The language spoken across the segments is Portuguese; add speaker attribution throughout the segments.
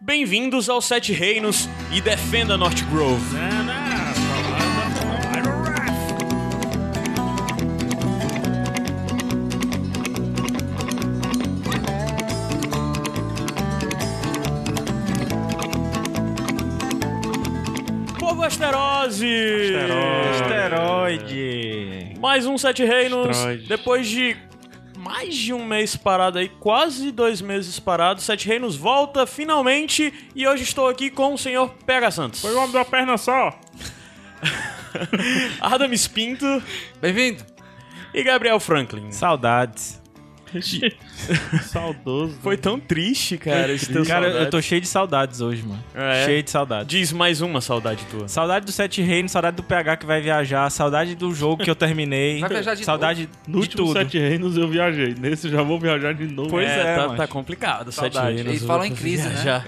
Speaker 1: Bem-vindos aos Sete Reinos e defenda North Grove. né? Povo Asterose!
Speaker 2: Asteroide.
Speaker 1: Mais um Sete Reinos.
Speaker 2: Asteroide.
Speaker 1: Depois de mais de um mês parado aí, quase dois meses parado, Sete Reinos volta finalmente e hoje estou aqui com o senhor Pega Santos.
Speaker 2: Foi o homem da perna só.
Speaker 1: Adames Pinto
Speaker 3: Bem-vindo!
Speaker 1: e Gabriel Franklin.
Speaker 2: Saudades. Saudoso.
Speaker 1: Foi tão triste, cara, esse teu
Speaker 2: um Cara, eu tô
Speaker 1: saudade.
Speaker 2: cheio de saudades hoje, mano.
Speaker 3: Ah,
Speaker 1: É?
Speaker 2: Cheio de saudades.
Speaker 1: Diz mais uma saudade tua.
Speaker 2: Saudade do Sete Reinos, saudade do PH que vai viajar, saudade do jogo que eu terminei.
Speaker 3: Vai viajar de
Speaker 2: saudade
Speaker 4: No
Speaker 2: de
Speaker 4: último
Speaker 2: tudo.
Speaker 4: Sete Reinos eu viajei. Nesse já vou viajar de novo.
Speaker 2: Pois é,
Speaker 1: tá,
Speaker 2: mas-
Speaker 1: tá complicado, Sete
Speaker 2: Saudade.
Speaker 1: Reinos.
Speaker 3: Eles
Speaker 1: eu
Speaker 3: falam
Speaker 1: vou
Speaker 3: em crise, né?
Speaker 1: viajar.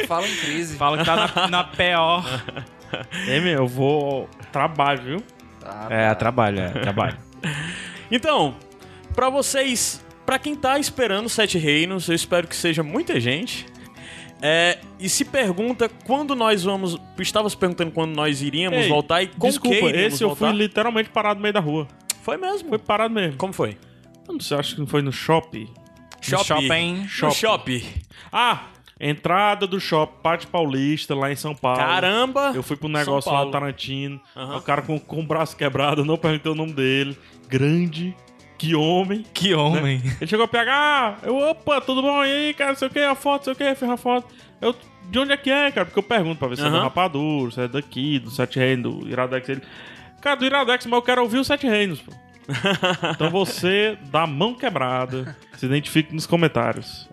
Speaker 3: Eu falo em crise.
Speaker 2: Fala que tá na, na pior.
Speaker 4: É, meu, eu vou... Trabalho, viu?
Speaker 3: Tá,
Speaker 2: É,
Speaker 3: tá.
Speaker 2: trabalho, é, trabalho.
Speaker 1: Então, pra vocês, pra quem tá esperando Sete Reinos, eu espero que seja muita gente. é, e se pergunta quando nós vamos. Estava se perguntando quando nós iríamos
Speaker 4: Ei,
Speaker 1: voltar e com
Speaker 4: Desculpa,
Speaker 1: que iríamos
Speaker 4: esse eu fui
Speaker 1: voltar.
Speaker 4: literalmente parado no meio da rua.
Speaker 1: Foi mesmo.
Speaker 4: Foi parado mesmo.
Speaker 1: Como foi?
Speaker 4: Eu não sei, acho que não foi no shopping.
Speaker 1: Shopping.
Speaker 3: Né?
Speaker 2: shopping.
Speaker 1: No shopping.
Speaker 4: Ah, entrada do shopping, Pátio Paulista, lá em São Paulo.
Speaker 1: Caramba!
Speaker 4: Ah, Eu fui pro
Speaker 1: São
Speaker 4: negócio lá
Speaker 1: Paulo.
Speaker 4: do Tarantino.
Speaker 1: Aham.
Speaker 4: O cara com, com o braço quebrado, não perguntei o nome dele. Grande, que homem.
Speaker 2: Que homem.
Speaker 4: Ele chegou a pegar, ah, eu, opa, tudo bom? E aí, cara, não sei o que, a foto, não sei o que, fez a foto. Eu, de onde é que é, cara? Porque eu pergunto pra ver se é
Speaker 1: Aham.
Speaker 4: do Rapadura, se é daqui, do Sete Reinos, do Iradex. Ele, cara, do Iradex, mas eu quero ouvir os Sete Reinos, pô. então você, da mão quebrada, se identifique nos comentários.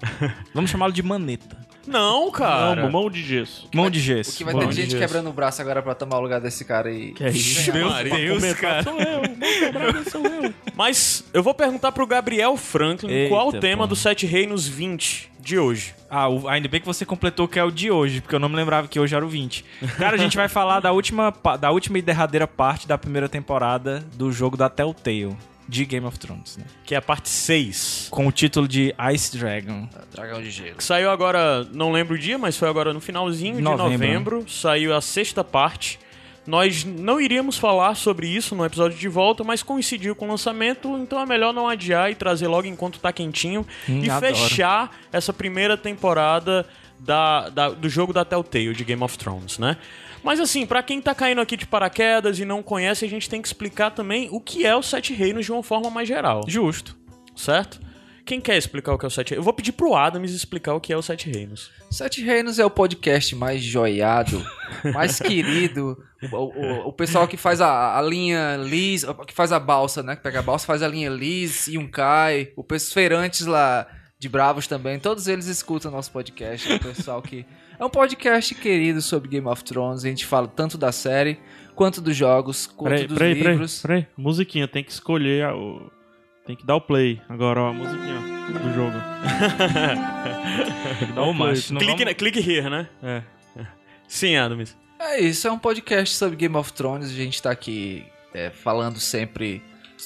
Speaker 2: Vamos chamá-lo de maneta.
Speaker 1: Não, cara.
Speaker 4: Não, mão de gesso.
Speaker 2: Mão de
Speaker 3: O
Speaker 2: gesso.
Speaker 3: que vai
Speaker 2: Mão
Speaker 3: ter
Speaker 2: de
Speaker 3: gente
Speaker 2: gesso.
Speaker 3: quebrando o braço agora pra tomar o lugar desse cara aí.
Speaker 4: Que é isso?
Speaker 3: Meu
Speaker 1: Maria.
Speaker 2: Deus, cara.
Speaker 4: Sou eu, mão quebrada sou eu.
Speaker 1: Mas eu vou perguntar pro Gabriel Franklin
Speaker 2: Eita,
Speaker 1: qual o tema
Speaker 2: porra.
Speaker 1: do Sete Reinos 20 de hoje.
Speaker 2: Ah, o- ainda bem que você completou que é o de hoje, porque eu não me lembrava que hoje era o 20. Cara, a gente vai falar da última, pa- da última e derradeira parte da primeira temporada do jogo da Telltale, de Game of Thrones, né?
Speaker 1: Que é a parte 6.
Speaker 2: Com o título de Ice Dragon.
Speaker 3: Dragão de gelo.
Speaker 1: Que saiu agora, não lembro o dia, mas foi agora no finalzinho
Speaker 2: Novembro. né?
Speaker 1: de novembro. Saiu a sexta parte. Nós não iríamos falar sobre isso no episódio de volta, mas coincidiu com o lançamento, então é melhor não adiar e trazer logo enquanto tá quentinho.
Speaker 2: Hum,
Speaker 1: e
Speaker 2: adoro.
Speaker 1: fechar essa primeira temporada da- da- do jogo da Telltale, de Game of Thrones, né? Mas assim, pra quem tá caindo aqui de paraquedas e não conhece, a gente tem que explicar também o que é o Sete Reinos de uma forma mais geral
Speaker 2: Justo.
Speaker 1: certo? Quem quer explicar o que é o Sete Reinos? Eu vou pedir pro Adams explicar o que é o Sete Reinos.
Speaker 3: Sete Reinos é o podcast mais joiado, mais querido. O, o- o pessoal que faz a, a linha Liz, que faz a balsa, né? Que pega a balsa, faz a linha Liz e um cai. O pessoal feirantes lá de Bravos também. Todos eles escutam nosso podcast. né? O pessoal que. É um podcast querido sobre Game of Thrones. A gente fala tanto da série, quanto dos jogos, quanto
Speaker 4: Peraí,
Speaker 3: dos
Speaker 4: peraí, peraí,
Speaker 3: livros.
Speaker 4: peraí. Musiquinha, tem que escolher, a- o- tem que dar o play. Agora, ó, a musiquinha ó, do jogo. Tem que dar
Speaker 2: Ô,
Speaker 4: o play.
Speaker 2: macho, não
Speaker 1: Clique,
Speaker 2: vamos...
Speaker 1: na- clique here, né?
Speaker 4: É.
Speaker 1: Sim, Adams.
Speaker 3: É isso, é um podcast sobre Game of Thrones. A gente tá aqui é, falando sempre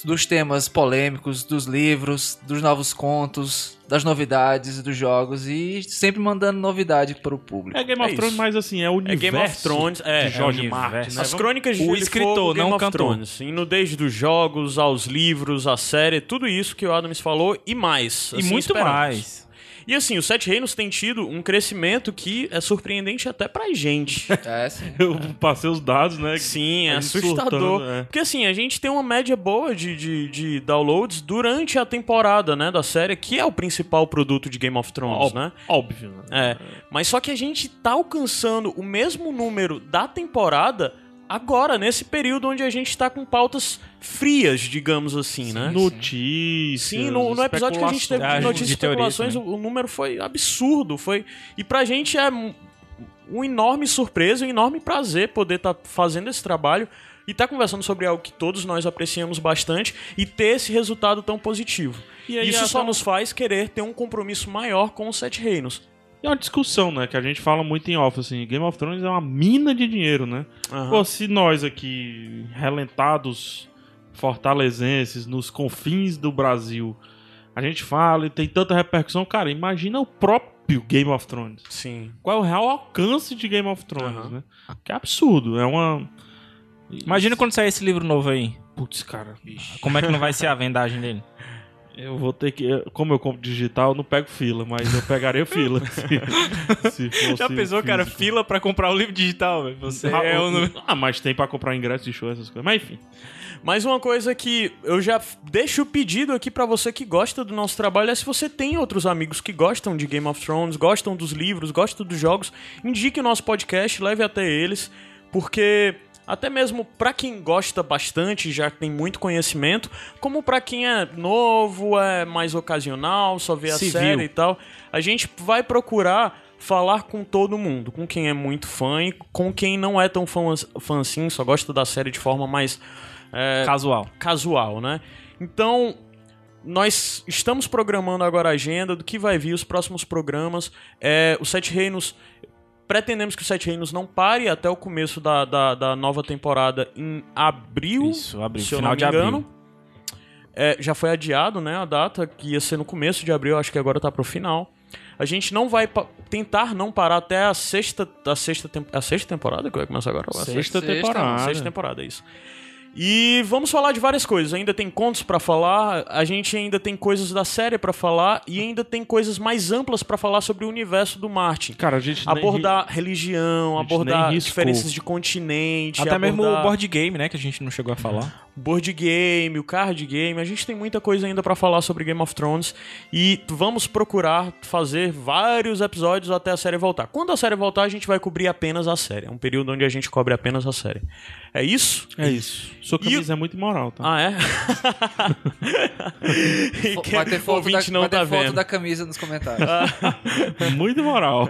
Speaker 3: dos temas polêmicos, dos livros, dos novos contos, das novidades, dos jogos e sempre mandando novidade para o público.
Speaker 4: É Game
Speaker 1: É
Speaker 4: of Thrones,
Speaker 1: isso.
Speaker 4: mas assim, é o
Speaker 1: É
Speaker 4: universo.
Speaker 1: Game of Thrones, é,
Speaker 4: de Jorge
Speaker 2: é o
Speaker 4: Martin.
Speaker 2: universo.
Speaker 4: Né?
Speaker 1: As
Speaker 4: Vamos-
Speaker 1: crônicas de
Speaker 2: O
Speaker 1: Gelo e
Speaker 2: escritor,
Speaker 1: Fogo, Game
Speaker 2: não o
Speaker 1: of
Speaker 2: cantor.
Speaker 1: Thrones. Indo desde os jogos aos livros, à série, tudo isso que o Adams falou e mais.
Speaker 2: E
Speaker 1: Assim,
Speaker 2: muito
Speaker 1: esperamos.
Speaker 2: mais.
Speaker 1: E assim, o Sete Reinos tem tido um crescimento que é surpreendente até pra gente.
Speaker 3: É, sim.
Speaker 4: Eu passei os dados, né?
Speaker 1: Sim, é
Speaker 4: A gente
Speaker 2: né?
Speaker 1: assustador.
Speaker 4: surtando, é.
Speaker 1: Porque assim, a gente tem uma média boa de, de, de downloads durante a temporada, né, da série, que é o principal produto de Game of Thrones,
Speaker 4: Ó,
Speaker 1: né?
Speaker 4: Óbvio, né?
Speaker 1: É. Mas só que a gente tá alcançando o mesmo número da temporada agora, nesse período onde a gente tá com pautas frias, digamos assim, né?
Speaker 4: Notícias.
Speaker 1: Sim, no, no episódio que a gente teve de
Speaker 4: Ah,
Speaker 2: especulações.
Speaker 1: notícias e
Speaker 2: De teorias
Speaker 1: especulações,
Speaker 4: né?
Speaker 1: o, o número foi absurdo. Foi... E pra gente é um- uma enorme surpresa, um enorme prazer poder estar fazendo esse trabalho e estar conversando sobre algo que todos nós apreciamos bastante e ter esse resultado tão positivo.
Speaker 4: E aí,
Speaker 1: Isso
Speaker 4: até
Speaker 1: só
Speaker 4: um-
Speaker 1: nos faz querer ter um compromisso maior com os Sete Reinos.
Speaker 4: É uma discussão, né? Que a gente fala muito em off, assim. Game of Thrones é uma mina de dinheiro, né?
Speaker 1: Aham.
Speaker 4: Pô, se nós aqui, relentados fortalezenses, nos confins do Brasil, a gente fala e tem tanta repercussão, cara, imagina o próprio próprio Game of Thrones.
Speaker 1: Sim.
Speaker 4: Qual é o real alcance de Game of Thrones,
Speaker 1: Aham.
Speaker 4: né? Que é absurdo, é uma...
Speaker 2: Imagina quando sair esse livro novo aí.
Speaker 4: Putz, cara,
Speaker 2: Como é que não vai ser a vendagem dele?
Speaker 4: eu vou ter que... Como eu compro digital, eu não pego fila, mas eu pegaria fila. se, se fosse
Speaker 2: Já pensou, cara,
Speaker 4: físico.
Speaker 2: fila pra comprar o livro digital, velho? Você
Speaker 4: Ah,
Speaker 2: é
Speaker 4: o-
Speaker 2: o número-
Speaker 4: Ah, mas tem pra comprar ingresso de show, essas coisas. Mas enfim.
Speaker 1: Mas uma coisa que eu já f- deixo o pedido aqui pra você que gosta do nosso trabalho é se você tem outros amigos que gostam de Game of Thrones, gostam dos livros, gostam dos jogos, indique o nosso podcast, leve até eles, porque até mesmo pra quem gosta bastante, já tem muito conhecimento, como pra quem é novo, é mais ocasional, só vê a
Speaker 2: Civil.
Speaker 1: série e tal, a gente vai procurar falar com todo mundo, com quem é muito fã e com quem não é tão fã, fã assim, só gosta da série de forma mais é,
Speaker 2: Casual.
Speaker 1: casual, né? Então, nós estamos programando agora a agenda do que vai vir os próximos programas. É, o Sete Reinos. Pretendemos que o Sete Reinos não pare até o começo da, da, da nova temporada em abril.
Speaker 2: Isso, abril.
Speaker 1: se eu
Speaker 2: Final
Speaker 1: não me
Speaker 2: de abril.
Speaker 1: engano. É, já foi adiado, né? A data que ia ser no começo de abril, acho que agora tá pro final. A gente não vai pa- tentar não parar até a sexta, a sexta, tem- a sexta temporada que vai começar agora. A
Speaker 4: Sexta,
Speaker 3: Sexta,
Speaker 4: temporada.
Speaker 1: Sexta temporada, é isso. E vamos falar de várias coisas. Ainda tem contos pra falar, a gente ainda tem coisas da série pra falar e ainda tem coisas mais amplas pra falar sobre o universo do Martin.
Speaker 4: Cara, a gente nem-
Speaker 1: Abordar religião,
Speaker 4: a gente
Speaker 1: abordar
Speaker 4: nem riscou.
Speaker 1: diferenças de continente,
Speaker 2: Até mesmo o
Speaker 1: abordar
Speaker 2: board game, né? Que a gente não chegou a falar.
Speaker 1: board game, o card game. A gente tem muita coisa ainda pra falar sobre Game of Thrones e vamos procurar fazer vários episódios até a série voltar. Quando a série voltar, a gente vai cobrir apenas a série. É um período onde a gente cobre apenas a série. É isso?
Speaker 4: É isso. Sua camisa é muito imoral, tá?
Speaker 1: Ah, é? E
Speaker 3: Fo-
Speaker 1: quem
Speaker 3: Vai ter foto, da,
Speaker 1: ouvinte não
Speaker 3: vai ter
Speaker 1: tá
Speaker 3: foto
Speaker 1: vendo. Ah,
Speaker 3: da camisa nos comentários.
Speaker 4: Muito imoral.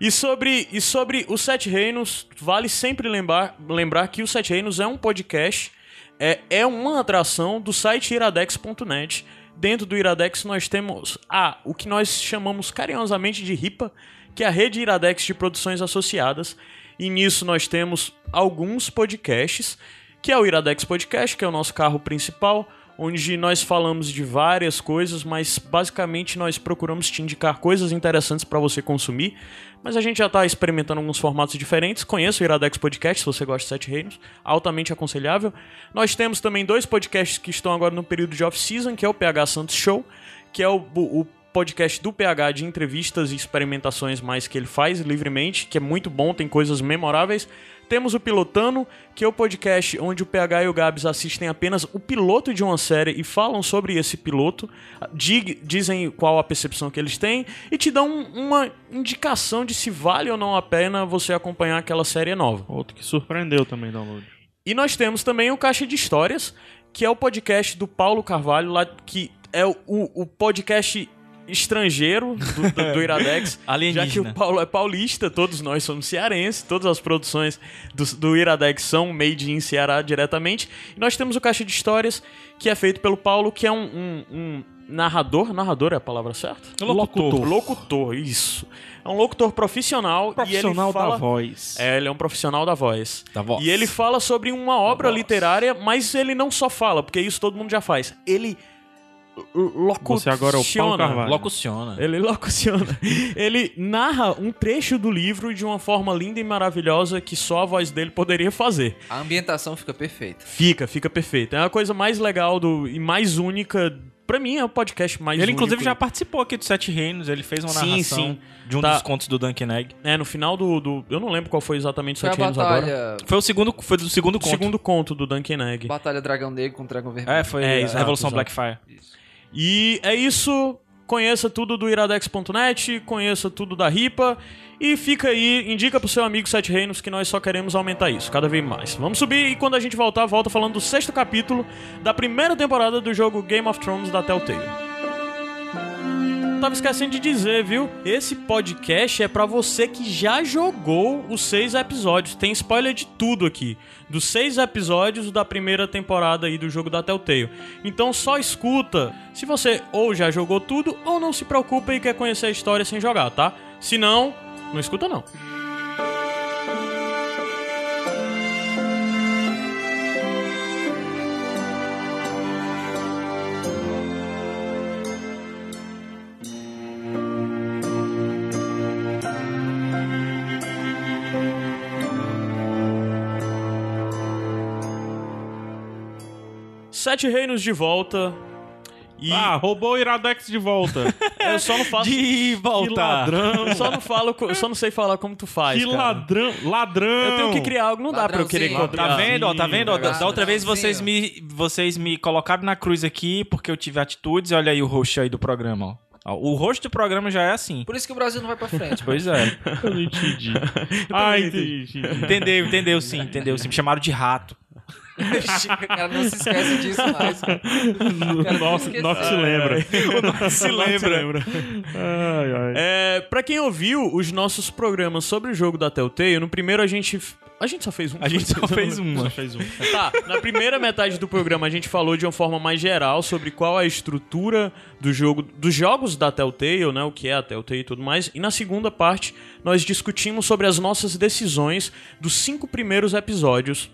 Speaker 1: E sobre, e sobre os Sete Reinos, vale sempre lembrar, lembrar que o Sete Reinos é um podcast, é, é uma atração do site iradex.net. Dentro do Iradex nós temos a o que nós chamamos carinhosamente de RIPA, que é a rede Iradex de produções associadas. E nisso nós temos alguns podcasts, que é o Iradex Podcast, que é o nosso carro principal, onde nós falamos de várias coisas, mas basicamente nós procuramos te indicar coisas interessantes para você consumir. Mas a gente já tá experimentando alguns formatos diferentes. Conheça o Iradex Podcast, se você gosta de Sete Reinos, altamente aconselhável. Nós temos também dois podcasts que estão agora no período de off-season, que é o PH Santos Show, que é o, o podcast do PH de entrevistas e experimentações mais que ele faz livremente, que é muito bom, tem coisas memoráveis. Temos o Pilotano, que é o podcast onde o PH e o Gabs assistem apenas o piloto de uma série e falam sobre esse piloto, dig- dizem qual a percepção que eles têm e te dão um- uma indicação de se vale ou não a pena você acompanhar aquela série nova.
Speaker 4: Outro que surpreendeu também, download.
Speaker 1: E nós temos também o Caixa de Histórias, que é o podcast do Paulo Carvalho, lá que é o, o podcast estrangeiro do, do- do Iradex. Já
Speaker 2: Alienígena.
Speaker 1: que o Paulo é paulista, todos nós somos cearenses, todas as produções do, do Iradex são made in Ceará diretamente. E nós temos o Caixa de Histórias, que é feito pelo Paulo, que é um, um- um narrador. Narrador é a palavra certa?
Speaker 4: Locutor.
Speaker 1: Locutor, isso. É um locutor profissional, e
Speaker 4: Profissional
Speaker 1: ele fala...
Speaker 4: da voz.
Speaker 1: É, ele é um profissional da voz.
Speaker 2: Da voz.
Speaker 1: E ele fala sobre uma obra literária, mas ele não só fala, porque isso todo mundo já faz. Ele locuciona.
Speaker 4: Você agora é o Paulo Carvalho.
Speaker 2: Locuciona.
Speaker 1: Ele locuciona. ele narra um trecho do livro de uma forma linda e maravilhosa que só a voz dele poderia fazer.
Speaker 3: A ambientação fica perfeita.
Speaker 1: Fica, fica perfeito. É a coisa mais legal do e mais única. Pra mim é o podcast mais
Speaker 2: Ele,
Speaker 1: único.
Speaker 2: inclusive, já participou aqui do Sete Reinos. Ele fez uma
Speaker 1: Sim,
Speaker 2: narração
Speaker 1: sim.
Speaker 2: de um
Speaker 1: Tá.
Speaker 2: dos contos do Duncan Egg.
Speaker 1: É, no final do, do- Eu não lembro qual foi exatamente o
Speaker 3: Foi a
Speaker 1: Sete Reinos agora.
Speaker 3: batalha,
Speaker 2: Foi o segundo, foi do segundo
Speaker 1: O
Speaker 2: conto.
Speaker 1: segundo conto do Duncan Egg.
Speaker 3: batalha Dragão Negro com Dragão Vermelho.
Speaker 2: É, foi
Speaker 1: É,
Speaker 2: a
Speaker 1: exato,
Speaker 2: Revolução
Speaker 1: exato.
Speaker 2: Blackfire.
Speaker 1: E é isso. Conheça tudo do iradex.net, conheça tudo da RIPA e fica aí, indica pro seu amigo Sete Reinos que nós só queremos aumentar isso, cada vez mais. Vamos subir e quando a gente voltar, volta falando do sexto capítulo da primeira temporada do jogo Game of Thrones da Telltale. Tava esquecendo de dizer, viu? Esse podcast é pra você que já jogou os seis episódios. Tem spoiler de tudo aqui. Dos seis episódios da primeira temporada aí do jogo da Telltale. Então só escuta se você ou já jogou tudo ou não se preocupa e quer conhecer a história sem jogar, tá? Se não, não escuta não. Sete Reinos de volta. E
Speaker 4: Ah, roubou o Iradex de volta.
Speaker 1: eu só não faço.
Speaker 2: De volta.
Speaker 4: que ladrão.
Speaker 1: Eu só não falo, co- eu só não sei falar como tu faz.
Speaker 4: que
Speaker 1: cara.
Speaker 4: ladrão. Ladrão.
Speaker 1: Eu tenho que criar algo, não dá pra eu querer
Speaker 3: Ladrãozinho.
Speaker 1: copiar.
Speaker 2: Tá vendo, ó, tá vendo? ó, da,
Speaker 3: Sim,
Speaker 2: da outra vez
Speaker 3: legal.
Speaker 2: vocês
Speaker 3: Sim, ó.
Speaker 2: me, vocês me colocaram na cruz aqui porque eu tive atitudes. Olha aí o rosto aí do programa, ó. ó. O rosto do programa já é assim.
Speaker 3: Por isso que o Brasil não vai pra frente.
Speaker 2: Pois é.
Speaker 4: Eu não entendi.
Speaker 1: não
Speaker 4: ah,
Speaker 1: entendi.
Speaker 4: entendi. entendi.
Speaker 2: Entendeu, entendeu sim, entendeu sim. Me chamaram de rato.
Speaker 3: o cara não se esquece disso mais.
Speaker 4: Nossa,
Speaker 3: esqueci.
Speaker 4: nossa, se lembra.
Speaker 2: Se lembra.
Speaker 4: Ai, ai.
Speaker 1: É, pra quem ouviu os nossos programas sobre o jogo da Telltale, no primeiro a gente. A gente só fez um.
Speaker 2: A gente só fez
Speaker 4: Só
Speaker 2: uma.
Speaker 4: fez um.
Speaker 1: Tá, na primeira metade do programa a gente falou de uma forma mais geral sobre qual a estrutura do jogo, dos jogos da Telltale, né, o que é a Telltale e tudo mais. E na segunda parte nós discutimos sobre as nossas decisões dos cinco primeiros episódios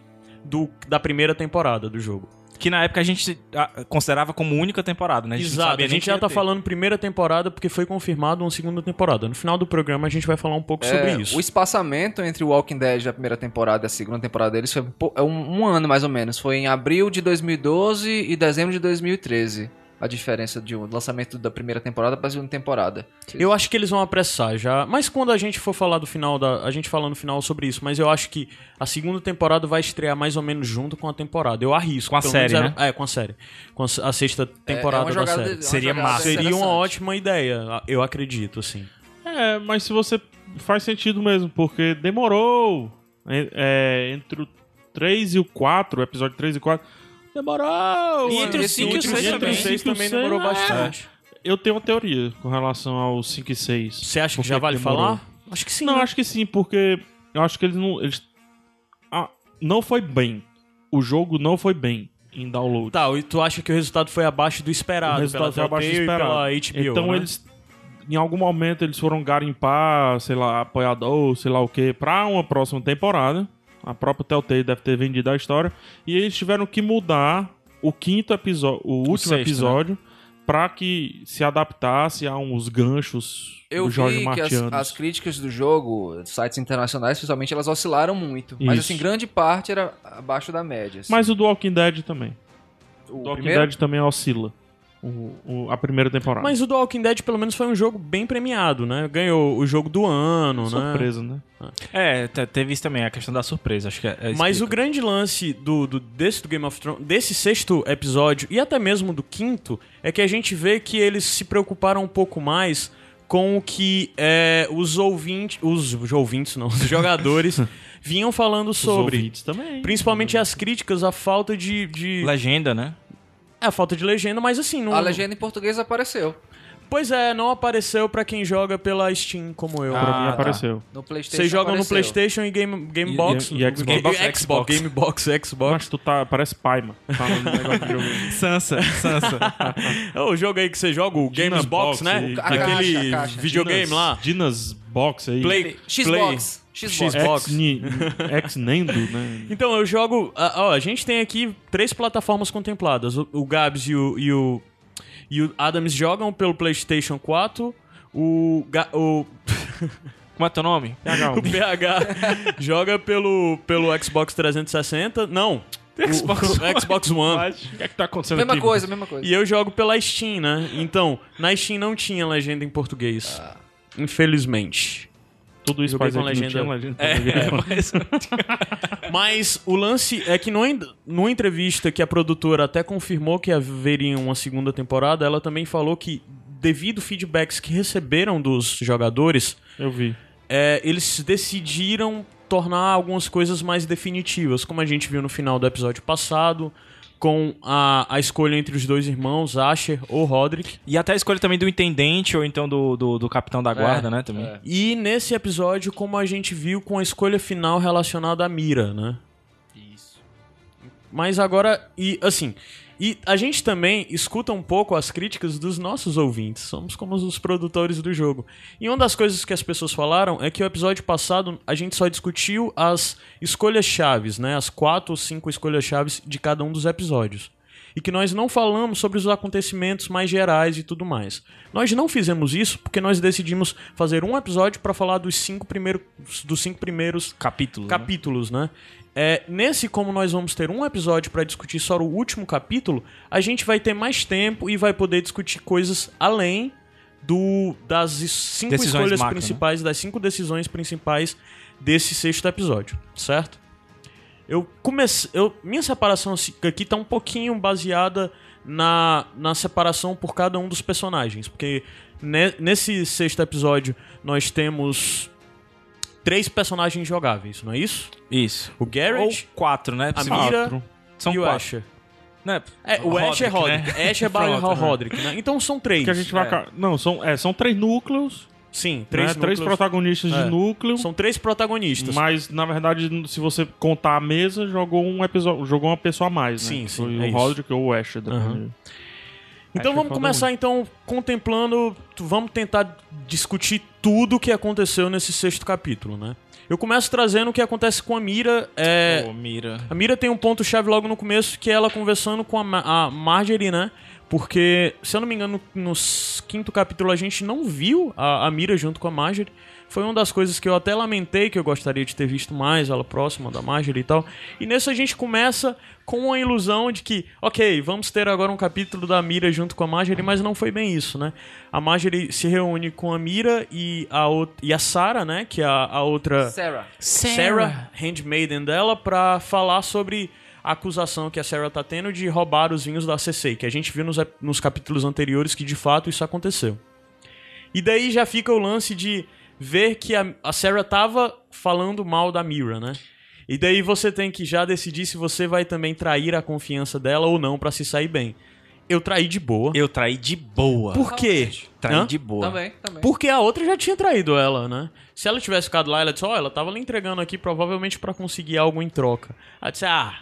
Speaker 1: do, da primeira temporada do jogo.
Speaker 2: Que na época a gente ah, considerava como única temporada, né? A gente não
Speaker 1: Exato,
Speaker 2: sabia
Speaker 1: a
Speaker 2: nem
Speaker 1: gente
Speaker 2: que
Speaker 1: já
Speaker 2: ia
Speaker 1: tá
Speaker 2: ter.
Speaker 1: falando primeira temporada porque foi confirmado uma segunda temporada. No final do programa a gente vai falar um pouco sobre isso.
Speaker 3: É, Então, O espaçamento entre o Walking Dead da primeira temporada e a segunda temporada deles foi um po- é um, um ano mais ou menos. Foi em abril de 2012 e dezembro de 2013. A diferença de um lançamento da primeira temporada pra segunda temporada.
Speaker 1: Eu acho que eles vão apressar já. Mas quando a gente for falar do final da. A gente fala no final sobre isso, mas eu acho que a segunda temporada vai estrear mais ou menos junto com a temporada. Eu arrisco.
Speaker 2: Com a
Speaker 1: pelo menos
Speaker 2: série, né?
Speaker 1: era- É, com a série. Com a, s- a sexta
Speaker 3: É- é
Speaker 1: temporada
Speaker 3: uma
Speaker 1: da série.
Speaker 3: jogada- uma
Speaker 2: Seria
Speaker 3: jogada
Speaker 2: massa.
Speaker 1: Seria uma
Speaker 3: interessante.
Speaker 1: ótima ideia, eu acredito, assim.
Speaker 4: É, mas se você. Faz sentido mesmo, porque demorou. É, é, entre o 3 e o 4, o episódio 3 e 4. Demorou!
Speaker 2: E entre o
Speaker 4: Esse
Speaker 2: cinco e o
Speaker 4: último-
Speaker 2: seis
Speaker 4: entre o
Speaker 2: também.
Speaker 4: cinco e o
Speaker 1: seis também
Speaker 4: seis,
Speaker 1: demorou
Speaker 4: é.
Speaker 1: bastante.
Speaker 4: Eu tenho uma teoria com relação aos 5 e 6.
Speaker 1: Você acha que,
Speaker 4: Por
Speaker 1: já vale
Speaker 4: demorou?
Speaker 1: falar? Acho que sim.
Speaker 4: Não,
Speaker 1: né?
Speaker 4: acho que sim, porque eu acho que eles não. Eles... Ah, não foi bem. O jogo não foi bem em download.
Speaker 1: Tá, e tu acha que o resultado foi abaixo do esperado?
Speaker 4: o resultado foi
Speaker 1: pela
Speaker 4: abaixo do
Speaker 1: Telltale
Speaker 4: esperado.
Speaker 1: e pela HBO,
Speaker 4: então
Speaker 1: né?
Speaker 4: eles. Em algum momento eles foram garimpar, sei lá, apoiador, sei lá o que, pra uma próxima temporada. A própria Telltale deve ter vendido a história. E eles tiveram que mudar o quinto episódio, o último
Speaker 2: sexto, né?
Speaker 4: episódio, pra que se adaptasse a uns ganchos
Speaker 3: Eu
Speaker 4: do Jorge
Speaker 3: vi que as,
Speaker 4: Martianos.
Speaker 3: as críticas do jogo, sites internacionais, principalmente, elas oscilaram muito. Mas,
Speaker 4: Isso.
Speaker 3: assim, grande parte era abaixo da média. assim.
Speaker 4: Mas o do Walking Dead também.
Speaker 3: o
Speaker 4: Walking
Speaker 3: primeiro-
Speaker 4: Dead também oscila. O, o- a primeira temporada.
Speaker 1: Mas o The Walking Dead, pelo menos, foi um jogo bem premiado, né? Ganhou o jogo do ano, né?
Speaker 4: surpresa, né?
Speaker 2: É, te- teve isso também, a questão da surpresa. Acho que
Speaker 4: tá
Speaker 2: é, é
Speaker 1: Mas o
Speaker 2: explica.
Speaker 1: grande lance do, do- desse do Game of Thrones, desse sexto episódio e até mesmo do quinto, é que a gente vê que eles se preocuparam um pouco mais com o que é, os ouvintes, os, os ouvintes não, os jogadores vinham falando
Speaker 4: Os
Speaker 1: sobre.
Speaker 4: ouvintes também.
Speaker 1: Principalmente as críticas à falta de. de é,
Speaker 2: Legenda, né?
Speaker 1: a falta de legenda, mas assim, não.
Speaker 3: A legenda em português apareceu.
Speaker 1: Pois é, não apareceu pra quem joga pela Steam como eu.
Speaker 4: Pra mim
Speaker 2: Ah, tá.
Speaker 4: apareceu.
Speaker 3: No PlayStation.
Speaker 1: Vocês jogam no
Speaker 3: apareceu.
Speaker 1: PlayStation e Game,
Speaker 4: E-
Speaker 1: Game Box?
Speaker 4: e- e Xbox.
Speaker 1: Xbox, Xbox, Game Box, Xbox.
Speaker 4: Mas tu tá, parece pai, mano. Tá no negócio de jogo.
Speaker 2: Sansa, Sansa.
Speaker 1: É o jogo aí que você joga, o Games
Speaker 4: Dina
Speaker 1: Box,
Speaker 4: Box,
Speaker 1: né?
Speaker 4: o-
Speaker 3: a caixa,
Speaker 1: Aquele
Speaker 3: a caixa.
Speaker 1: videogame
Speaker 4: Dinas-
Speaker 1: lá.
Speaker 4: Dinas Box aí.
Speaker 1: Play, Play.
Speaker 3: Xbox. Xbox.
Speaker 1: Xbox.
Speaker 4: Ex-ni- Ex-Nendo, né?
Speaker 1: Então, eu jogo... ah, Ó, a gente tem aqui três plataformas contempladas. O, o Gabs e o, e, o, e o Adams jogam pelo PlayStation 4. O, Ga- o,
Speaker 2: Como é teu nome?
Speaker 1: o PH joga pelo, pelo Xbox 360. Não,
Speaker 2: Xbox
Speaker 1: o, o Xbox One.
Speaker 4: O que é que tá acontecendo
Speaker 3: Mesma
Speaker 4: aqui?
Speaker 3: coisa, mesma coisa.
Speaker 1: E eu jogo pela Steam, né? Então, na Steam não tinha legenda em português. Infelizmente.
Speaker 4: Tudo isso
Speaker 1: Joguei
Speaker 4: faz
Speaker 1: com
Speaker 4: aqui legenda.
Speaker 1: legenda.
Speaker 4: Tinha legenda.
Speaker 1: É. Mas o lance é que numa, en- numa entrevista que a produtora até confirmou que haveria uma segunda temporada, ela também falou que, devido feedbacks que receberam dos jogadores,
Speaker 4: Eu vi.
Speaker 1: é, eles decidiram tornar algumas coisas mais definitivas, como a gente viu no final do episódio passado, com a, a escolha entre os dois irmãos, Asher ou Roderick.
Speaker 2: E até a escolha também do intendente ou então do, do, do capitão da guarda, né? Também.
Speaker 3: é.
Speaker 1: E nesse episódio, como a gente viu, com a escolha final relacionada à mira, né?
Speaker 3: Isso.
Speaker 1: Mas agora, e assim, e a gente também escuta um pouco as críticas dos nossos ouvintes, somos como os produtores do jogo. E uma das coisas que as pessoas falaram é que o episódio passado a gente só discutiu as escolhas chaves, né? As quatro ou cinco escolhas chaves de cada um dos episódios. e que nós não falamos sobre os acontecimentos mais gerais e tudo mais. Nós não fizemos isso porque nós decidimos fazer um episódio para falar dos cinco primeiros, dos cinco primeiros
Speaker 2: Capítulo. né?
Speaker 1: capítulos, né? É, nesse, como nós vamos ter um episódio para discutir só o último capítulo, a gente vai ter mais tempo e vai poder discutir coisas além do das cinco
Speaker 2: Decisões
Speaker 1: escolhas
Speaker 2: macro, né?
Speaker 1: principais, das cinco decisões principais desse sexto episódio, certo? Eu comecei, eu, minha separação aqui tá um pouquinho baseada na, na separação por cada um dos personagens, porque ne- nesse sexto episódio nós temos três personagens jogáveis, não é isso?
Speaker 2: Isso.
Speaker 1: O Garrett,
Speaker 2: Ou quatro, né?
Speaker 1: a
Speaker 2: Se-
Speaker 1: Mira
Speaker 4: Quatro.
Speaker 2: São
Speaker 1: e o
Speaker 2: quatro.
Speaker 1: Asher.
Speaker 2: Né?
Speaker 1: É, o Ash é
Speaker 2: Roderick,
Speaker 1: Roderick. Ash é barra
Speaker 2: Pronto, né?
Speaker 1: Roderick, né? Então são três.
Speaker 4: Que a gente vai.
Speaker 2: é.
Speaker 4: ca- Não, são, é, são três núcleos.
Speaker 2: né?
Speaker 1: Sim,
Speaker 4: Três,
Speaker 1: três,
Speaker 4: três
Speaker 1: núcleos.
Speaker 4: protagonistas
Speaker 1: É.
Speaker 4: de núcleo.
Speaker 1: São três protagonistas.
Speaker 4: Mas, na verdade, se você contar a mesa, jogou um episódio, jogou uma pessoa a mais, né?
Speaker 1: Sim,
Speaker 4: Que
Speaker 1: sim,
Speaker 4: Foi
Speaker 1: é
Speaker 4: o
Speaker 1: isso.
Speaker 4: Roderick ou o Ash. depende.
Speaker 1: Aham. Então
Speaker 4: Acho
Speaker 1: vamos
Speaker 4: que
Speaker 1: começar então contemplando, tu- vamos tentar discutir tudo o que aconteceu nesse sexto capítulo, né? Eu começo trazendo o que acontece com a Mira. É,
Speaker 2: Ô, Mira.
Speaker 1: A Mira tem um ponto-chave logo no começo, que é ela conversando com a, Ma- a Marjorie, né? Porque, se eu não me engano, no s- quinto capítulo a gente não viu a, a Mira junto com a Marjorie. Foi uma das coisas que eu até lamentei, que eu gostaria de ter visto mais ela próxima da Marjorie e tal. E nesse a gente começa com a ilusão de que, ok, vamos ter agora um capítulo da Mira junto com a Marjorie, mas não foi bem isso, né? A Marjorie se reúne com a Mira e a, out- e a Sarah, né? Que é a, a outra.
Speaker 3: Sarah.
Speaker 1: Sarah, handmaiden dela, pra falar sobre a acusação que a Sarah tá tendo de roubar os vinhos da CC, que a gente viu nos, ep- nos capítulos anteriores que de fato isso aconteceu. E daí já fica o lance de ver que a, a Sarah tava falando mal da Mira, né? E daí você tem que já decidir se você vai também trair a confiança dela ou não pra se sair bem. Eu traí de boa.
Speaker 2: Eu traí de boa.
Speaker 1: Por quê?
Speaker 2: Traí
Speaker 1: Hã?
Speaker 2: de boa.
Speaker 3: Também, também.
Speaker 1: Porque a outra já tinha traído ela, né? Se ela tivesse ficado lá, ela disse, ó, ela tava lhe entregando aqui provavelmente pra conseguir algo em troca. Ela disse, ah,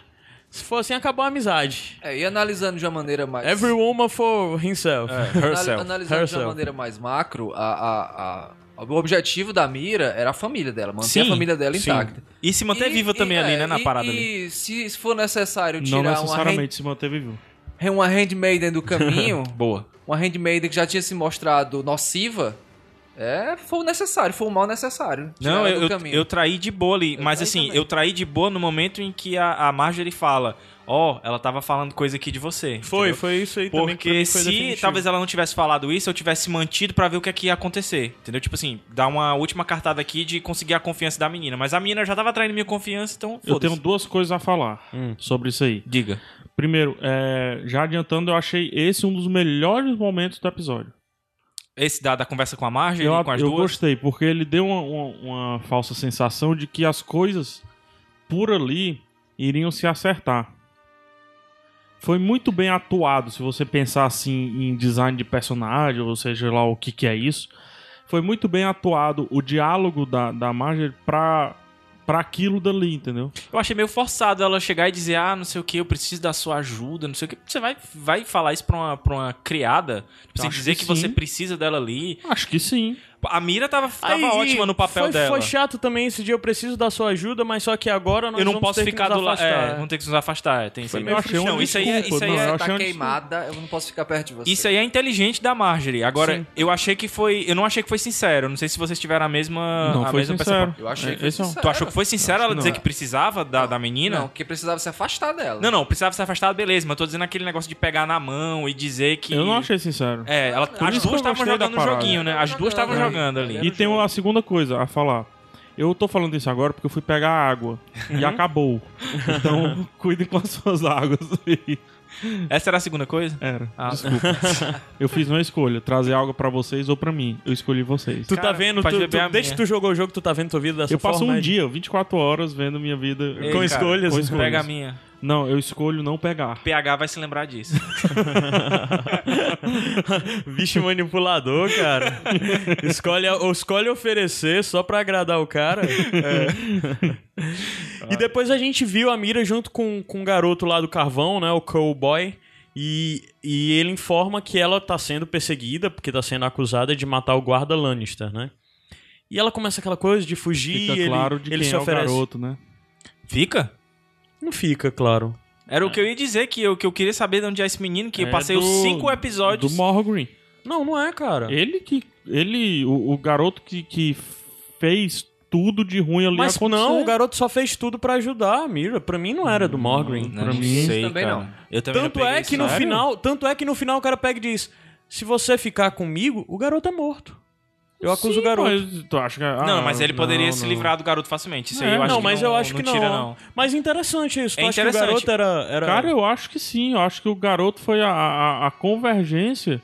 Speaker 1: se for assim, acabou a amizade.
Speaker 3: É, e analisando de uma maneira mais...
Speaker 1: Every woman for himself.
Speaker 2: É.
Speaker 3: Anal- Analisando de
Speaker 1: Herself.
Speaker 3: uma maneira mais macro, a, a- a- o objetivo da Mira era a família dela, manter
Speaker 2: Sim,
Speaker 3: a família dela
Speaker 1: sim.
Speaker 3: intacta.
Speaker 2: E se manter
Speaker 3: E-
Speaker 2: viva
Speaker 3: e-
Speaker 2: também
Speaker 3: é,
Speaker 2: ali, né? Na
Speaker 3: e-
Speaker 2: parada
Speaker 3: e
Speaker 2: ali.
Speaker 3: se se for necessário
Speaker 4: Não
Speaker 3: tirar uma, hand,
Speaker 4: necessariamente se manteve vivo.
Speaker 3: uma handmaiden do caminho,
Speaker 2: Boa.
Speaker 3: uma handmaiden que já tinha se mostrado nociva, é, foi o necessário, foi o mal necessário. tirar
Speaker 2: Não,
Speaker 3: ela
Speaker 2: eu,
Speaker 3: do
Speaker 2: eu,
Speaker 3: caminho.
Speaker 2: eu traí de boa ali. mas
Speaker 3: traí
Speaker 2: assim,
Speaker 3: também.
Speaker 2: eu traí de boa no momento em que a, a Marjorie fala: Ó, ela tava falando coisa aqui de você.
Speaker 1: Foi,
Speaker 2: entendeu?
Speaker 1: foi isso aí também. que pra
Speaker 2: Porque
Speaker 1: mim foi
Speaker 2: se
Speaker 1: definitivo.
Speaker 2: talvez ela não tivesse falado isso, eu tivesse mantido pra ver o que é que ia acontecer. Entendeu? Tipo assim, dar uma última cartada aqui de conseguir a confiança da menina. Mas a menina já tava traindo minha confiança, então
Speaker 4: Eu
Speaker 2: foda-se.
Speaker 4: tenho duas coisas a falar
Speaker 2: Hum.
Speaker 4: sobre isso aí.
Speaker 2: Diga.
Speaker 4: Primeiro, é, já adiantando, eu achei esse um dos melhores momentos do episódio.
Speaker 2: Esse da, da conversa com a Marjorie,
Speaker 4: Eu,
Speaker 2: com as
Speaker 4: eu
Speaker 2: duas.
Speaker 4: gostei, porque ele deu uma, uma- uma falsa sensação de que as coisas por ali iriam se acertar. Foi muito bem atuado, se você pensar assim em design de personagem, ou seja lá o que, que é isso. Foi muito bem atuado o diálogo da, da Marjorie pra, pra aquilo dali, entendeu?
Speaker 2: Eu achei meio forçado ela chegar e dizer, ah, não sei o que, eu preciso da sua ajuda, não sei o que. Você vai, vai falar isso pra uma, pra uma criada? Tipo, assim,
Speaker 4: acho
Speaker 2: dizer que,
Speaker 4: que
Speaker 2: você
Speaker 4: sim.
Speaker 2: precisa dela ali.
Speaker 4: Acho que sim.
Speaker 2: A Mira tava, tava
Speaker 1: Aí,
Speaker 2: ótima no papel
Speaker 1: foi,
Speaker 2: dela.
Speaker 1: Foi chato também esse dia, eu preciso da sua ajuda, mas só que agora nós
Speaker 2: eu não
Speaker 1: vamos
Speaker 2: posso
Speaker 1: ter
Speaker 2: ficar
Speaker 1: que nos
Speaker 2: do lado. É,
Speaker 1: afastar.
Speaker 2: vamos ter que nos afastar. Tem isso aí.
Speaker 4: meio
Speaker 2: Não,
Speaker 4: achei uma
Speaker 2: isso aí é,
Speaker 4: desculpa,
Speaker 2: isso aí
Speaker 4: não,
Speaker 2: é-
Speaker 4: eu
Speaker 3: Você
Speaker 4: achei
Speaker 3: tá
Speaker 4: um-
Speaker 3: queimada, eu não posso ficar perto de você.
Speaker 2: Isso aí é inteligente da Marjorie. Agora, eu achei que foi. Eu não achei que foi sincero. Não sei se vocês tiveram a mesma.
Speaker 4: Não
Speaker 2: Ah, a
Speaker 4: foi
Speaker 2: mesma
Speaker 4: sincero.
Speaker 3: Eu achei
Speaker 4: É,
Speaker 3: que foi
Speaker 4: esse é um-
Speaker 2: Tu achou que foi sincero ela
Speaker 4: não.
Speaker 2: dizer que precisava da, da menina?
Speaker 3: Não, que precisava se afastar dela.
Speaker 2: né? Não, não, precisava se afastar, beleza, mas eu tô dizendo aquele negócio de pegar na mão e dizer que.
Speaker 4: Eu não achei sincero.
Speaker 2: É, ela, as
Speaker 4: isso que eu
Speaker 2: duas estavam
Speaker 4: gostei da
Speaker 2: jogando no
Speaker 4: parada.
Speaker 2: joguinho, né? As duas estavam
Speaker 3: É.
Speaker 2: jogando ali.
Speaker 3: Era
Speaker 4: E tem
Speaker 3: jogo.
Speaker 4: a segunda coisa a falar. Eu tô falando isso agora porque eu fui pegar água e
Speaker 1: Uhum.
Speaker 4: acabou. Então, cuidem com as suas águas. aí.
Speaker 2: Essa era a segunda coisa?
Speaker 4: Era.
Speaker 2: Ah.
Speaker 4: Desculpa. Eu fiz uma escolha, trazer água pra vocês ou pra mim. Eu escolhi vocês.
Speaker 1: Tu
Speaker 2: Cara,
Speaker 1: tá vendo, tu,
Speaker 2: pode beber a
Speaker 1: tu, desde que
Speaker 2: minha.
Speaker 1: tu jogou o jogo, tu tá vendo tua vida dessa
Speaker 4: eu passo
Speaker 1: forma,
Speaker 4: um
Speaker 1: né?
Speaker 4: dia, 24 horas, vendo minha vida
Speaker 2: Ei,
Speaker 4: com
Speaker 2: cara,
Speaker 4: escolhas.
Speaker 2: com
Speaker 4: Com
Speaker 2: escolhas.
Speaker 4: escolhas.
Speaker 2: Pega a minha.
Speaker 4: Não, eu escolho não pegar.
Speaker 2: PH vai se lembrar disso.
Speaker 1: Vixe manipulador, cara. escolhe, ou escolhe oferecer só pra agradar o cara.
Speaker 4: É.
Speaker 1: e depois a gente viu a Mira junto com, com um garoto lá do carvão, né? O Cowboy. E, e ele informa que ela tá sendo perseguida, porque tá sendo acusada de matar o guarda Lannister, né? E ela começa aquela coisa de fugir,
Speaker 4: Fica
Speaker 1: ele,
Speaker 4: claro de
Speaker 1: ele
Speaker 4: quem
Speaker 1: se
Speaker 4: é o
Speaker 1: oferece.
Speaker 4: garoto, né?
Speaker 2: Fica?
Speaker 1: Não fica, claro.
Speaker 2: Era o que eu ia dizer, que eu, que eu queria saber de onde é esse menino, que eu
Speaker 4: É
Speaker 2: passei os
Speaker 4: do-
Speaker 2: cinco
Speaker 4: Do
Speaker 2: episódios.
Speaker 4: Morro Green.
Speaker 1: Não, não é, cara.
Speaker 4: Ele que. Ele. O, o garoto que, que fez tudo de ruim ali
Speaker 1: Mas
Speaker 4: acontecer.
Speaker 1: não, o garoto só fez tudo pra ajudar a Mira. Pra mim não era do Morgan.
Speaker 2: Não,
Speaker 4: pra
Speaker 2: não
Speaker 4: mim,
Speaker 2: sei,
Speaker 3: também
Speaker 2: cara.
Speaker 3: não.
Speaker 2: Eu também
Speaker 1: Tanto
Speaker 2: não peguei
Speaker 1: é
Speaker 2: isso,
Speaker 1: que no
Speaker 2: não.
Speaker 1: final, tanto é que no final o cara pega e diz: "Se você ficar comigo, o garoto é morto". Eu acuso
Speaker 4: Sim,
Speaker 1: o garoto.
Speaker 4: Mas, tu acha que, ah,
Speaker 2: Não, mas ele poderia
Speaker 4: não,
Speaker 2: se
Speaker 4: não.
Speaker 2: livrar do garoto facilmente. Isso aí
Speaker 4: É,
Speaker 2: eu acho
Speaker 1: não,
Speaker 2: que
Speaker 1: mas
Speaker 2: não,
Speaker 1: eu acho que não.
Speaker 2: tira, não.
Speaker 1: Mas interessante isso. Tu
Speaker 2: É
Speaker 1: acha
Speaker 2: interessante.
Speaker 1: que o garoto era, era...
Speaker 4: Cara, é eu acho que sim. Eu acho que o garoto foi a, a, a convergência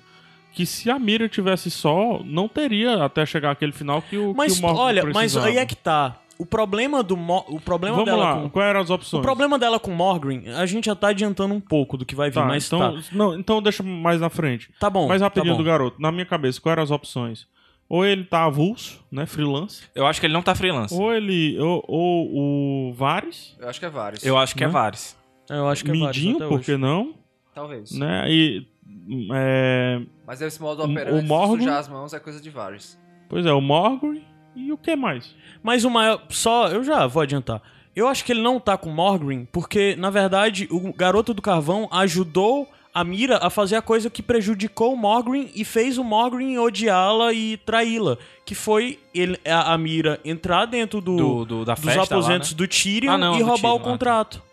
Speaker 4: que se a Mira tivesse só, não teria até chegar aquele final que o
Speaker 1: mas
Speaker 4: que o Morgan
Speaker 1: olha, mas
Speaker 4: precisava.
Speaker 1: aí é que tá. O problema do Mo- o problema
Speaker 4: Vamos
Speaker 1: dela
Speaker 4: lá,
Speaker 1: com
Speaker 4: quais eram as
Speaker 1: o
Speaker 4: opções?
Speaker 1: problema dela com Morgan, a gente já tá adiantando um pouco do que vai vir,
Speaker 4: Tá,
Speaker 1: mas
Speaker 4: então,
Speaker 1: tá.
Speaker 4: não, então deixa mais na frente.
Speaker 1: Tá bom.
Speaker 4: mais rapidinho
Speaker 1: tá bom.
Speaker 4: do garoto. Na minha cabeça, quais eram as opções? Ou ele tá avulso, né, freelance.
Speaker 2: Eu acho que ele não tá freelance.
Speaker 4: Ou ele... Ou, ou o Vares,
Speaker 3: Eu acho que é vários.
Speaker 2: Eu acho que é
Speaker 1: né?
Speaker 2: Vares.
Speaker 1: Eu acho que é vários
Speaker 4: Midinho,
Speaker 1: até
Speaker 4: por
Speaker 1: hoje.
Speaker 4: que não?
Speaker 3: Talvez.
Speaker 4: Né, e... É,
Speaker 3: Mas esse modo
Speaker 4: O-
Speaker 3: operante
Speaker 4: o
Speaker 3: de
Speaker 4: Morgan-
Speaker 3: sujar as mãos é coisa de vários.
Speaker 4: pois é, o Morgan e o que mais?
Speaker 1: Mas o maior. Só. Eu já vou adiantar. Eu acho que ele não tá com Morgreen, porque, na verdade, o garoto do carvão ajudou a Mira a fazer a coisa que prejudicou o Morgreen e fez o Morgreen odiá-la e traí-la. Que foi ele, a, a Mira entrar dentro do,
Speaker 2: Do, do- da
Speaker 1: dos
Speaker 2: festa né?
Speaker 1: aposentos do Tyrion
Speaker 2: Ah, não,
Speaker 1: e
Speaker 2: do
Speaker 1: roubar
Speaker 2: Tyrion,
Speaker 1: o
Speaker 2: ah, tá.
Speaker 1: contrato.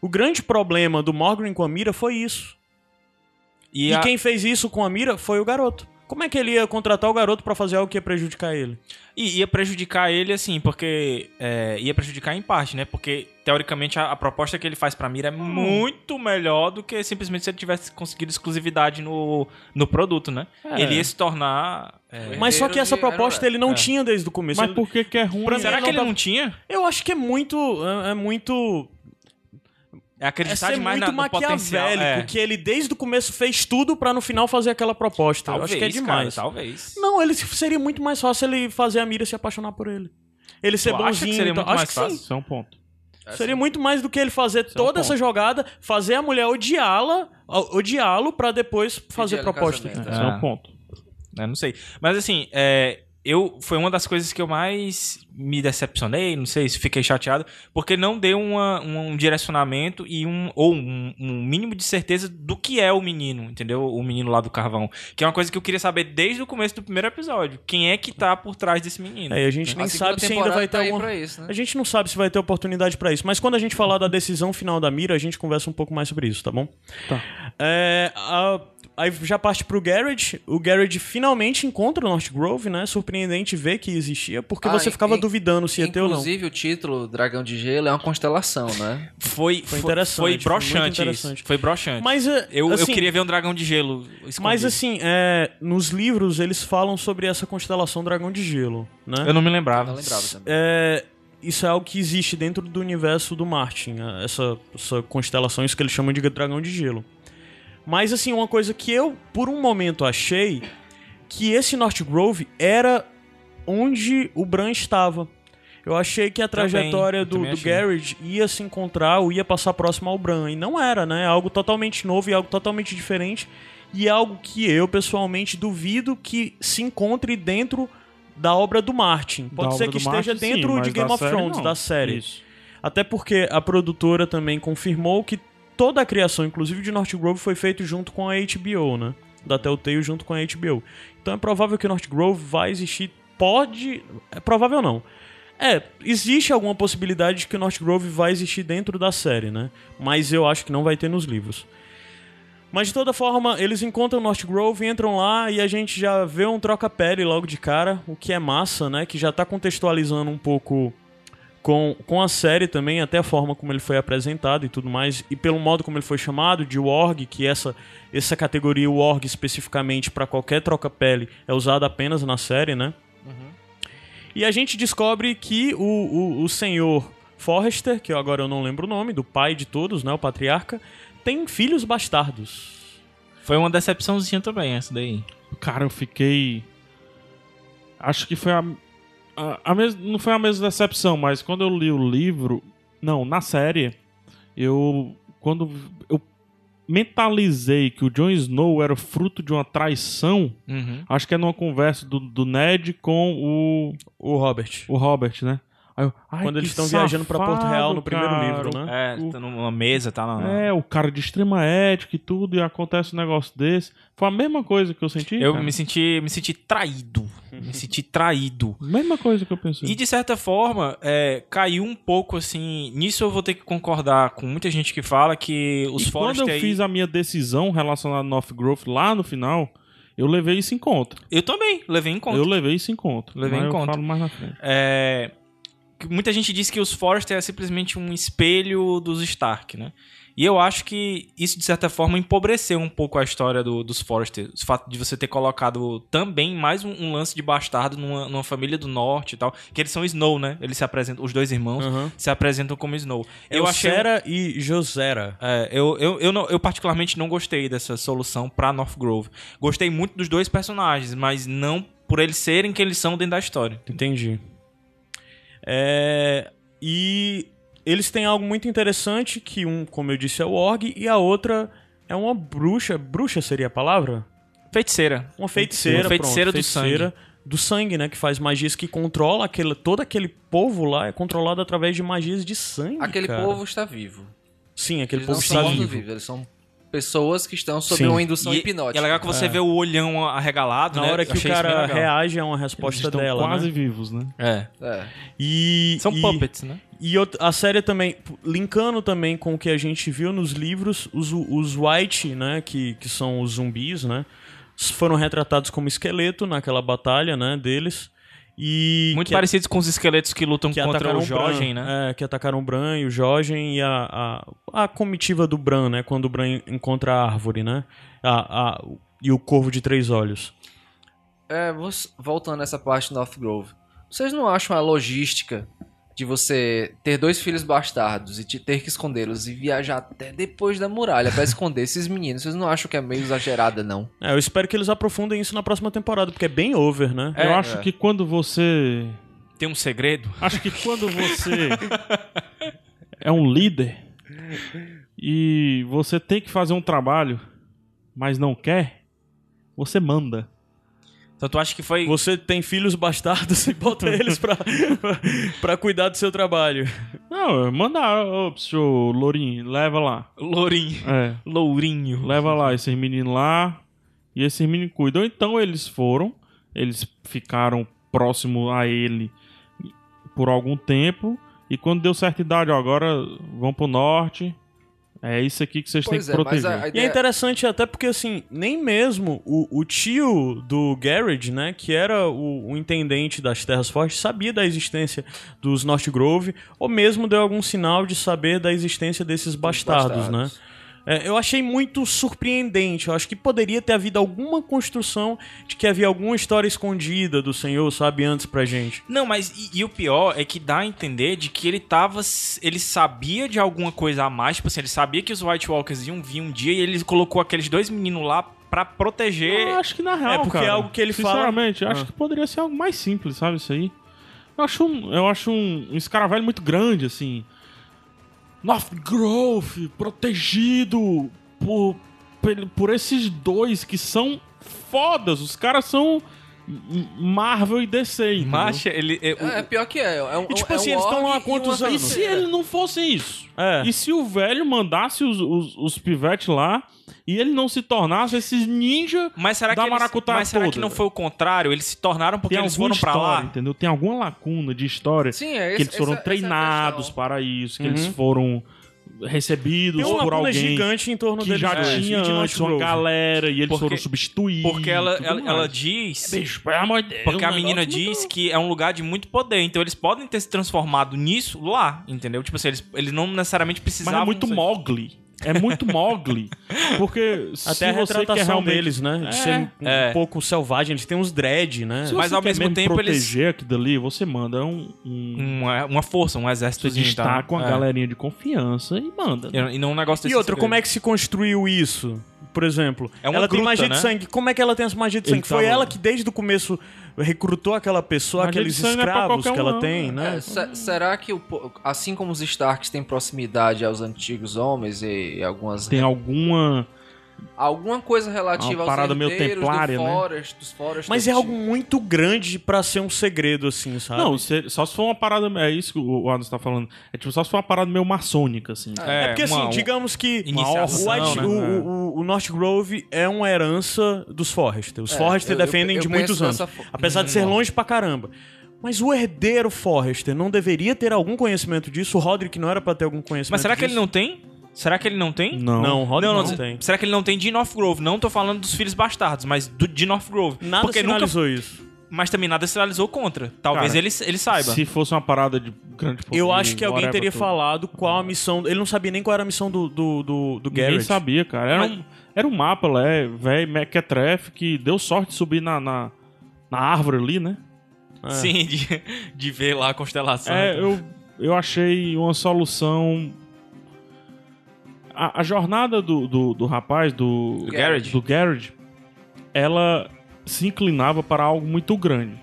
Speaker 1: O grande problema do Morgreen com a Mira foi isso.
Speaker 2: lá, né? E,
Speaker 1: E,
Speaker 2: a-
Speaker 1: quem fez isso com a Mira foi o garoto. Como é que ele ia contratar o garoto pra fazer algo que ia prejudicar ele?
Speaker 2: e ia prejudicar ele, assim, porque... é, ia prejudicar em parte, né? Porque, teoricamente, a, a proposta que ele faz pra Mira é
Speaker 1: Hum.
Speaker 2: muito melhor do que simplesmente se ele tivesse conseguido exclusividade no, no produto, né?
Speaker 4: É.
Speaker 2: Ele ia se tornar... é,
Speaker 1: Mas só que essa
Speaker 3: Herdeiro de
Speaker 1: proposta ele não
Speaker 2: É.
Speaker 1: tinha desde o começo.
Speaker 4: Mas
Speaker 1: Ele-
Speaker 4: por que que é ruim?
Speaker 1: Pra mim,
Speaker 2: Será
Speaker 1: ele
Speaker 2: que ele
Speaker 1: não tá-
Speaker 2: não tinha?
Speaker 1: Eu acho que é muito. É, é muito.
Speaker 2: É
Speaker 1: É
Speaker 2: acreditar
Speaker 1: ser
Speaker 2: demais na,
Speaker 1: muito
Speaker 2: no potencial.
Speaker 1: maquiavélico.
Speaker 2: é.
Speaker 1: Que ele desde o começo fez tudo pra no final fazer aquela proposta. eu acho que é
Speaker 2: Talvez,
Speaker 1: demais.
Speaker 2: cara, talvez.
Speaker 1: Não, ele seria muito mais fácil ele fazer a Mira se apaixonar por ele. Ele ser
Speaker 2: Tu acha que
Speaker 1: bonzinho.
Speaker 2: seria
Speaker 1: e tal.
Speaker 2: muito mais
Speaker 1: acho que
Speaker 2: fácil?
Speaker 1: sim.
Speaker 4: Isso é um ponto.
Speaker 3: É
Speaker 1: Seria
Speaker 3: assim.
Speaker 1: muito mais do que ele fazer
Speaker 4: é um
Speaker 1: toda
Speaker 4: ponto.
Speaker 1: essa jogada, fazer a mulher odiá-la, o- odiá-lo pra depois fazer
Speaker 3: ela em
Speaker 1: proposta.
Speaker 3: casamento.
Speaker 4: Isso é um ponto.
Speaker 2: né? Não sei. Mas assim, é, eu foi uma das coisas que eu mais me decepcionei, não sei se fiquei chateado, porque não deu uma- um direcionamento e um ou um, um mínimo de certeza do que é o menino, entendeu? O menino lá do carvão, que é uma coisa que eu queria saber desde o começo do primeiro episódio. Quem é que tá por trás desse menino?
Speaker 1: É, e a gente nem
Speaker 3: A segunda
Speaker 1: sabe se ainda
Speaker 3: temporada
Speaker 1: vai ter
Speaker 3: tá aí
Speaker 1: alguma
Speaker 3: pra isso, né?
Speaker 1: A gente não sabe se vai ter oportunidade pra isso, mas quando a gente falar da decisão final da mira, a gente conversa um pouco mais sobre isso, tá bom?
Speaker 4: Tá.
Speaker 1: É, a- aí já parte pro Garrett. O Garrett finalmente encontra o North Grove, né? Surpreendente ver que existia, porque
Speaker 3: Ah,
Speaker 1: você
Speaker 3: e-
Speaker 1: ficava
Speaker 3: e-
Speaker 1: duvidando se ia ter ou não.
Speaker 3: Inclusive, o título Dragão de Gelo é uma constelação, né?
Speaker 2: Foi, foi
Speaker 1: interessante,
Speaker 2: Foi
Speaker 1: foi
Speaker 2: broxante.
Speaker 1: muito
Speaker 2: isso.
Speaker 1: interessante.
Speaker 2: Foi broxante.
Speaker 1: Mas é,
Speaker 2: eu, eu
Speaker 1: assim,
Speaker 2: queria ver um dragão de gelo. Escondido.
Speaker 1: Mas assim, é, nos livros eles falam sobre essa constelação Dragão de Gelo, né?
Speaker 2: eu não me lembrava.
Speaker 3: Não lembrava também.
Speaker 1: É, isso é algo que existe dentro do universo do Martin, a- essa, essa constelação, isso que eles chamam de dragão de gelo. Mas assim, uma coisa que eu, por um momento, achei que esse North Grove era onde o Bran estava. Eu achei que a
Speaker 2: Também,
Speaker 1: trajetória
Speaker 2: eu
Speaker 1: do,
Speaker 2: também
Speaker 1: do
Speaker 2: achei.
Speaker 1: Garrett ia se encontrar ou ia passar próximo ao Bran. E não era, né? Algo totalmente novo e algo totalmente diferente. E é algo que eu, pessoalmente, duvido que se encontre dentro da obra do Martin. Pode
Speaker 4: Da
Speaker 1: ser que
Speaker 4: obra do
Speaker 1: esteja
Speaker 4: Martin, sim,
Speaker 1: dentro
Speaker 4: mas
Speaker 1: de Game
Speaker 4: da
Speaker 1: of
Speaker 4: série,
Speaker 1: Thrones,
Speaker 4: não.
Speaker 1: da série.
Speaker 4: Isso.
Speaker 1: Até porque a produtora também confirmou que toda a criação, inclusive de North Grove, foi feita junto com a HBO, né? Da Telltale junto com a HBO. Então é provável que North Grove vai existir. Pode. É provável não. É, existe alguma possibilidade de que o North Grove vai existir dentro da série, né? Mas eu acho que não vai ter nos livros. Mas de toda forma, eles encontram North Grove, entram lá e a gente já vê um troca-pele logo de cara, o que é massa, né? Que já tá contextualizando um pouco com, com a série também, até a forma como ele foi apresentado e tudo mais, e pelo modo como ele foi chamado de Warg, que essa, essa categoria Warg especificamente para qualquer troca-pele é usada apenas na série, né? E a gente descobre que o, o, o senhor Forrester, que eu agora eu não lembro o nome, do pai de todos, né, o patriarca, tem filhos bastardos.
Speaker 2: Foi uma decepçãozinha também, essa daí.
Speaker 4: Cara, eu fiquei. Acho que foi a. a, a mes... Não foi a mesma decepção, mas quando eu li o livro. Não, na série, eu. Quando eu mentalizei que o Jon Snow era fruto de uma traição,
Speaker 2: Uhum.
Speaker 4: acho que é numa conversa do, do Ned com o,
Speaker 1: O Robert.
Speaker 4: o Robert, né? Aí eu, ai,
Speaker 1: Quando
Speaker 4: que
Speaker 1: eles estão viajando pra Porto Real no
Speaker 4: safado,
Speaker 1: primeiro
Speaker 4: cara,
Speaker 1: livro,
Speaker 4: o
Speaker 1: né?
Speaker 2: É, tá numa mesa, tá na.
Speaker 4: É, o cara de extrema ética e tudo, e acontece um negócio desse. Foi a mesma coisa que eu senti.
Speaker 2: Eu
Speaker 4: cara.
Speaker 2: me senti, me senti traído. Me senti traído.
Speaker 4: Mesma coisa que eu pensei.
Speaker 2: E de certa forma, é, caiu um pouco assim. Nisso eu vou ter que concordar com muita gente que fala que os
Speaker 4: E
Speaker 2: fóruns
Speaker 4: quando eu
Speaker 2: TI
Speaker 4: fiz a minha decisão relacionada ao North Growth lá no final, eu levei isso em conta.
Speaker 2: Eu também, levei em conta.
Speaker 4: Eu levei isso em conta.
Speaker 2: Levei
Speaker 4: mas
Speaker 2: em
Speaker 4: eu
Speaker 2: conta.
Speaker 4: falo mais na frente.
Speaker 2: É, que muita gente diz que os Forrester é simplesmente um espelho dos Stark, né? E eu acho que isso, de certa forma, empobreceu um pouco a história do- dos Forrester. O fato de você ter colocado também mais um, um lance de bastardo numa, numa família do norte e tal. Que eles são Snow, né? Eles se apresentam, os dois irmãos
Speaker 1: Uhum.
Speaker 2: se apresentam como Snow. um
Speaker 1: Eu Sera e Josera.
Speaker 2: É, eu, eu, eu, não- eu particularmente não gostei dessa solução pra North Grove. Gostei muito dos dois personagens, mas não por eles serem quem eles são dentro da história.
Speaker 1: Entendi. É, e eles têm algo muito interessante, que um, como eu disse, é o Org, e a outra é uma bruxa. Bruxa seria a palavra?
Speaker 2: Feiticeira.
Speaker 1: Uma feiticeira,
Speaker 2: Uma feiticeira
Speaker 1: pronto,
Speaker 2: do
Speaker 1: do sangue, né? Que faz magias que controla aquele, todo aquele povo lá, é controlado através de magias de sangue.
Speaker 3: Aquele
Speaker 1: É, cara.
Speaker 3: povo está vivo.
Speaker 1: Sim, aquele
Speaker 3: Eles
Speaker 1: povo
Speaker 3: não são
Speaker 1: está
Speaker 3: mortos
Speaker 1: vivo.
Speaker 3: vivos, eles são pessoas que estão sob
Speaker 1: Sim.
Speaker 3: uma indução
Speaker 2: E-
Speaker 3: hipnótica.
Speaker 2: E é legal que você vê o olhão arregalado,
Speaker 1: Na
Speaker 2: né?
Speaker 1: hora
Speaker 2: Eu
Speaker 1: que o
Speaker 2: achei isso
Speaker 1: cara
Speaker 2: bem legal.
Speaker 1: reage é uma
Speaker 4: Eles
Speaker 1: resposta
Speaker 4: estão
Speaker 1: dela,
Speaker 4: quase
Speaker 1: né?
Speaker 4: vivos, né?
Speaker 3: É.
Speaker 1: E,
Speaker 2: São
Speaker 1: e-
Speaker 2: puppets, né?
Speaker 1: E out- a série também, p- linkando também com o que a gente viu nos livros, os, os White, né, que, que são os zumbis, né, s- foram retratados como esqueleto naquela batalha, né, deles. E
Speaker 2: Muito
Speaker 1: que,
Speaker 2: parecidos com os esqueletos que lutam
Speaker 1: que
Speaker 2: contra
Speaker 1: atacaram
Speaker 2: o
Speaker 1: o Bran,
Speaker 2: Jorgen, né?
Speaker 1: É, que atacaram o Bran e o Jorgen e a, a, a comitiva do Bran, né, quando o Bran en- encontra a árvore, né, a, a- e o corvo de três olhos.
Speaker 3: É, você- voltando nessa parte do North Grove, vocês não acham a logística de você ter dois filhos bastardos e te- ter que escondê-los e viajar até depois da muralha pra esconder esses meninos? Vocês não acham que é meio exagerada, não?
Speaker 1: É, eu espero que eles aprofundem isso na próxima temporada, porque é bem over, né?
Speaker 4: eu
Speaker 3: é.
Speaker 4: acho que quando você.
Speaker 1: É.
Speaker 2: Tem um segredo.
Speaker 4: Acho que quando você é um líder e você tem que fazer um trabalho, mas não quer, você manda.
Speaker 2: Então tu acha que foi.
Speaker 1: Você tem filhos bastardos e bota eles pra, pra cuidar do seu trabalho.
Speaker 4: Não, mandar, ô, senhor Lourinho, leva lá.
Speaker 2: Lourinho.
Speaker 4: É,
Speaker 2: Lourinho.
Speaker 4: leva lá esses meninos lá e esses meninos cuidam. Então eles foram, eles ficaram próximo a ele por algum tempo e quando deu certa idade, ó, agora vão pro norte. É isso aqui que vocês
Speaker 3: Pois
Speaker 4: têm
Speaker 3: é,
Speaker 4: que
Speaker 3: mas
Speaker 4: proteger.
Speaker 3: a,
Speaker 1: E
Speaker 3: a
Speaker 1: é
Speaker 3: ideia...
Speaker 1: interessante até porque, assim, nem mesmo o, o tio do Garrett, né, que era o, o intendente das Terras Fortes, sabia da existência dos North Grove, ou mesmo deu algum sinal de saber da existência desses bastardos, né? É, eu achei muito surpreendente. Eu acho que poderia ter havido alguma construção de que havia alguma história escondida do Senhor, sabe, antes pra gente.
Speaker 2: Não, mas e, e o pior é que dá a entender de que ele tava. s- Ele sabia de alguma coisa a mais, tipo assim, ele sabia que os White Walkers iam vir um dia e ele colocou aqueles dois meninos lá pra proteger.
Speaker 4: Eu Ah, acho que na real,
Speaker 1: porque
Speaker 4: cara,
Speaker 1: é algo que ele fala-
Speaker 4: Sinceramente,
Speaker 1: Ah.
Speaker 4: acho que poderia ser algo mais simples, sabe, isso aí. Eu acho um, eu acho um, um escaravelho muito grande, assim. North Grove, protegido por, pel- por esses dois que são fodas. Os caras são M- Marvel e DC, entendeu?
Speaker 2: Macha, ele. é, o-
Speaker 3: É, é pior que é. é um,
Speaker 1: então, E, tipo
Speaker 3: é
Speaker 1: assim,
Speaker 3: um
Speaker 1: eles tão lá
Speaker 3: orc
Speaker 1: há
Speaker 3: e
Speaker 1: quantos
Speaker 3: uma
Speaker 1: anos?
Speaker 4: E se
Speaker 3: feiticeira.
Speaker 4: ele não fosse isso?
Speaker 1: É.
Speaker 4: E se o velho mandasse os, os, os pivetes lá e ele não se tornasse esses ninja
Speaker 2: Mas será,
Speaker 4: Da
Speaker 2: que eles,
Speaker 4: maracutaia
Speaker 2: mas será que
Speaker 4: toda,
Speaker 2: não
Speaker 4: velho.
Speaker 2: foi o contrário? Eles se tornaram porque
Speaker 4: tem
Speaker 2: eles
Speaker 4: alguma
Speaker 2: foram pra
Speaker 4: história,
Speaker 2: lá?
Speaker 4: entendeu? Tem alguma lacuna de história
Speaker 3: Sim, é esse,
Speaker 4: que eles foram
Speaker 3: essa- essa é a
Speaker 4: treinados
Speaker 3: questão.
Speaker 4: para isso, que
Speaker 1: Uhum.
Speaker 4: eles foram recebidos
Speaker 1: Tem uma
Speaker 4: por
Speaker 1: lacuna
Speaker 4: alguém
Speaker 1: gigante em torno
Speaker 4: que
Speaker 1: deles.
Speaker 2: né?
Speaker 4: já
Speaker 1: dois,
Speaker 4: tinha
Speaker 1: e de
Speaker 4: antes
Speaker 1: North
Speaker 4: uma
Speaker 1: Grove.
Speaker 4: galera e eles
Speaker 2: é Porque-
Speaker 4: foram substituídos.
Speaker 2: Porque ela,
Speaker 4: tudo
Speaker 2: ela,
Speaker 4: mais.
Speaker 2: ela diz.
Speaker 4: Bicho, pelo amor de Deus,
Speaker 2: Porque a
Speaker 4: um
Speaker 2: menina
Speaker 4: negócio
Speaker 2: diz
Speaker 4: muito-
Speaker 2: que é um lugar de muito poder, então eles podem ter se transformado nisso lá, entendeu? Tipo assim, eles, eles não necessariamente
Speaker 4: Mas
Speaker 2: precisavam.
Speaker 4: é muito mogli. É muito mogli. Porque se
Speaker 1: Até a
Speaker 4: você quer
Speaker 1: retratação
Speaker 4: realmente...
Speaker 1: deles, né? De ser um- um
Speaker 2: É.
Speaker 1: pouco selvagem. Eles têm uns dread, né?
Speaker 4: Se
Speaker 2: Mas
Speaker 4: você
Speaker 2: ao
Speaker 4: quer
Speaker 2: mesmo
Speaker 4: mesmo
Speaker 2: tempo, eles-
Speaker 4: proteger aquilo dali, você manda um... um...
Speaker 2: Uma, uma força, um É.
Speaker 4: Você
Speaker 2: exército
Speaker 4: destaca uma galerinha de confiança e manda. né?
Speaker 2: E não um negócio desse.
Speaker 1: E outra, como é que se construiu isso? Por exemplo,
Speaker 2: É uma
Speaker 1: ela tem
Speaker 2: gruta,
Speaker 1: magia
Speaker 2: né?
Speaker 1: de sangue. Como é que ela tem essa magia de
Speaker 4: Ele
Speaker 1: sangue? Foi
Speaker 4: tava-
Speaker 1: ela que desde o começo recrutou aquela pessoa,
Speaker 4: Magia de
Speaker 1: aqueles
Speaker 4: sangue não é pra
Speaker 1: escravos
Speaker 4: qualquer
Speaker 1: que
Speaker 4: um,
Speaker 1: ela
Speaker 4: não.
Speaker 1: tem, né?
Speaker 3: É, se- será que, o po- assim como os Starks têm proximidade aos antigos homens e algumas
Speaker 4: Tem alguma
Speaker 3: Alguma coisa relativa
Speaker 4: Uma parada
Speaker 3: aos
Speaker 4: meio
Speaker 3: herdeiros,
Speaker 4: templária,
Speaker 3: do
Speaker 4: né?
Speaker 3: Forest, dos Forest.
Speaker 1: Mas é algo muito grande pra ser um segredo, assim, sabe?
Speaker 4: Não, se- só se for uma parada. É isso que o o Adams tá falando. É tipo, só se for uma parada meio maçônica, assim.
Speaker 1: É, porque assim, digamos que
Speaker 2: iniciação,
Speaker 1: o, White-
Speaker 2: né?
Speaker 1: o- o- o North Grove é uma herança dos Forrester. Os Forrester
Speaker 3: É, eu- eu-
Speaker 1: defendem
Speaker 3: eu
Speaker 1: de
Speaker 3: penso
Speaker 1: muitos anos.
Speaker 3: dessa fo-
Speaker 1: Apesar de ser longe pra caramba. Mas o herdeiro Forrester não deveria ter algum conhecimento disso? O Roderick não era pra ter algum conhecimento
Speaker 2: Mas será que ele
Speaker 1: disso?
Speaker 2: não tem? Será que ele não tem?
Speaker 4: Não.
Speaker 1: Não, o Roderick não,
Speaker 2: se-
Speaker 1: tem.
Speaker 2: Será que ele não tem de North Grove? Não tô falando dos filhos bastardos, mas do, de North Grove.
Speaker 1: Nada
Speaker 2: Porque nunca.
Speaker 1: sinalizou isso.
Speaker 2: Mas também nada sinalizou contra. Talvez
Speaker 4: Cara,
Speaker 2: ele, ele saiba.
Speaker 4: Se fosse uma parada de grande
Speaker 1: Eu acho que alguém
Speaker 4: whatever,
Speaker 1: teria
Speaker 4: tudo.
Speaker 1: falado qual a missão... Ele não sabia nem qual era a missão do, do, do, do
Speaker 4: Ninguém
Speaker 1: Garrett.
Speaker 4: sabia, cara. Era, um, era um mapa, né, velho, mequetrefe, que deu sorte de subir na, na, na árvore ali, né?
Speaker 1: É.
Speaker 2: Sim, de, de ver lá a constelação.
Speaker 4: É, eu, eu achei uma solução. A, a jornada do, do, do rapaz, do.
Speaker 2: Do Garrett.
Speaker 4: Do Garrett, ela se inclinava para algo muito grande.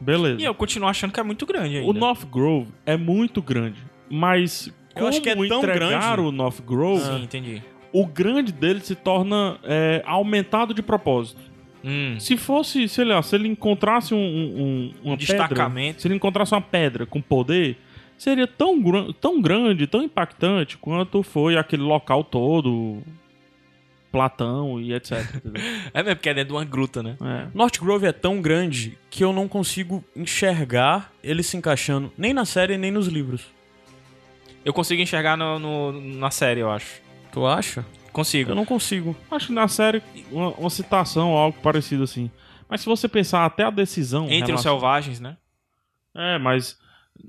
Speaker 4: Beleza.
Speaker 2: E eu continuo achando que é muito grande ainda.
Speaker 4: O North Grove é muito grande, mas.
Speaker 1: Eu acho que é
Speaker 4: como
Speaker 1: tão
Speaker 4: entregar
Speaker 1: grande.
Speaker 4: o North Grove,
Speaker 2: Sim, entendi.
Speaker 4: o grande dele se torna é, aumentado de propósito.
Speaker 2: Hum.
Speaker 4: Se fosse, sei lá, se ele encontrasse um, um, um uma
Speaker 2: destacamento.
Speaker 4: pedra, se ele encontrasse uma pedra com poder, seria tão, gran- tão grande, tão impactante quanto foi aquele local todo, Platão e etc. entendeu?
Speaker 2: É mesmo, porque é dentro de uma gruta, né?
Speaker 4: É.
Speaker 1: North Grove é tão grande que eu não consigo enxergar ele se encaixando nem na série, nem nos livros.
Speaker 2: Eu consigo enxergar no- no- na série, eu acho.
Speaker 1: Tu acha?
Speaker 2: Consigo.
Speaker 1: Eu não consigo.
Speaker 4: Acho que na série uma, uma citação ou algo parecido assim. Mas se você pensar até a decisão.
Speaker 2: Entre os
Speaker 4: relacion-
Speaker 2: selvagens, né?
Speaker 4: É, mas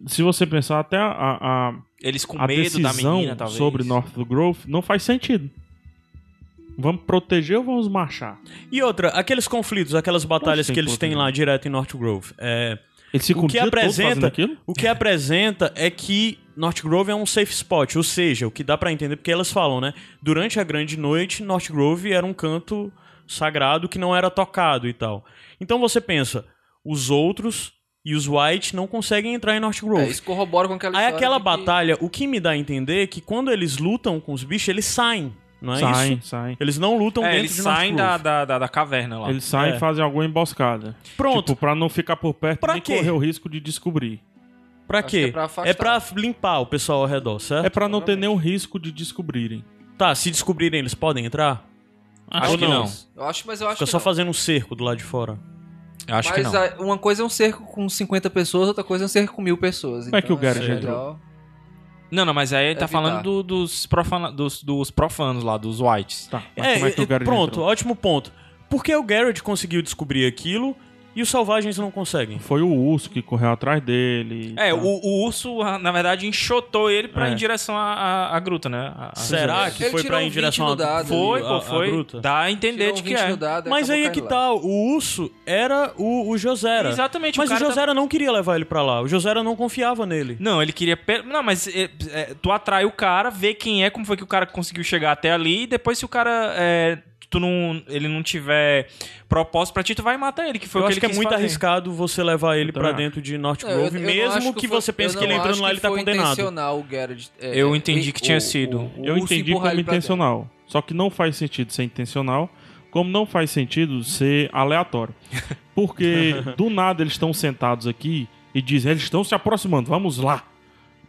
Speaker 4: se você pensar até a, a, a-
Speaker 2: Eles com
Speaker 4: a
Speaker 2: medo da
Speaker 4: decisão
Speaker 2: menina, talvez.
Speaker 4: sobre North Grove, não faz sentido. Vamos proteger ou vamos marchar?
Speaker 1: E outra, aqueles conflitos, aquelas batalhas
Speaker 4: tem
Speaker 1: que eles têm
Speaker 4: problema.
Speaker 1: lá direto em North Grove. É,
Speaker 4: Eles ficam
Speaker 1: O que
Speaker 4: dia todo fazendo
Speaker 1: apresenta-
Speaker 4: aquilo?
Speaker 1: o que apresenta é que North Grove é um safe spot, ou seja, o que dá pra entender, porque elas falam, né? Durante a grande noite, North Grove era um canto sagrado que não era tocado e tal. Então você pensa, os outros e os White não conseguem entrar em North Grove.
Speaker 3: É, isso corrobora com aquela
Speaker 1: Aí
Speaker 3: história
Speaker 1: aquela
Speaker 3: de que-
Speaker 1: batalha, o que me dá a entender é que quando eles lutam com os bichos, eles saem, não é
Speaker 4: saem,
Speaker 1: isso?
Speaker 4: saem.
Speaker 1: Eles não lutam
Speaker 2: É,
Speaker 1: dentro
Speaker 2: eles
Speaker 1: de North
Speaker 2: saem
Speaker 1: Grove.
Speaker 2: da, da, da, da caverna lá.
Speaker 4: Eles saem
Speaker 1: É.
Speaker 4: e fazem alguma emboscada.
Speaker 1: Pronto,
Speaker 4: Tipo, pra não ficar por perto
Speaker 1: Pra
Speaker 4: nem
Speaker 1: quê?
Speaker 4: correr o risco de descobrir.
Speaker 1: pra
Speaker 3: Acho que é
Speaker 1: quê?
Speaker 3: pra afastar.
Speaker 1: É pra limpar o pessoal ao redor, certo?
Speaker 4: É pra não ter
Speaker 3: Provavelmente.
Speaker 4: nenhum risco de descobrirem.
Speaker 1: Tá, se descobrirem, eles podem entrar?
Speaker 2: Acho
Speaker 1: Ou
Speaker 2: que não.
Speaker 3: Eu acho, mas eu acho
Speaker 1: Fica
Speaker 3: que
Speaker 1: só
Speaker 3: não.
Speaker 1: fazendo um cerco do lado de fora.
Speaker 2: Eu acho que
Speaker 3: mas
Speaker 2: não.
Speaker 3: a- uma coisa é um cerco com 50 pessoas, outra coisa é um cerco com mil pessoas.
Speaker 4: Como é que
Speaker 3: Então,
Speaker 4: o Garrett
Speaker 3: acho
Speaker 4: entrou?
Speaker 3: legal.
Speaker 2: Não, não, mas aí ele tá
Speaker 3: Evitar.
Speaker 2: falando do- dos, profana, dos, dos profanos lá, dos whites.
Speaker 4: Tá, mas como é que o Garrett
Speaker 1: pronto,
Speaker 4: entrou?
Speaker 1: ótimo ponto. Por que o Garrett conseguiu descobrir aquilo e os selvagens não conseguem?
Speaker 4: Foi o urso que correu atrás dele.
Speaker 2: É,
Speaker 4: tá.
Speaker 2: o,
Speaker 1: Então.
Speaker 2: o urso, ah, na verdade, enxotou ele pra
Speaker 4: É.
Speaker 2: ir em direção à, à- à gruta, né? A- a-
Speaker 1: Ah, Será
Speaker 3: Ele
Speaker 1: que foi
Speaker 3: tirou
Speaker 1: pra ir em
Speaker 3: 20
Speaker 1: direção
Speaker 3: no
Speaker 1: à-
Speaker 3: um dado.
Speaker 2: Foi,
Speaker 1: a-
Speaker 2: pô,
Speaker 1: a
Speaker 2: foi.
Speaker 1: gruta?
Speaker 2: Dá a
Speaker 3: Tirou
Speaker 2: entender de
Speaker 3: um
Speaker 2: que
Speaker 3: 20
Speaker 2: é.
Speaker 3: no dado,
Speaker 1: Tá. Mas aí é que
Speaker 3: acabou caindo lá.
Speaker 1: tá, o urso era o, o Josera.
Speaker 2: Exatamente,
Speaker 1: Mas o,
Speaker 2: o cara tá-
Speaker 1: Josera não queria levar ele pra lá. O Josera não confiava nele.
Speaker 2: Não, ele queria. pe- Não, mas é, é, tu atrai o cara, vê quem é, como foi que o cara conseguiu chegar até ali, e depois, se o cara. é, tu não, ele não tiver propósito pra ti, tu vai matar ele, que foi
Speaker 1: eu
Speaker 2: o que
Speaker 1: acho
Speaker 2: ele
Speaker 1: que é
Speaker 2: quis
Speaker 1: muito
Speaker 2: fazer.
Speaker 1: arriscado você levar ele pra
Speaker 4: também
Speaker 1: dentro de North
Speaker 3: Não, eu-
Speaker 1: Grove,
Speaker 3: eu não acho
Speaker 1: mesmo que,
Speaker 3: foi-
Speaker 1: você pense
Speaker 3: eu
Speaker 1: que ele
Speaker 3: não
Speaker 1: entrando
Speaker 3: acho
Speaker 1: lá ele tá
Speaker 3: foi
Speaker 1: condenado.
Speaker 3: intencional o Garrett, é,
Speaker 2: Eu entendi
Speaker 3: e-
Speaker 2: que tinha
Speaker 3: o-
Speaker 2: sido.
Speaker 3: o- o
Speaker 4: Eu
Speaker 3: urso
Speaker 4: entendi
Speaker 3: empurrar
Speaker 4: como
Speaker 3: ele pra dentro.
Speaker 4: intencional. Só que não faz sentido ser intencional, como não faz sentido ser aleatório. Porque do nada eles estão sentados aqui e dizem, eles estão se aproximando, vamos lá.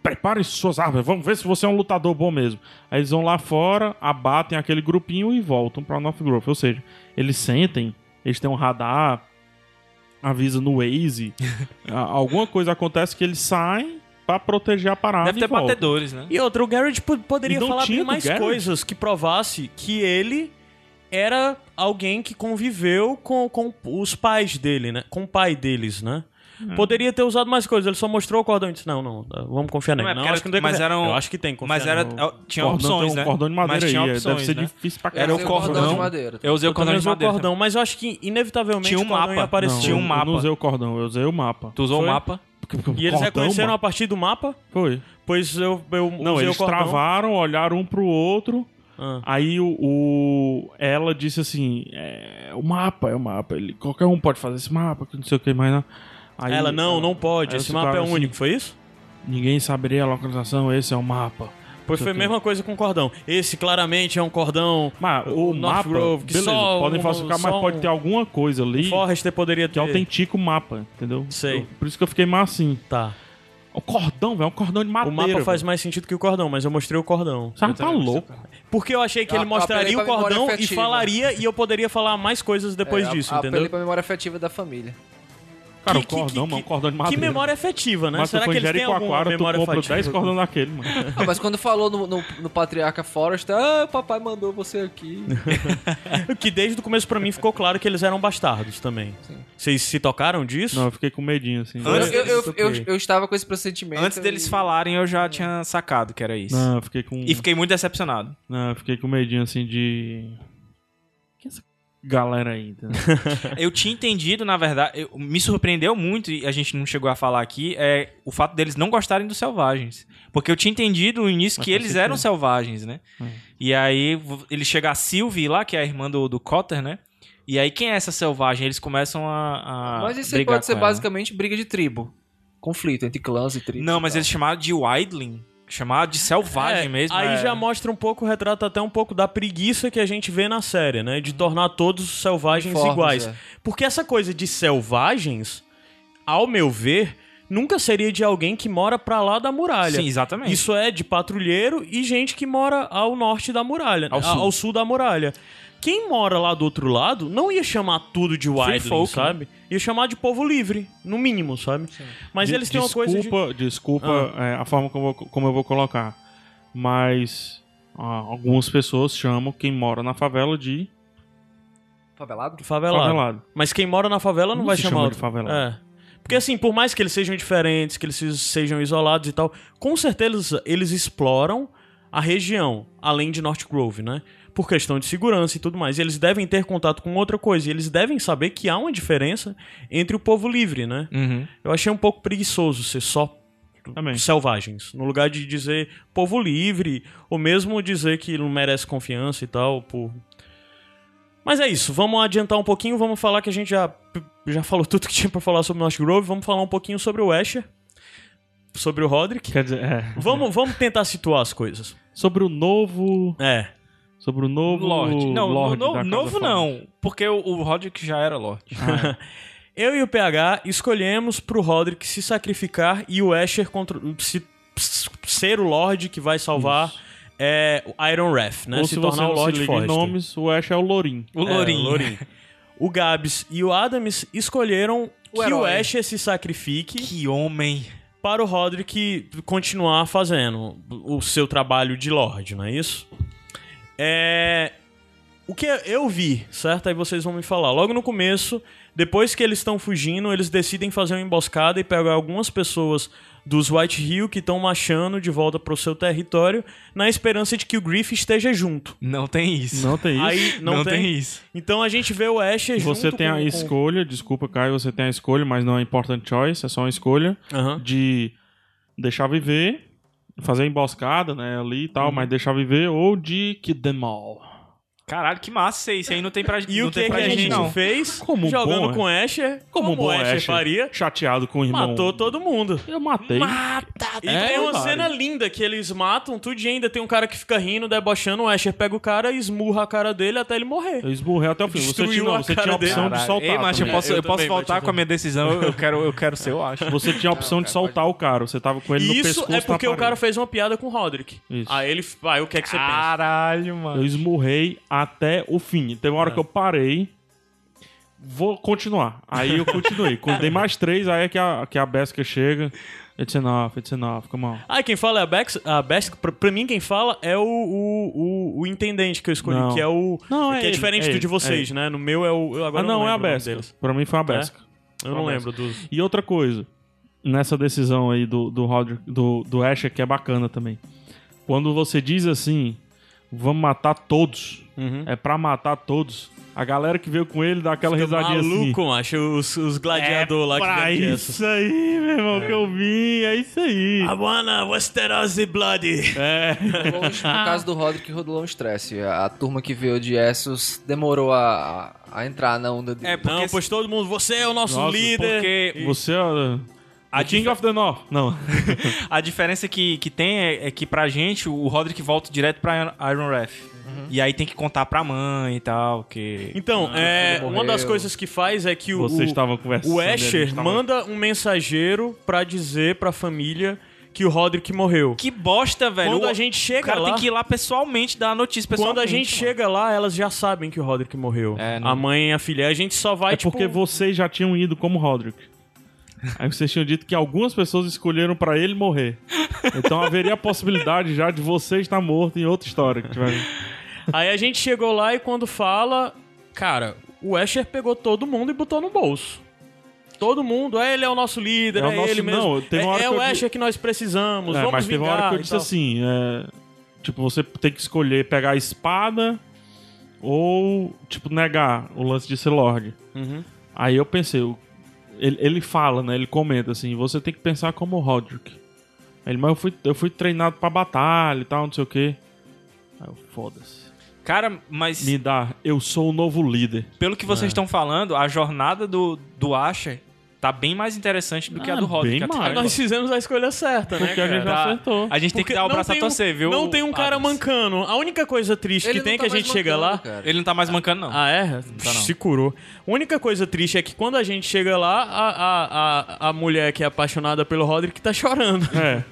Speaker 4: Preparem suas armas, vamos ver se você é um lutador bom mesmo. Aí eles vão lá fora, abatem aquele grupinho e voltam pra North Grove. Ou seja, eles sentem, eles têm um radar, avisa no Waze. a- alguma coisa acontece que eles saem pra proteger a parada
Speaker 2: Deve
Speaker 4: e
Speaker 2: ter
Speaker 4: voltam.
Speaker 2: batedores, né?
Speaker 1: E outra, o Garrett po- poderia
Speaker 4: E não
Speaker 1: falar
Speaker 4: tinha
Speaker 1: bem
Speaker 4: do
Speaker 1: mais
Speaker 4: Garrett?
Speaker 1: coisas que provasse que ele era alguém que conviveu com, com os pais dele, né? Com o pai deles, né?
Speaker 4: Hum.
Speaker 1: Poderia ter usado mais coisas, ele só mostrou o cordão e disse: Não, não, vamos confiar nele.
Speaker 2: Não, é
Speaker 1: Não,
Speaker 2: porque
Speaker 1: acho que não tem
Speaker 2: mas
Speaker 1: confiar.
Speaker 2: eram-
Speaker 1: Eu acho que tem confiar
Speaker 2: Mas era,
Speaker 1: nele.
Speaker 2: tinha
Speaker 4: Cordão, tem
Speaker 2: opções,
Speaker 4: um
Speaker 2: né?
Speaker 4: cordão de madeira
Speaker 2: mas tinha
Speaker 4: aí,
Speaker 2: opções,
Speaker 4: deve ser
Speaker 2: né?
Speaker 4: difícil pra
Speaker 3: Eu
Speaker 2: Era o
Speaker 3: usei
Speaker 2: cordão.
Speaker 3: de madeira.
Speaker 2: Eu usei o
Speaker 1: Eu também
Speaker 2: cordão de
Speaker 1: usei o
Speaker 2: madeira.
Speaker 1: cordão, mas eu acho que inevitavelmente
Speaker 2: Tinha um
Speaker 1: o cordão
Speaker 2: mapa.
Speaker 1: ia aparecer.
Speaker 4: Não,
Speaker 2: Tinha um
Speaker 4: eu
Speaker 2: mapa.
Speaker 4: Não usei o cordão, eu usei o mapa.
Speaker 2: Tu usou
Speaker 1: Foi?
Speaker 2: o mapa?
Speaker 4: Porque- porque
Speaker 1: E eles
Speaker 4: cordão,
Speaker 1: reconheceram
Speaker 4: mano,
Speaker 1: a partir do mapa,
Speaker 4: Foi.
Speaker 1: pois eu, eu
Speaker 4: Não,
Speaker 1: usei
Speaker 4: eles
Speaker 1: o cordão.
Speaker 4: travaram, olharam um pro outro.
Speaker 1: Ah.
Speaker 4: Aí o, o- ela disse assim: é, o mapa é o mapa. Ele, qualquer um pode fazer esse mapa, que não sei o que mais não. Aí-
Speaker 1: Ela, não, não pode,
Speaker 4: aí
Speaker 1: esse
Speaker 4: eles
Speaker 1: mapa é
Speaker 4: ficaram assim,
Speaker 1: único, foi isso?
Speaker 4: Ninguém saberia a localização, esse é o mapa.
Speaker 1: Pois foi a mesma coisa com o cordão. Esse claramente é um cordão.
Speaker 4: Mas o
Speaker 1: North
Speaker 4: mapa,
Speaker 1: Grove, que
Speaker 4: beleza,
Speaker 1: só
Speaker 4: podem
Speaker 1: um-
Speaker 4: falsificar,
Speaker 1: só
Speaker 4: mas pode
Speaker 1: um-
Speaker 4: ter alguma coisa ali
Speaker 1: Forrester poderia ter.
Speaker 4: que autentica o mapa, entendeu?
Speaker 1: Sei.
Speaker 4: Eu- por isso que eu fiquei mais assim.
Speaker 1: Tá.
Speaker 4: O cordão, velho, é um cordão de
Speaker 1: O
Speaker 4: madeira.
Speaker 1: mapa faz
Speaker 4: velho.
Speaker 1: mais sentido que o cordão, mas eu mostrei o cordão.
Speaker 4: Sabe, tá louco.
Speaker 1: Porque eu achei que
Speaker 3: Eu
Speaker 1: ele
Speaker 3: apelei
Speaker 1: mostraria
Speaker 3: pra
Speaker 1: o cordão
Speaker 3: memória
Speaker 1: e
Speaker 3: é afetiva.
Speaker 1: falaria e eu poderia falar mais coisas depois
Speaker 3: É,
Speaker 1: disso,
Speaker 3: a-
Speaker 1: entendeu?
Speaker 3: Apelei pra memória afetiva da família.
Speaker 4: Cara,
Speaker 1: Que-
Speaker 4: o
Speaker 1: que-
Speaker 4: cordão,
Speaker 1: que-
Speaker 4: mano, é um cordão de
Speaker 1: Que
Speaker 4: madeira.
Speaker 1: memória afetiva, né?
Speaker 4: Mas
Speaker 1: Será
Speaker 4: tu
Speaker 1: que
Speaker 4: foi em
Speaker 1: eles têm alguma
Speaker 4: Jericoacoara, tu
Speaker 1: memória
Speaker 4: compra
Speaker 1: afetiva?
Speaker 4: 10 cordões daquele, mano.
Speaker 3: Ah, mas quando falou no, no- no Patriarca Forest, ah, papai mandou você aqui.
Speaker 1: Que desde o começo pra mim ficou claro que eles eram bastardos também. Vocês se tocaram disso?
Speaker 4: Não, eu fiquei com medinho, assim.
Speaker 3: Eu,
Speaker 2: Antes-
Speaker 3: eu, eu, eu-
Speaker 1: Ok.
Speaker 3: eu estava com esse pressentimento.
Speaker 2: Antes deles
Speaker 3: e-
Speaker 2: falarem, eu já tinha sacado que era isso.
Speaker 4: Não, eu fiquei com...
Speaker 2: E fiquei muito decepcionado.
Speaker 4: Não, eu fiquei com medinho, assim, de... Que essa galera aí, entendeu?
Speaker 2: Eu tinha entendido, na verdade, eu- me surpreendeu muito, e a gente não chegou a falar aqui, é o fato deles não gostarem dos selvagens. Porque eu tinha entendido no início
Speaker 4: Mas
Speaker 2: que
Speaker 4: faz
Speaker 2: eles
Speaker 4: sentido.
Speaker 2: eram selvagens, né?
Speaker 4: Hum.
Speaker 2: E aí v- ele chega a Sylvie lá, que é a irmã do, do Cotter, né? E aí quem é essa selvagem? Eles começam
Speaker 1: Ah,
Speaker 2: a. a
Speaker 3: Mas isso aí
Speaker 2: brigar
Speaker 3: pode ser
Speaker 2: com ela.
Speaker 3: basicamente briga de tribo. Conflito entre clãs e tribos. Tá
Speaker 2: Não, mas
Speaker 3: e tal.
Speaker 2: eles chamaram de Wildling. Chamaram de selvagem
Speaker 1: É,
Speaker 2: mesmo.
Speaker 1: Aí
Speaker 2: é.
Speaker 1: já mostra um pouco, retrata até um pouco da preguiça que a gente vê na série, né? De tornar todos os selvagens
Speaker 3: Formas,
Speaker 1: iguais.
Speaker 3: é.
Speaker 1: Porque essa coisa de selvagens, ao meu ver, nunca seria de alguém que mora pra lá da muralha.
Speaker 2: Sim, exatamente.
Speaker 1: Isso é de patrulheiro e gente que mora ao norte da muralha, a- ao sul,
Speaker 2: Ao sul.
Speaker 1: da muralha. Quem mora lá do outro lado não ia chamar tudo de
Speaker 2: Free
Speaker 1: wildling,
Speaker 2: folk, né?
Speaker 1: sabe? Ia chamar de povo livre, no mínimo, sabe? Mas
Speaker 4: De-
Speaker 1: eles têm uma coisa de... Ah.
Speaker 4: desculpa, Desculpa é, a forma como eu, vou- como eu vou colocar. Mas ah, algumas pessoas chamam quem mora na favela de
Speaker 3: Favelado?
Speaker 1: Favelado.
Speaker 4: favelado.
Speaker 1: Mas quem mora na favela não,
Speaker 4: Não
Speaker 1: vai
Speaker 4: se
Speaker 1: chamar
Speaker 4: chama de
Speaker 1: outro.
Speaker 4: favelado.
Speaker 1: É. Porque assim, por mais que eles sejam diferentes, que eles se- sejam isolados e tal, com certeza eles exploram a região, além de North Grove, né? Por questão de segurança e tudo mais. E eles devem ter contato com outra coisa. E eles devem saber que há uma diferença entre o povo livre, né?
Speaker 2: Uhum.
Speaker 1: Eu achei um pouco preguiçoso ser só
Speaker 4: Também.
Speaker 1: selvagens. No lugar de dizer povo livre, ou mesmo dizer que não merece confiança e tal, por. Mas é isso, vamos adiantar um pouquinho, vamos falar que a gente já, já falou tudo que tinha pra falar sobre North Grove, vamos falar um pouquinho sobre o Asher, sobre o Roderick.
Speaker 4: Quer dizer, é.
Speaker 1: Vamos, vamos tentar situar as coisas.
Speaker 4: Sobre o novo.
Speaker 1: É,
Speaker 4: Sobre o novo.
Speaker 2: Lorde. Não,
Speaker 4: Lorde
Speaker 2: no-
Speaker 4: da Casa
Speaker 2: novo
Speaker 4: Forte.
Speaker 2: não. Porque o, o Roderick já era Lorde.
Speaker 1: Eu e o PH escolhemos pro Roderick se sacrificar e o Asher contro- se- s- ser o Lorde que vai salvar é, o Iron Wrath, né?
Speaker 4: Ou
Speaker 1: se,
Speaker 4: se, você é
Speaker 1: tornar o
Speaker 4: não
Speaker 1: Lorde
Speaker 4: se liga em
Speaker 1: Forrester.
Speaker 4: nomes, o Ash é o Lourinho.
Speaker 2: O Lourinho.
Speaker 1: É, o Lourinho. O Gabs e o Adams escolheram
Speaker 3: O
Speaker 1: que o
Speaker 3: herói.
Speaker 1: Asher se sacrifique
Speaker 2: Que homem.
Speaker 1: para o Roderick continuar fazendo o seu trabalho de Lorde, não é isso? É. O que eu vi, certo? Aí vocês vão me falar. Logo no começo, depois que eles estão fugindo, eles decidem fazer uma emboscada e pegar algumas pessoas dos White Hill que estão marchando de volta para o seu território, na esperança de que o Griff esteja junto.
Speaker 2: Não tem isso.
Speaker 4: Não tem isso.
Speaker 1: Aí não, tem.
Speaker 2: isso.
Speaker 1: Então a gente vê o Asher junto
Speaker 4: você tem
Speaker 1: com-
Speaker 4: a
Speaker 1: com-
Speaker 4: escolha, desculpa, Caio, você tem a escolha, mas não é important choice, é só uma escolha
Speaker 1: Aham.
Speaker 4: de deixar viver, fazer emboscada, né, ali e tal, mas deixar viver, ou de que them all.
Speaker 2: Caralho, que massa isso aí. Isso aí não tem pra,
Speaker 1: E
Speaker 2: não
Speaker 1: o que,
Speaker 2: tem
Speaker 1: que
Speaker 2: pra
Speaker 1: a
Speaker 2: gente,
Speaker 1: gente
Speaker 2: não.
Speaker 1: fez?
Speaker 4: Como
Speaker 1: jogando
Speaker 4: bom, é.
Speaker 1: com Asher,
Speaker 4: Como
Speaker 1: como,
Speaker 4: bom
Speaker 1: o Asher
Speaker 4: Asher.
Speaker 1: faria,
Speaker 4: Chateado com o irmão.
Speaker 1: matou todo mundo.
Speaker 4: Eu matei.
Speaker 1: E
Speaker 4: É,
Speaker 1: tem uma
Speaker 4: cara.
Speaker 1: cena linda que eles matam tudo e ainda tem um cara que fica rindo, debochando. O Asher pega o cara e esmurra a cara dele até ele morrer.
Speaker 4: Eu esmurrei até o fim. Você tinha,
Speaker 1: Destruiu
Speaker 4: não,
Speaker 1: a
Speaker 4: você
Speaker 1: cara
Speaker 4: tinha a opção
Speaker 1: dele.
Speaker 4: de
Speaker 2: Caralho.
Speaker 4: soltar.
Speaker 2: Ei, mas eu
Speaker 4: também.
Speaker 2: posso,
Speaker 1: Eu
Speaker 2: eu posso
Speaker 1: também,
Speaker 2: voltar
Speaker 1: Matias.
Speaker 2: com a minha decisão. Eu- Eu quero, eu quero ser, eu acho.
Speaker 4: Você tinha a opção de soltar o cara. Você tava com ele
Speaker 1: E
Speaker 4: no
Speaker 1: isso
Speaker 4: pescoço.
Speaker 1: é
Speaker 4: na
Speaker 1: porque o
Speaker 4: parede.
Speaker 1: cara fez uma piada com o Roderick.
Speaker 4: Isso.
Speaker 1: Aí ele. Aí o que é que você
Speaker 2: Ah. Caralho, mano.
Speaker 4: Eu esmurrei até o fim. Teve uma
Speaker 1: É.
Speaker 4: hora que eu parei. Vou continuar. Aí eu continuei. Quando dei mais três, aí é que a, que a Besca chega. It's enough, it's enough, come on.
Speaker 1: pensa? Ah, quem fala é a Bex. A Bex pra, pra mim, quem fala é o, o, o, o intendente que eu escolhi,
Speaker 4: Não.
Speaker 1: que é o.
Speaker 4: Não,
Speaker 1: que é
Speaker 4: ele,
Speaker 1: diferente
Speaker 4: é
Speaker 1: do
Speaker 4: ele,
Speaker 1: de
Speaker 4: é ele.
Speaker 1: vocês, né? No meu é o. Eu agora
Speaker 4: Ah, não, é a
Speaker 1: lembro o nome
Speaker 4: Besca.
Speaker 1: deles. É?
Speaker 4: Pra mim foi a Besca.
Speaker 1: Eu
Speaker 4: Só
Speaker 1: não
Speaker 4: a
Speaker 1: lembro dos.
Speaker 4: E outra coisa, nessa decisão aí do, do, Roger, do, do Asher, que é bacana também. Quando você diz assim, vamos matar todos,
Speaker 1: Uhum.
Speaker 4: é pra matar todos, a galera que veio com ele dá aquela
Speaker 1: Fica
Speaker 4: risadinha
Speaker 1: maluco, macho, os, os gladiadores lá
Speaker 4: assim.
Speaker 1: que
Speaker 4: Pra
Speaker 1: vieram dessa.
Speaker 4: isso aí, meu irmão, que eu vim, é isso aí.
Speaker 1: I wanna Westeros e Bloody.
Speaker 4: É.
Speaker 3: Rolou um-
Speaker 1: Ah.
Speaker 3: No caso do Roderick, rodou um estresse. A, a turma que veio de Essos demorou a, a- a entrar na onda dele.
Speaker 2: É,
Speaker 1: Não,
Speaker 2: porque,
Speaker 1: pois todo mundo, você é o nosso
Speaker 4: Nossa,
Speaker 1: líder.
Speaker 2: porque
Speaker 4: Você, ó,
Speaker 2: A
Speaker 4: The King of the North. Não.
Speaker 2: A diferença que, que tem é, é que pra gente o Roderick volta direto pra Iron- Iron Wrath. E aí tem que contar pra mãe e tal, que...
Speaker 1: Então, é,
Speaker 3: filho
Speaker 1: uma das
Speaker 3: morreu.
Speaker 1: coisas que faz é que o,
Speaker 4: Ah, Vocês
Speaker 1: o,
Speaker 4: estavam conversando.
Speaker 1: o
Speaker 4: e a gente
Speaker 1: Asher
Speaker 4: tava-
Speaker 1: manda um mensageiro pra dizer pra família que o Roderick morreu.
Speaker 2: Que bosta, velho.
Speaker 1: Quando
Speaker 2: O-
Speaker 1: a gente
Speaker 2: O
Speaker 1: chega
Speaker 2: cara
Speaker 1: lá,
Speaker 2: tem que ir lá pessoalmente dar a notícia pessoalmente.
Speaker 1: quando a gente
Speaker 2: mano.
Speaker 1: chega lá, elas já sabem que o Roderick morreu.
Speaker 2: É, não-
Speaker 1: A mãe e a filha. A gente só vai
Speaker 4: É
Speaker 1: tipo,
Speaker 4: porque vocês já tinham ido como Roderick. Aí vocês tinham dito que algumas pessoas escolheram pra ele morrer. Então haveria a possibilidade já de você estar morto em outra história. Que tiver...
Speaker 1: Aí a gente chegou lá e quando fala, cara, o Asher pegou todo mundo e botou no bolso. Todo mundo, é, ele é o nosso líder,
Speaker 4: É
Speaker 1: é,
Speaker 4: o nosso-
Speaker 1: ele mesmo.
Speaker 4: não, teve uma
Speaker 1: é
Speaker 4: hora
Speaker 1: é
Speaker 4: que
Speaker 1: o
Speaker 4: eu di-
Speaker 1: Asher que nós precisamos,
Speaker 4: É,
Speaker 1: vamos
Speaker 4: mas teve uma hora
Speaker 1: vingar
Speaker 4: que eu
Speaker 1: e
Speaker 4: disse
Speaker 1: tal.
Speaker 4: assim: é, tipo, você tem que escolher pegar a espada ou, tipo, negar o lance de ser Lorde.
Speaker 1: Uhum.
Speaker 4: Aí eu pensei, o- ele, ele fala, né? Ele comenta assim: você tem que pensar como o Roderick. Ele, mas eu fui, eu fui treinado pra batalha e tal, não sei o quê. Aí eu, foda-se.
Speaker 2: Cara, mas
Speaker 4: Me dá, eu sou o novo líder.
Speaker 2: pelo que vocês estão falando, a jornada do, do Asher tá bem mais interessante do que a
Speaker 4: Ah,
Speaker 2: do Roderick.
Speaker 4: bem
Speaker 2: até
Speaker 4: mais.
Speaker 2: agora.
Speaker 1: Nós fizemos a escolha certa, né?
Speaker 4: Porque a gente
Speaker 1: cara?
Speaker 4: já
Speaker 2: Tá.
Speaker 4: acertou.
Speaker 2: A gente tem que
Speaker 1: Porque
Speaker 2: dar o
Speaker 1: não
Speaker 2: braço a
Speaker 1: tem um-
Speaker 2: torcer, viu?
Speaker 1: Não tem um cara
Speaker 2: Adams?
Speaker 1: mancando. A única coisa triste
Speaker 3: Ele
Speaker 1: que tem é
Speaker 3: não tá
Speaker 1: que a
Speaker 3: mais
Speaker 1: gente chega
Speaker 3: mancando,
Speaker 1: lá.
Speaker 3: cara.
Speaker 2: Ele não tá mais mancando, não.
Speaker 1: Ah, é?
Speaker 2: tá, não.
Speaker 1: Se curou. A única coisa triste é que quando a gente chega lá, a, a, a, a mulher que é apaixonada pelo Roderick tá chorando.
Speaker 4: É.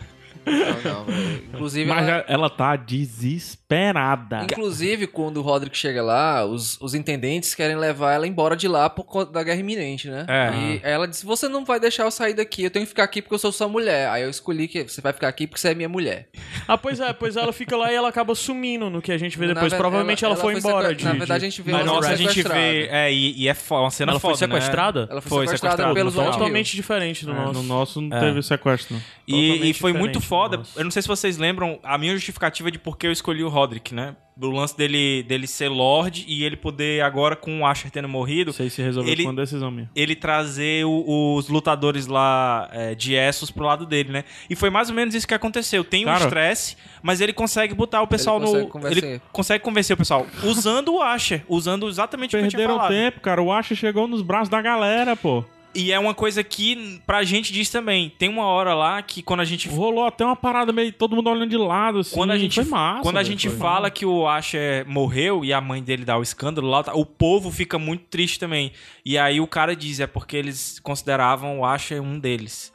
Speaker 3: Não, não, velho. Inclusive,
Speaker 4: Mas
Speaker 3: ela-
Speaker 4: ela, ela tá desesperada.
Speaker 3: Inclusive, quando o Roderick chega lá, os, os intendentes querem levar ela embora de lá por conta da guerra iminente, né?
Speaker 2: É.
Speaker 3: E
Speaker 1: Ah.
Speaker 3: ela disse: Você não vai deixar eu sair daqui, eu tenho que ficar aqui porque eu sou sua mulher. Aí eu escolhi que você vai ficar aqui porque você é minha mulher.
Speaker 1: Ah, pois é, pois ela fica lá e ela acaba sumindo no que a gente vê
Speaker 3: Na
Speaker 1: depois.
Speaker 3: ve-
Speaker 1: Provavelmente ela, foi embora
Speaker 3: sequa-
Speaker 1: de.
Speaker 3: Na verdade,
Speaker 1: de-
Speaker 3: a gente vê
Speaker 2: Mas
Speaker 3: ela
Speaker 2: nossa, a
Speaker 3: sendo
Speaker 2: gente
Speaker 3: sequestrada.
Speaker 2: vê. É, e, e é fo- uma cena
Speaker 1: Ela foi
Speaker 2: foda, né? É,
Speaker 1: sequestrada?
Speaker 3: Ela foi, um
Speaker 2: Foi
Speaker 3: sequestrada
Speaker 2: sequestrada,
Speaker 3: pelos
Speaker 2: não,
Speaker 3: Wild
Speaker 1: Totalmente diferente do
Speaker 4: É, No
Speaker 1: nosso.
Speaker 4: nosso não teve sequestro. não.
Speaker 2: E, e foi
Speaker 1: Totalmente
Speaker 2: muito
Speaker 1: diferente,
Speaker 2: foda.
Speaker 1: nossa.
Speaker 2: Eu não sei se vocês lembram a minha justificativa de por que eu escolhi o Roderick, né? Do lance dele, dele ser Lorde e ele poder, agora com o Asher tendo morrido,
Speaker 4: Não sei se resolveu
Speaker 2: Ele-
Speaker 4: com uma decisão minha.
Speaker 2: ele trazer o- os lutadores lá é, de Essos pro lado dele, né? E foi mais ou menos isso que aconteceu. Tem um
Speaker 4: Cara.
Speaker 2: estresse, mas ele consegue botar o pessoal
Speaker 3: Ele consegue
Speaker 2: no.
Speaker 3: convencer.
Speaker 2: Ele consegue convencer o pessoal. Usando o Asher. Usando exatamente o que Tipo, eu tinha
Speaker 4: Perderam
Speaker 2: falado.
Speaker 4: tempo, cara. O Asha chegou nos braços da galera, pô.
Speaker 2: E é uma coisa que pra gente diz também. Tem uma hora lá que quando a gente
Speaker 4: Rolou até uma parada meio todo mundo olhando de lado, assim.
Speaker 2: Quando a gente,
Speaker 4: foi massa,
Speaker 2: quando a
Speaker 4: velho,
Speaker 2: gente
Speaker 4: foi
Speaker 2: fala
Speaker 4: massa.
Speaker 2: que o Asher morreu e a mãe dele dá o escândalo lá, tá, o povo fica muito triste também. E aí o cara diz, é porque eles consideravam o Asher um deles.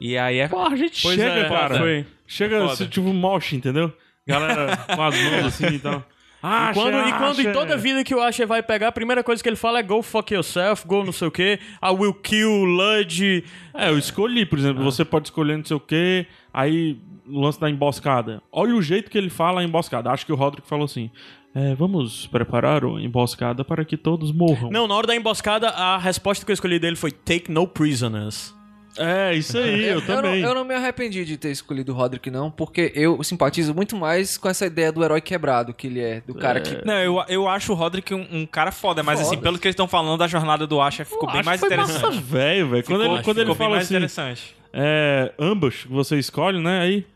Speaker 2: E aí é...
Speaker 4: Pô, a gente
Speaker 1: Pois
Speaker 4: chega,
Speaker 1: é,
Speaker 4: cara.
Speaker 1: foi.
Speaker 4: Chega,
Speaker 2: Foda.
Speaker 4: assim, tipo, mosh, entendeu? Galera com as mãos assim e tal.
Speaker 1: E quando, e quando em
Speaker 4: Asha.
Speaker 1: toda vida que o Asher vai pegar, a primeira coisa que ele fala é go fuck yourself, go não sei o que, I will kill Lud.
Speaker 4: É, eu escolhi, por exemplo, você pode escolher não sei o quê, aí o lance da emboscada. Olha o jeito que ele fala a emboscada. Acho que o Roderick falou assim: é, vamos preparar a emboscada para que todos morram.
Speaker 1: Não, na hora da emboscada, a resposta que eu escolhi dele foi take no prisoners.
Speaker 4: É, isso aí, eu,
Speaker 3: não,
Speaker 4: também.
Speaker 3: eu não me arrependi de ter escolhido o Roderick, não, porque eu simpatizo muito mais com essa ideia do herói quebrado que ele é, do cara que.
Speaker 2: Não, eu, eu acho o Roderick um, um cara foda, mas assim,
Speaker 3: Foda.
Speaker 2: pelo que eles estão falando da jornada do Asher, ficou
Speaker 4: Acho
Speaker 2: bem
Speaker 4: que
Speaker 2: mais
Speaker 4: foi
Speaker 2: interessante.
Speaker 4: Massa, velho, velho. Quando
Speaker 2: Ficou-
Speaker 4: ele, quando ele
Speaker 2: ficou bem
Speaker 4: fala
Speaker 2: mais
Speaker 4: assim,
Speaker 2: interessante.
Speaker 4: é, ambush, que você escolhe, né? Aí,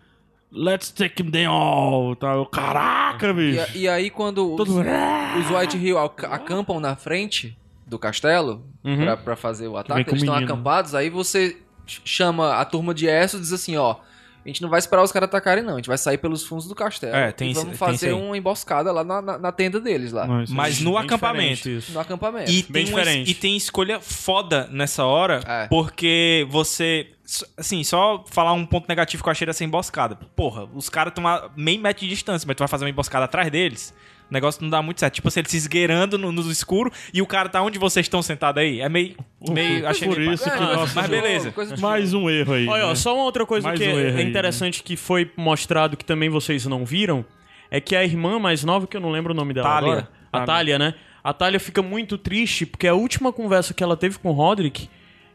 Speaker 4: let's take them all. Tá? Eu, Caraca,
Speaker 3: E,
Speaker 4: bicho.
Speaker 3: a- e aí, quando os,
Speaker 4: Todo mundo. "Ah!"
Speaker 3: os White Hill ac- acampam na frente do castelo pra, pra fazer o ataque,
Speaker 4: Uhum. com
Speaker 3: eles
Speaker 4: o
Speaker 3: estão
Speaker 4: menino.
Speaker 3: acampados, aí você ch- chama a turma de Essos e diz assim, ó. A gente não vai esperar os caras atacarem, não. A gente vai sair pelos fundos do castelo.
Speaker 2: É, tem
Speaker 3: e
Speaker 2: isso-
Speaker 3: vamos
Speaker 2: tem
Speaker 3: fazer
Speaker 2: isso aí.
Speaker 3: uma emboscada lá na, na- na tenda deles, lá.
Speaker 4: Não, isso é
Speaker 2: Mas
Speaker 4: aí.
Speaker 2: no
Speaker 1: Bem
Speaker 2: acampamento.
Speaker 1: diferente isso.
Speaker 3: No acampamento.
Speaker 2: E
Speaker 1: É, Bem
Speaker 2: tem uma-
Speaker 1: diferente.
Speaker 2: e tem escolha foda nessa hora,
Speaker 3: É.
Speaker 2: porque você. s- Assim, só falar um ponto negativo que eu achei dessa emboscada. Porra, os caras estão a meio metro de distância, mas tu vai fazer uma emboscada atrás deles. O negócio não dá muito certo. Tipo assim, eles se esgueirando no, no escuro e o cara tá onde vocês estão sentados aí. É meio.
Speaker 1: Uhum.
Speaker 2: meio achei
Speaker 4: por
Speaker 2: meio
Speaker 4: isso que
Speaker 3: É,
Speaker 2: bacana.
Speaker 4: nosso
Speaker 2: Mas
Speaker 4: jogo-
Speaker 2: beleza.
Speaker 3: coisa de
Speaker 4: Mais um erro aí.
Speaker 1: Olha, ó,
Speaker 4: né?
Speaker 1: só uma outra coisa
Speaker 4: Mais
Speaker 1: que
Speaker 4: um erro
Speaker 1: é
Speaker 4: aí,
Speaker 1: interessante que foi mostrado que também vocês não viram é que a irmã mais nova, que eu não lembro o nome dela
Speaker 2: Thalia.
Speaker 1: agora, a Thalia, né? A Thalia fica muito triste porque a última conversa que ela teve com o Roderick,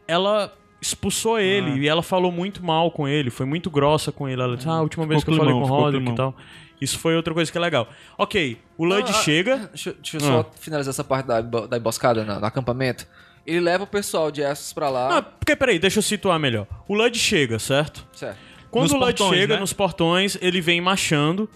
Speaker 1: ela
Speaker 4: Ah.
Speaker 1: expulsou ele e ela falou muito mal com ele, foi muito grossa com ele. Ela disse, ah, a última vez que eu falei com
Speaker 4: climão,
Speaker 1: o
Speaker 4: ficou
Speaker 1: Roderick e
Speaker 4: climão.
Speaker 1: tal. Isso foi outra coisa que é legal. Ok, o Lud
Speaker 3: Ah,
Speaker 1: chega.
Speaker 3: Deixa, deixa eu só finalizar essa parte da, da emboscada na- no acampamento. Ele leva o pessoal de Essos pra lá.
Speaker 1: Ah, porque peraí, deixa eu situar melhor. O Lud chega, certo?
Speaker 3: Certo.
Speaker 1: Quando
Speaker 2: Nos
Speaker 1: o Lud
Speaker 2: portões,
Speaker 1: chega
Speaker 2: né?
Speaker 1: nos portões, ele vem marchando.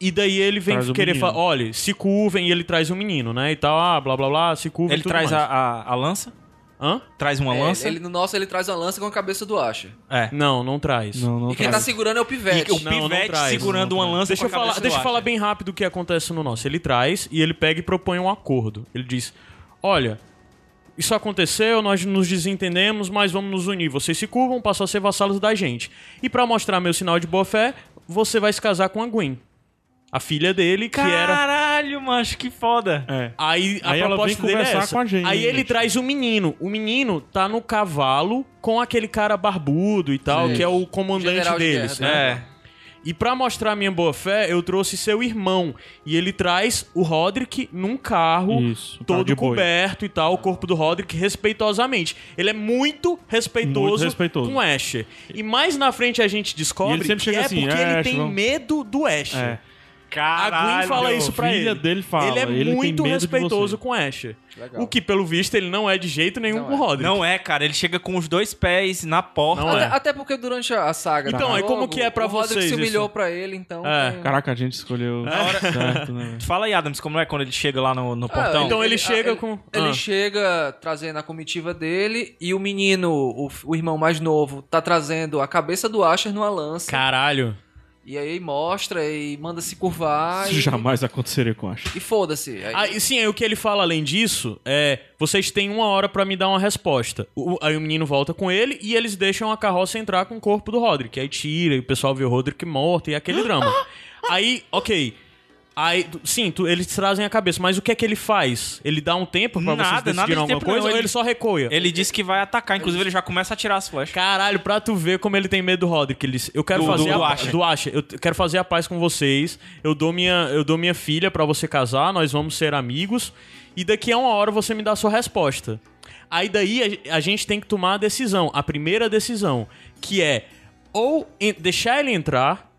Speaker 1: E daí ele vem
Speaker 4: Traz o
Speaker 1: querer
Speaker 4: menino.
Speaker 1: falar, olha, se curvem e ele traz o menino, né? E tal, ah, blá blá blá, se curvem e
Speaker 2: Ele
Speaker 1: tudo
Speaker 2: traz a,
Speaker 1: mais.
Speaker 2: a, a lança.
Speaker 1: Hã?
Speaker 2: Traz uma
Speaker 3: É,
Speaker 2: lança.
Speaker 3: Ele, no nosso ele traz a lança com a cabeça do Asha.
Speaker 2: É.
Speaker 1: Não, não traz.
Speaker 4: Não, não
Speaker 3: E quem tá
Speaker 4: traz.
Speaker 3: segurando é o
Speaker 2: E
Speaker 3: pivete.
Speaker 2: o
Speaker 1: Não, não
Speaker 2: pivete
Speaker 1: traz,
Speaker 2: segurando
Speaker 1: não
Speaker 2: uma
Speaker 1: traz.
Speaker 2: lança
Speaker 1: Deixa
Speaker 2: com
Speaker 1: eu
Speaker 2: a cabeça
Speaker 1: falar,
Speaker 2: do
Speaker 1: deixa eu
Speaker 2: Archer.
Speaker 1: falar bem rápido o que acontece no nosso. Ele traz e ele pega e propõe um acordo. Ele diz: "Olha, isso aconteceu, nós nos desentendemos, mas vamos nos unir. Vocês se curvam, passam a ser vassalos da gente. E pra mostrar meu sinal de boa fé, você vai se casar com a Gwen, a filha dele, que era
Speaker 2: Caralho, macho, que foda.
Speaker 4: É.
Speaker 1: Aí a
Speaker 4: Aí ela
Speaker 1: proposta
Speaker 4: vem
Speaker 1: dele é
Speaker 4: conversar
Speaker 1: essa.
Speaker 4: com a gente.
Speaker 1: Aí ele traz o menino. O menino tá no cavalo com aquele cara barbudo e tal,
Speaker 3: Sim.
Speaker 1: que é o comandante
Speaker 3: General de
Speaker 1: deles,
Speaker 3: guerra,
Speaker 1: né?
Speaker 2: É.
Speaker 1: E pra mostrar minha boa fé, eu trouxe seu irmão. E ele traz o Roderick num carro.
Speaker 4: Isso, um carro
Speaker 1: Todo
Speaker 4: de boi.
Speaker 1: coberto e tal, o corpo do Roderick respeitosamente. Ele é muito respeitoso,
Speaker 4: Muito respeitoso.
Speaker 1: com Asher. E mais na frente a gente
Speaker 4: E ele
Speaker 1: descobre
Speaker 4: sempre
Speaker 1: que
Speaker 4: chega
Speaker 1: é
Speaker 4: assim,
Speaker 1: porque
Speaker 4: "É,
Speaker 1: ele
Speaker 4: Asher,
Speaker 1: tem
Speaker 4: vamos."
Speaker 1: medo do Asher.
Speaker 4: É.
Speaker 1: A Gwen
Speaker 2: Caralho.
Speaker 1: fala isso pra
Speaker 4: filha
Speaker 1: ele.
Speaker 4: dele fala,
Speaker 1: Ele é
Speaker 4: ele tem
Speaker 1: muito
Speaker 4: medo de
Speaker 1: respeitoso
Speaker 4: você.
Speaker 1: com Asher.
Speaker 3: Legal.
Speaker 1: O que, pelo visto, ele não é de jeito nenhum
Speaker 3: Não
Speaker 1: com o
Speaker 3: é.
Speaker 1: Roderick.
Speaker 2: Não é, cara. Ele chega com os dois pés na porta.
Speaker 1: Não
Speaker 3: até,
Speaker 1: é.
Speaker 3: até porque durante a a saga
Speaker 1: Então,
Speaker 3: do
Speaker 1: aí como
Speaker 3: jogo,
Speaker 1: que é pra
Speaker 3: o Roderick
Speaker 1: vocês
Speaker 3: se humilhou
Speaker 1: isso?
Speaker 3: pra ele, então...
Speaker 1: É,
Speaker 3: tem-
Speaker 4: Caraca, a gente escolheu certo, né? velho?
Speaker 2: Fala aí, Adams, como é quando ele chega lá no, no portão?
Speaker 1: Então ele chega
Speaker 3: ah,
Speaker 1: com-
Speaker 3: Ele
Speaker 1: ah.
Speaker 3: chega trazendo a comitiva dele e o menino, o, o irmão mais novo, tá trazendo a cabeça do Asher numa lança.
Speaker 1: Caralho.
Speaker 3: E aí mostra e manda se curvar.
Speaker 4: Isso
Speaker 3: e,
Speaker 4: jamais aconteceria com a Asha.
Speaker 3: E foda-se. Aí-
Speaker 1: Ah, e sim, aí o que ele fala além disso é: vocês têm uma hora pra me dar uma resposta. O- aí o menino volta com ele e eles deixam a carroça entrar com o corpo do Roderick. Aí tira e o pessoal vê o Roderick morto e é aquele drama. aí, ok. Aí, tu- sim, tu- eles trazem a cabeça, mas o que é que ele faz? Ele dá um tempo pra
Speaker 2: Nada,
Speaker 1: vocês
Speaker 2: nada de
Speaker 1: decidirem alguma
Speaker 2: tempo não,
Speaker 1: coisa ou
Speaker 2: ele-
Speaker 1: ele só recuia?
Speaker 2: Ele disse que vai atacar, inclusive ele já começa a tirar as flechas.
Speaker 1: Caralho, pra tu ver como ele tem medo do Roderick. Ele disse, eu quero
Speaker 2: Do-
Speaker 1: fazer
Speaker 2: do-
Speaker 1: a
Speaker 2: do
Speaker 1: pa-
Speaker 2: Asher.
Speaker 1: do Asher. Eu t- quero fazer a paz com vocês. Eu dou minha, eu dou minha filha pra você casar, nós vamos ser amigos. E daqui a uma hora você me dá a sua resposta. Aí daí a ge- a, gente tem que tomar a decisão, a primeira decisão, que é ou en- deixar ele entrar,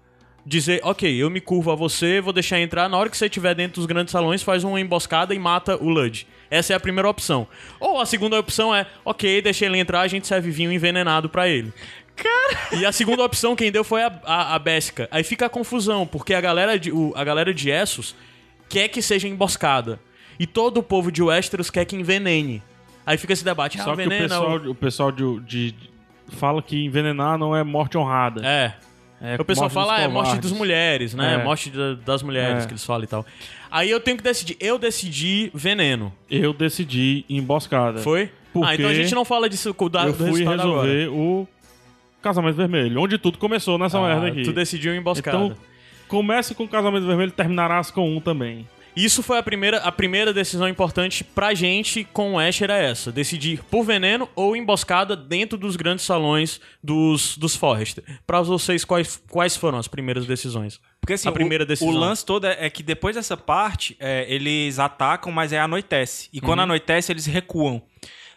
Speaker 1: dizer, ok, eu me curvo a você, vou deixar entrar, na hora que você estiver dentro dos grandes salões, faz uma emboscada e mata o Lud. Essa é a primeira opção. Ou a segunda opção é, ok, deixa ele entrar, a gente serve vinho envenenado pra ele. E a segunda opção quem deu foi a, a, a Bésica. Aí fica a confusão, porque a galera de, o- a galera de Essos quer que seja emboscada. E todo o povo de Westeros quer que envenene. Aí fica esse debate. Ah,
Speaker 4: Só que o
Speaker 1: veneno,
Speaker 4: pessoal, o pessoal de, de- fala que envenenar não é morte honrada.
Speaker 1: É.
Speaker 4: É
Speaker 1: o pessoal
Speaker 4: morte
Speaker 1: fala,
Speaker 4: dos
Speaker 1: ah, é morte
Speaker 4: covardes.
Speaker 1: das mulheres, né?
Speaker 4: É.
Speaker 1: Morte da- das mulheres
Speaker 4: É.
Speaker 1: que eles falam e tal. Aí eu tenho que decidir. Eu decidi veneno.
Speaker 4: Eu decidi emboscada.
Speaker 1: Foi?
Speaker 4: Porque
Speaker 1: Ah, então a gente não fala disso co- da,
Speaker 4: É. eu
Speaker 1: do
Speaker 4: fui
Speaker 1: resultado agora.
Speaker 4: resolver o casamento vermelho, onde tudo começou nessa
Speaker 1: Ah,
Speaker 4: merda aqui.
Speaker 1: Tu decidiu emboscada.
Speaker 4: então, começa com o casamento vermelho, terminarás com um também.
Speaker 1: Isso foi a primeira, a primeira decisão importante pra gente com o Ash era essa: decidir por veneno ou emboscada dentro dos grandes salões dos, dos Forrester. Pra vocês, quais, quais foram as primeiras decisões?
Speaker 2: Porque assim,
Speaker 1: A primeira
Speaker 2: o,
Speaker 1: decisão.
Speaker 2: o lance todo é é que depois dessa parte, é, eles atacam, mas aí anoitece. E
Speaker 1: Uhum.
Speaker 2: quando anoitece, eles recuam.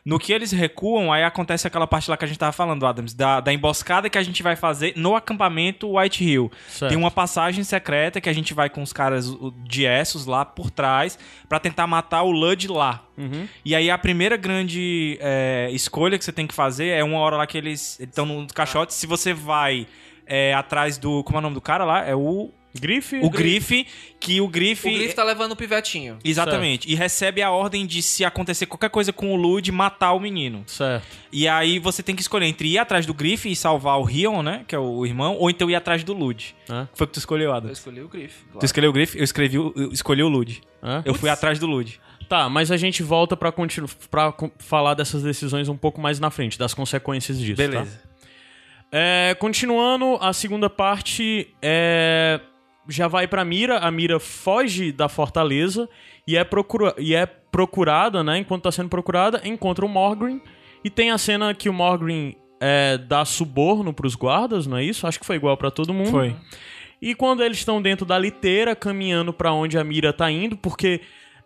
Speaker 2: No que eles recuam, aí acontece aquela parte lá que a gente tava falando, Adams, da, da emboscada que a gente vai fazer no acampamento White Hill.
Speaker 1: Certo.
Speaker 2: Tem um uma passagem secreta que a gente vai com os caras o- de Essos lá por trás pra tentar matar o Lud lá.
Speaker 1: Uhum.
Speaker 2: E aí a primeira grande é, escolha que você tem que fazer é uma hora lá que eles estão no caixote. Se você vai é, atrás do. Como é o nome do cara lá? É o.
Speaker 1: Grife?
Speaker 2: O Grife. Que o Grife.
Speaker 3: O Griff tá levando o pivetinho.
Speaker 2: Exatamente. E recebe a ordem de se acontecer qualquer coisa com o Lud, matar o menino.
Speaker 1: Certo.
Speaker 2: E aí você tem que escolher entre ir atrás do Grife e salvar o Rion, né? Que é o irmão, ou então ir atrás do Lud.
Speaker 1: Hã?
Speaker 2: Foi o que tu escolheu, Adam.
Speaker 3: Eu escolhi o Griff. claro.
Speaker 2: Tu escolheu o Griff, eu, escrevi, o- eu escolhi o Lud.
Speaker 1: Hã?
Speaker 2: Eu fui atrás do Lud.
Speaker 1: Tá, mas a gente volta pra, continu- pra co- falar dessas decisões um pouco mais na frente, das consequências disso. tá?
Speaker 2: Beleza.
Speaker 1: É, continuando, a segunda parte é, já vai pra Mira. A Mira foge da fortaleza e é, procura- e é procurada, né? Enquanto tá sendo procurada, encontra o Morgrim. E tem a cena que o Morgrim é, dá suborno pros guardas, não é isso? Acho que foi igual pra todo mundo.
Speaker 2: Foi.
Speaker 1: E quando eles estão dentro da liteira, caminhando pra onde a Mira tá indo, porque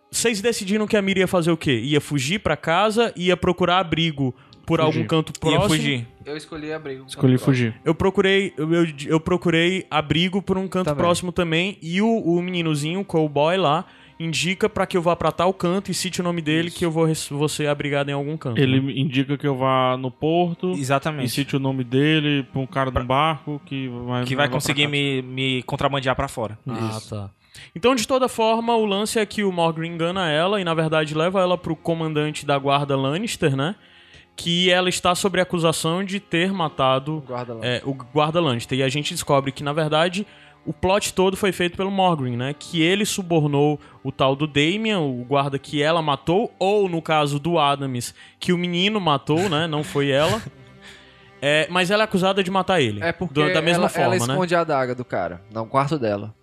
Speaker 1: vocês decidiram que a Mira ia fazer o quê? Ia fugir pra casa, ia procurar abrigo por
Speaker 4: Fugir.
Speaker 1: algum canto
Speaker 2: Ia
Speaker 1: próximo.
Speaker 2: fugir.
Speaker 3: Eu escolhi um abrigo.
Speaker 4: Escolhi fugir.
Speaker 1: Eu procurei, eu, eu- eu procurei abrigo por um canto
Speaker 3: Também.
Speaker 1: próximo também. E o, o meninozinho, o cowboy lá, indica pra que eu vá pra tal canto e cite o nome dele que eu vou, res- vou ser abrigado em algum canto.
Speaker 4: Ele me indica que eu vá no porto e
Speaker 2: Exatamente.
Speaker 4: cite o nome dele pra um cara de um barco que vai,
Speaker 2: que vai
Speaker 4: levar pra
Speaker 2: conseguir
Speaker 4: casa.
Speaker 2: me, me contrabandear pra fora.
Speaker 1: Ah, tá. Então, de toda forma, o lance é que o Morgan engana ela e, na verdade, leva ela pro comandante da guarda Lannister, né? que ela está sob acusação de ter matado
Speaker 3: Guarda lá.
Speaker 1: é, o guarda Lannister. E a gente descobre que, na verdade, o plot todo foi feito pelo Morgryn, né? Que ele subornou o tal do Damien, o guarda que ela matou, ou no caso do Adams, que o menino matou, né? Não foi ela. É, mas ela é acusada de matar ele.
Speaker 3: É porque
Speaker 1: Do- da mesma
Speaker 3: ela,
Speaker 1: forma,
Speaker 3: ela
Speaker 1: né?
Speaker 3: esconde a adaga do cara, no quarto dela.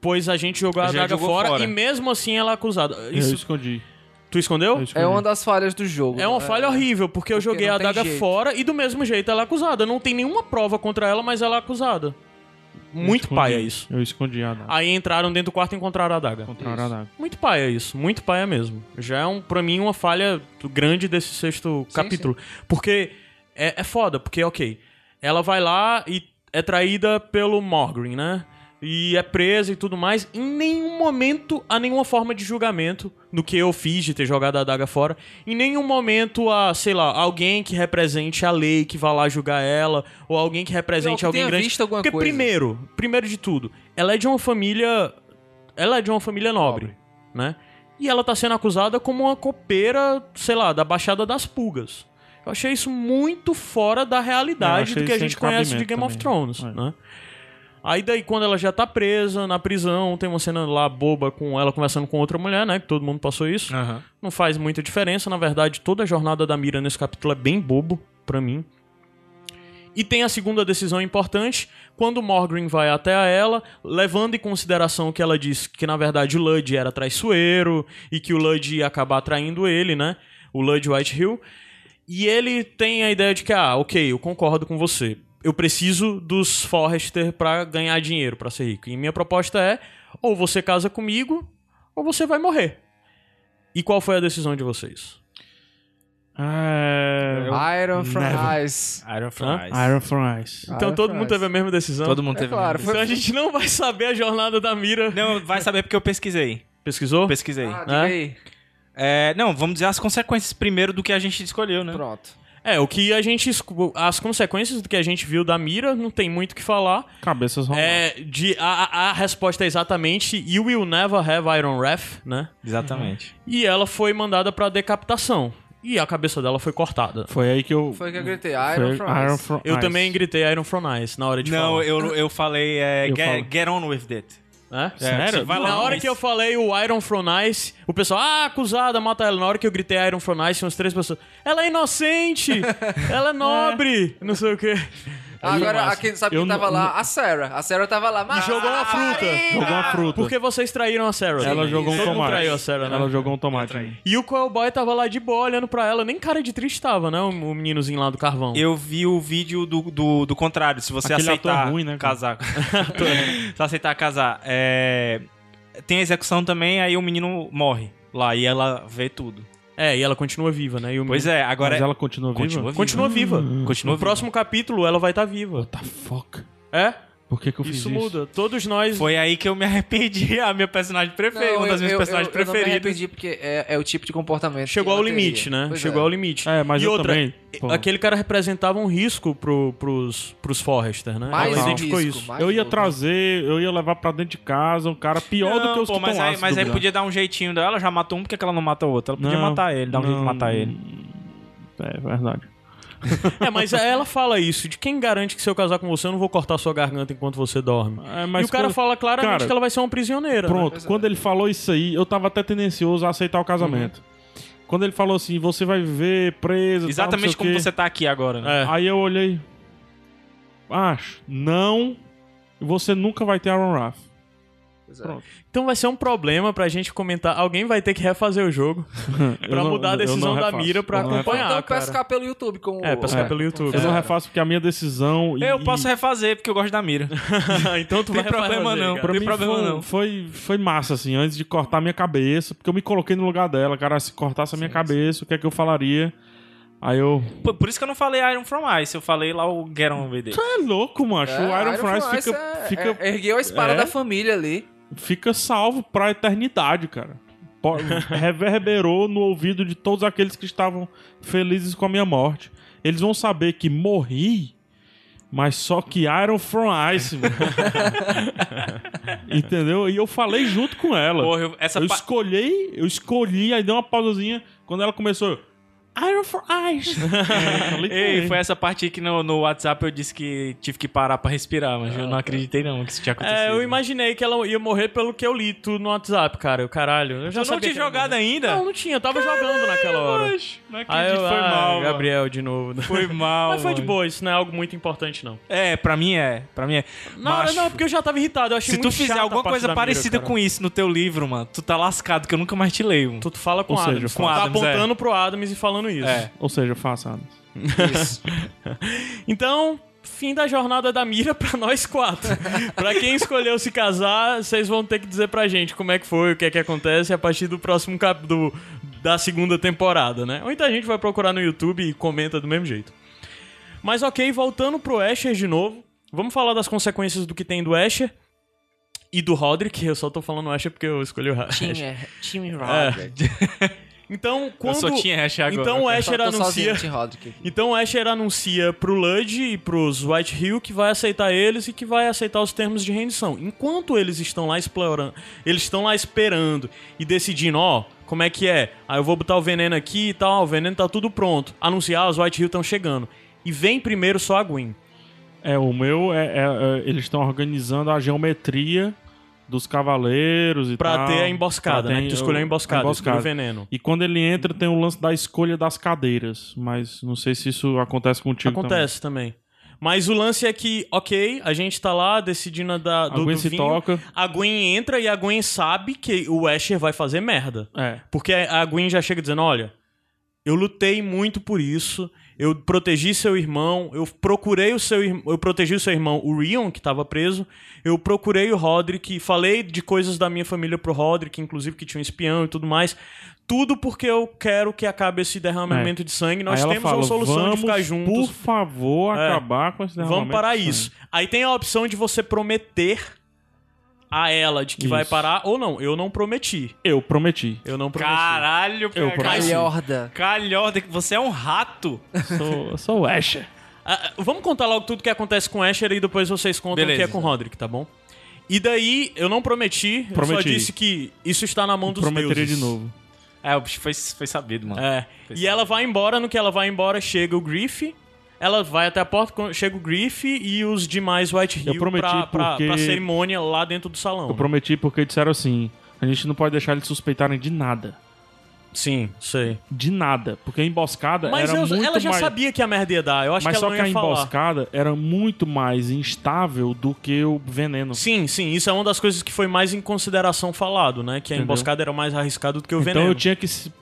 Speaker 1: Pois a gente jogou a
Speaker 2: Já
Speaker 1: adaga
Speaker 2: jogou
Speaker 1: fora,
Speaker 2: fora.
Speaker 1: e mesmo assim ela é acusada.
Speaker 4: Eu
Speaker 1: Isso,
Speaker 4: escondi.
Speaker 1: tu escondeu?
Speaker 4: Eu
Speaker 3: É
Speaker 4: escondi.
Speaker 3: uma das falhas do jogo.
Speaker 1: Tipo, né? É
Speaker 3: né?
Speaker 1: uma falha horrível, porque eu
Speaker 3: Porque
Speaker 1: joguei
Speaker 3: não
Speaker 1: a
Speaker 3: tem
Speaker 1: adaga
Speaker 3: jeito.
Speaker 1: fora e do mesmo jeito ela é acusada. Não tem nenhuma prova contra ela, mas ela é acusada.
Speaker 4: Eu
Speaker 1: Muito
Speaker 4: escondi.
Speaker 1: paia isso. Ah,
Speaker 4: Eu escondi a adaga.
Speaker 1: Aí entraram dentro do quarto e encontraram a adaga.
Speaker 4: Encontraram a adaga.
Speaker 1: Muito paia isso, muito paia mesmo. Já é, um, pra mim, uma falha grande desse sexto
Speaker 3: Sim,
Speaker 1: capítulo. Porque é, é foda, porque, ok, ela vai lá e é traída pelo Morgryn, né? E é presa e tudo mais. Em nenhum momento há nenhuma forma de julgamento do que eu fiz de ter jogado a adaga fora. Em nenhum momento há, sei lá, alguém que represente a lei que vá lá julgar ela, ou alguém que represente
Speaker 3: que
Speaker 1: alguém
Speaker 3: tenha
Speaker 1: grande.
Speaker 3: visto alguma
Speaker 1: Porque
Speaker 3: coisa.
Speaker 1: primeiro, primeiro de tudo, ela é de uma família, ela é de uma família nobre,
Speaker 4: Nobre.
Speaker 1: né? E ela tá sendo acusada como uma copeira, sei lá, da Baixada das Pulgas. Eu achei isso muito fora da
Speaker 4: Eu
Speaker 1: realidade
Speaker 4: achei
Speaker 1: do que a
Speaker 4: sem
Speaker 1: gente conhece de
Speaker 4: cabimento
Speaker 1: Game of
Speaker 4: também.
Speaker 1: Thrones,
Speaker 4: É.
Speaker 1: né? Aí daí quando ela já tá presa na prisão, tem uma cena lá boba com ela conversando com outra mulher, né? Que todo mundo passou isso.
Speaker 2: Aham.
Speaker 1: Não faz muita diferença, na verdade, toda a jornada da Mira nesse capítulo é bem bobo pra mim. E tem a segunda decisão importante, quando o Morgryn vai até a ela, levando em consideração que ela disse que na verdade o Lud era traiçoeiro e que o Lud ia acabar traindo ele, né? O Lud Whitehill. E ele tem a ideia de que, ah, ok, eu concordo com você. Eu preciso dos Forrester pra ganhar dinheiro, pra ser rico. E minha proposta é: ou você casa comigo, ou você vai morrer. E qual foi a decisão de vocês?
Speaker 4: É...
Speaker 3: Iron from
Speaker 4: Never.
Speaker 3: Ice.
Speaker 2: Iron Fries.
Speaker 4: Então, Iron from Ice.
Speaker 3: Ah,
Speaker 1: então
Speaker 3: eu
Speaker 1: todo
Speaker 3: falei
Speaker 1: mundo teve
Speaker 3: isso.
Speaker 1: a mesma decisão.
Speaker 2: Todo mundo
Speaker 3: É
Speaker 2: teve.
Speaker 3: claro,
Speaker 1: Então a gente não vai saber a jornada da mira.
Speaker 2: Não, vai saber porque eu pesquisei.
Speaker 1: Pesquisou?
Speaker 2: Pesquisei.
Speaker 3: Ah,
Speaker 1: né?
Speaker 3: diga aí.
Speaker 2: É, não, vamos dizer as consequências primeiro do que a gente escolheu, né?
Speaker 3: Pronto.
Speaker 1: É, o que a gente. esco- As consequências do que a gente viu da mira, não tem muito o que falar.
Speaker 4: Cabeças romanas.
Speaker 1: É, de, a, a- a resposta é exatamente You Will Never Have Iron Wrath, né?
Speaker 2: Exatamente.
Speaker 1: E ela foi mandada pra decapitação. E a cabeça dela foi cortada.
Speaker 4: Foi aí que eu...
Speaker 3: Foi que eu gritei,
Speaker 4: Foi
Speaker 3: Iron from
Speaker 4: Iron
Speaker 3: Ice.
Speaker 4: from
Speaker 1: Eu
Speaker 4: Ice.
Speaker 1: também gritei Iron from Ice na hora de
Speaker 2: Não,
Speaker 1: falar.
Speaker 2: eu, eu falei é,
Speaker 4: Eu
Speaker 2: get,
Speaker 4: falo.
Speaker 2: get on with it.
Speaker 1: É?
Speaker 4: Sério?
Speaker 2: você vai lá
Speaker 1: Na
Speaker 2: no
Speaker 1: hora
Speaker 2: Ice.
Speaker 1: que eu falei o Iron from Ice, o pessoal, ah, acusada, mata ela. Na hora que eu gritei Iron from Ice, umas três pessoas, ela é inocente, ela é nobre, não sei o quê. É
Speaker 3: Agora, aqui, sabe quem
Speaker 4: Eu
Speaker 3: tava
Speaker 4: não-
Speaker 3: lá? A Sarah. A Sarah tava lá. Mas... Ah,
Speaker 1: jogou uma fruta.
Speaker 4: Jogou uma fruta.
Speaker 1: "Ah, Porque vocês traíram a Sarah.
Speaker 4: Ela
Speaker 1: também.
Speaker 4: jogou um
Speaker 1: Todo mundo
Speaker 4: tomate.
Speaker 1: traiu a Sarah, né?
Speaker 4: Ela jogou um tomate.
Speaker 1: E o Cowboy tava lá de boa olhando pra ela, nem cara de triste tava, né? O o meninozinho lá do carvão.
Speaker 2: Eu vi o vídeo do, do, do contrário. Se você
Speaker 4: Aquele ator
Speaker 2: aceitar
Speaker 4: ruim, né, cara?
Speaker 2: casar. se aceitar casar. é, Tem a execução também, aí o menino morre lá e ela vê tudo.
Speaker 1: É, e ela continua viva, né? E o
Speaker 2: Pois é, agora.
Speaker 4: Mas ela continua viva?
Speaker 2: Continua
Speaker 1: é,
Speaker 2: viva.
Speaker 1: Continua viva.
Speaker 2: Continua
Speaker 1: no próximo capítulo ela vai estar viva.
Speaker 4: What the fuck?
Speaker 1: É?
Speaker 4: Por que que eu fiz
Speaker 1: Isso
Speaker 4: isso?
Speaker 1: muda. Todos nós.
Speaker 2: Foi aí que eu me arrependi. A minha personagem preferida,
Speaker 1: um
Speaker 2: uma das minhas personagens
Speaker 3: eu, eu, Eu não me
Speaker 2: preferidas.
Speaker 3: arrependi porque é, é o tipo de comportamento.
Speaker 1: Chegou
Speaker 3: que
Speaker 1: ao
Speaker 3: eu teria.
Speaker 1: limite, né?
Speaker 3: Pois
Speaker 1: Chegou
Speaker 3: é.
Speaker 1: ao limite.
Speaker 4: É, mas
Speaker 1: e
Speaker 4: eu
Speaker 1: outra,
Speaker 4: também, pô.
Speaker 1: Aquele cara representava um risco pro, pros, pros Forrester, né?
Speaker 3: Mais
Speaker 1: ela
Speaker 3: um
Speaker 1: identificou
Speaker 3: risco,
Speaker 1: isso.
Speaker 3: mais
Speaker 4: Eu ia
Speaker 3: um.
Speaker 4: trazer, eu ia levar pra dentro de casa um cara pior do que os
Speaker 2: pô,
Speaker 4: que
Speaker 2: mas
Speaker 4: estão
Speaker 2: aí,
Speaker 4: lá.
Speaker 2: mas
Speaker 4: se
Speaker 2: aí
Speaker 1: né?
Speaker 4: duvidar.
Speaker 2: podia dar um jeitinho dela. Ela já matou um, por que que ela não mata o outro? Ela podia
Speaker 4: Não,
Speaker 2: matar ele, dar um jeito de
Speaker 4: não.
Speaker 2: matar ele.
Speaker 4: É verdade.
Speaker 1: É, mas
Speaker 2: um.
Speaker 1: ela fala isso: de quem garante que se eu casar com você, eu não vou cortar sua garganta enquanto você dorme.
Speaker 4: É, mas
Speaker 1: e o cara
Speaker 4: quando-
Speaker 1: fala claramente
Speaker 4: cara,
Speaker 1: que ela vai ser uma prisioneira. né?
Speaker 4: Pronto, quando ele falou isso aí, eu tava até tendencioso a aceitar
Speaker 1: Uhum.
Speaker 4: o casamento. Quando ele falou assim, você vai viver preso,
Speaker 2: Exatamente
Speaker 4: tal, não sei
Speaker 2: como
Speaker 4: o quê.
Speaker 2: você tá aqui agora, né?
Speaker 1: É.
Speaker 4: Aí eu olhei. Acho, não. Você nunca vai ter Aaron Raff.
Speaker 3: Pois é.
Speaker 4: Pronto.
Speaker 1: Então vai ser um problema pra gente comentar. Alguém vai ter que refazer o jogo pra mudar a decisão da mira pra acompanhar.
Speaker 2: é
Speaker 3: Então
Speaker 1: Ah, cara.
Speaker 3: pescar pelo YouTube. Como,
Speaker 1: É, pescar pelo YouTube.
Speaker 4: Eu não
Speaker 1: É.
Speaker 4: refaço porque a minha decisão. e-
Speaker 2: Eu posso
Speaker 4: e-
Speaker 2: refazer, porque eu gosto da mira.
Speaker 1: então tu
Speaker 2: Tem
Speaker 1: vai
Speaker 2: problema
Speaker 1: refazer,
Speaker 2: não.
Speaker 1: cara.
Speaker 4: Pra
Speaker 2: tem
Speaker 4: mim
Speaker 2: problema
Speaker 4: foi, um-
Speaker 2: não.
Speaker 4: Foi, foi massa, assim, antes de cortar minha cabeça, porque eu me coloquei no lugar dela, cara, se cortasse a minha cabeça, o que é que eu falaria? Aí eu.
Speaker 2: Por, por isso que eu não falei Iron From Ice, eu falei lá o Get On With It.
Speaker 4: Tu é louco, macho.
Speaker 3: É,
Speaker 4: o Iron, Fries
Speaker 3: Fries
Speaker 4: fica,
Speaker 3: é-
Speaker 4: fica,
Speaker 3: é- ergueu a espada
Speaker 4: é.
Speaker 3: da família ali.
Speaker 4: fica salvo pra eternidade, cara. Po- Reverberou no ouvido de todos aqueles que estavam felizes com a minha morte. Eles vão saber que morri, mas só que Iron From Ice, mano. Entendeu? E eu falei junto com ela.
Speaker 2: Porra, eu- essa
Speaker 4: eu
Speaker 2: pa-
Speaker 4: escolhi, eu escolhi, aí dei uma pausazinha. Quando ela começou, Iron for Ice.
Speaker 1: É,
Speaker 2: Ei, foi essa parte aí que no, no WhatsApp eu disse que tive que parar pra respirar, mas eu não acreditei não que isso tinha acontecido.
Speaker 1: Ah, tá. É, eu imaginei que ela ia morrer pelo que eu li tu no WhatsApp, cara. Eu, caralho. Eu já
Speaker 2: Eu não
Speaker 1: sabia
Speaker 2: tinha
Speaker 1: que ela ia
Speaker 2: jogado
Speaker 1: morrer.
Speaker 2: ainda?
Speaker 1: Não, não tinha. Eu tava jogando naquela hora.
Speaker 2: Não
Speaker 1: Aí
Speaker 2: acredito,
Speaker 1: eu,
Speaker 2: foi
Speaker 1: ah,
Speaker 2: mal. mano.
Speaker 1: Gabriel, de novo. né?
Speaker 2: Foi mal.
Speaker 1: Mas foi de
Speaker 2: mano.
Speaker 1: boa, isso não é algo muito importante, não.
Speaker 2: É, pra mim é. Pra mim é.
Speaker 1: Na hora
Speaker 2: Macho,
Speaker 1: não, porque eu já tava irritado. Eu achei
Speaker 2: se tu
Speaker 1: muito
Speaker 2: fizer
Speaker 1: chata a
Speaker 2: alguma
Speaker 1: parte
Speaker 2: coisa
Speaker 1: da
Speaker 2: parecida
Speaker 1: mira, cara.
Speaker 2: com isso no teu livro, mano, tu tá lascado, que eu nunca mais te leio. mano.
Speaker 1: Tu, tu fala com
Speaker 4: Ou
Speaker 1: o
Speaker 4: seja,
Speaker 1: Adams.
Speaker 4: com
Speaker 1: tu tá
Speaker 2: Adams, é.
Speaker 1: apontando pro Adams e falando isso.
Speaker 2: É.
Speaker 4: Ou seja, faça. Adams.
Speaker 3: Isso.
Speaker 1: Então, fim da jornada da mira pra nós quatro. pra quem escolheu se casar, vocês vão ter que dizer pra gente como é que foi, o que é que acontece a partir do próximo cap do, da segunda temporada, né? Ou então a gente vai procurar no YouTube e comenta do mesmo jeito. Mas ok, voltando pro Asher de novo, vamos falar das consequências do que tem do Asher e do Roderick. Eu só tô falando Asher porque eu escolhi o Asher.
Speaker 3: Tinha, Tim Roderick.
Speaker 1: Então, quando...
Speaker 2: É. Eu só tinha hash agora. né?
Speaker 1: Então o
Speaker 2: cara.
Speaker 1: Asher
Speaker 3: Só tô
Speaker 1: anuncia...
Speaker 3: sozinho, Tim Roderick. aqui.
Speaker 1: Então o Asher anuncia pro Ludd e pros White Hill que vai aceitar eles e que vai aceitar os termos de rendição. Enquanto eles estão lá explorando, eles estão lá esperando e decidindo, ó, como é que é? Aí eu vou botar o veneno aqui e tal, o veneno tá tudo pronto. Anunciar, "Ah, os White Hill estão chegando. E vem primeiro só a Gwen.
Speaker 4: É, o meu é. é, é, eles estão organizando a geometria dos cavaleiros e
Speaker 1: Pra
Speaker 4: tal.
Speaker 1: ter a emboscada,
Speaker 4: Ah, Pra ter
Speaker 1: né? Que tu escolheu a
Speaker 4: o-
Speaker 1: emboscada, escolheu o veneno.
Speaker 4: E quando ele entra, tem o lance da escolha das cadeiras. Mas não sei se isso acontece contigo.
Speaker 1: Acontece também. Mas o lance é que, ok, a gente tá lá decidindo a da, Ah, do,
Speaker 4: Também. A Gwen
Speaker 1: do
Speaker 4: se
Speaker 1: vinho.
Speaker 4: toca.
Speaker 1: A Gwen entra e a Gwen sabe que o Asher vai fazer merda.
Speaker 4: É.
Speaker 1: Porque a Gwen já chega dizendo: olha, eu lutei muito por isso, eu protegi seu irmão, eu procurei o seu irmão, eu protegi o seu irmão, o Rion, que estava preso, eu procurei o Roderick, falei de coisas da minha família pro Roderick, inclusive que tinha um espião e tudo mais. Tudo porque eu quero que acabe esse derramamento de sangue. Nós
Speaker 4: É. Aí ela
Speaker 1: temos
Speaker 4: fala,
Speaker 1: uma solução
Speaker 4: vamos,
Speaker 1: de ficar juntos.
Speaker 4: Por favor,
Speaker 1: É.
Speaker 4: acabar com esse
Speaker 1: Vamos
Speaker 4: derramamento
Speaker 1: parar
Speaker 4: de sangue.
Speaker 1: isso. Aí tem a opção de você prometer a ela de que vai
Speaker 4: Isso.
Speaker 1: parar ou não. Eu não prometi.
Speaker 4: Eu prometi.
Speaker 1: Eu não prometi.
Speaker 2: Caralho,
Speaker 4: Eu
Speaker 2: cara.
Speaker 4: prometi.
Speaker 3: Calhorda.
Speaker 2: Calhorda, que você é um rato.
Speaker 4: Sou, eu sou o Asher.
Speaker 1: Ah, vamos contar logo tudo que acontece com o Asher e depois vocês contam
Speaker 2: Beleza.
Speaker 1: o que é com o Roderick, tá bom? E daí, eu não prometi, eu só
Speaker 4: Prometi.
Speaker 1: disse que isso está na mão Um dos
Speaker 4: Prometeria
Speaker 1: deuses.
Speaker 4: de novo.
Speaker 2: É, o bicho foi, foi sabido, mano.
Speaker 1: É. E ela vai embora, no que ela vai embora, chega o Griff, ela vai até a porta, quando chega o Griff e os demais White
Speaker 4: Eu
Speaker 1: Hill
Speaker 4: prometi
Speaker 1: pra, pra,
Speaker 4: porque-
Speaker 1: pra cerimônia lá dentro do salão.
Speaker 4: Eu prometi porque disseram assim: a gente não pode deixar eles suspeitarem de nada.
Speaker 1: Sim, sei.
Speaker 4: De nada. Porque a emboscada
Speaker 1: Mas eu-
Speaker 4: era muito
Speaker 1: ela já
Speaker 4: mais...
Speaker 1: sabia que a merda ia dar, eu acho
Speaker 4: Mas
Speaker 1: que ela
Speaker 4: só
Speaker 1: não ia
Speaker 4: que a
Speaker 1: falar.
Speaker 4: emboscada era muito mais instável do que o veneno.
Speaker 1: Sim, sim, isso é uma das coisas que foi mais em consideração falado, né? Que a
Speaker 4: Entendeu?
Speaker 1: emboscada era mais arriscada do que o
Speaker 4: então
Speaker 1: veneno.
Speaker 4: eu tinha que se-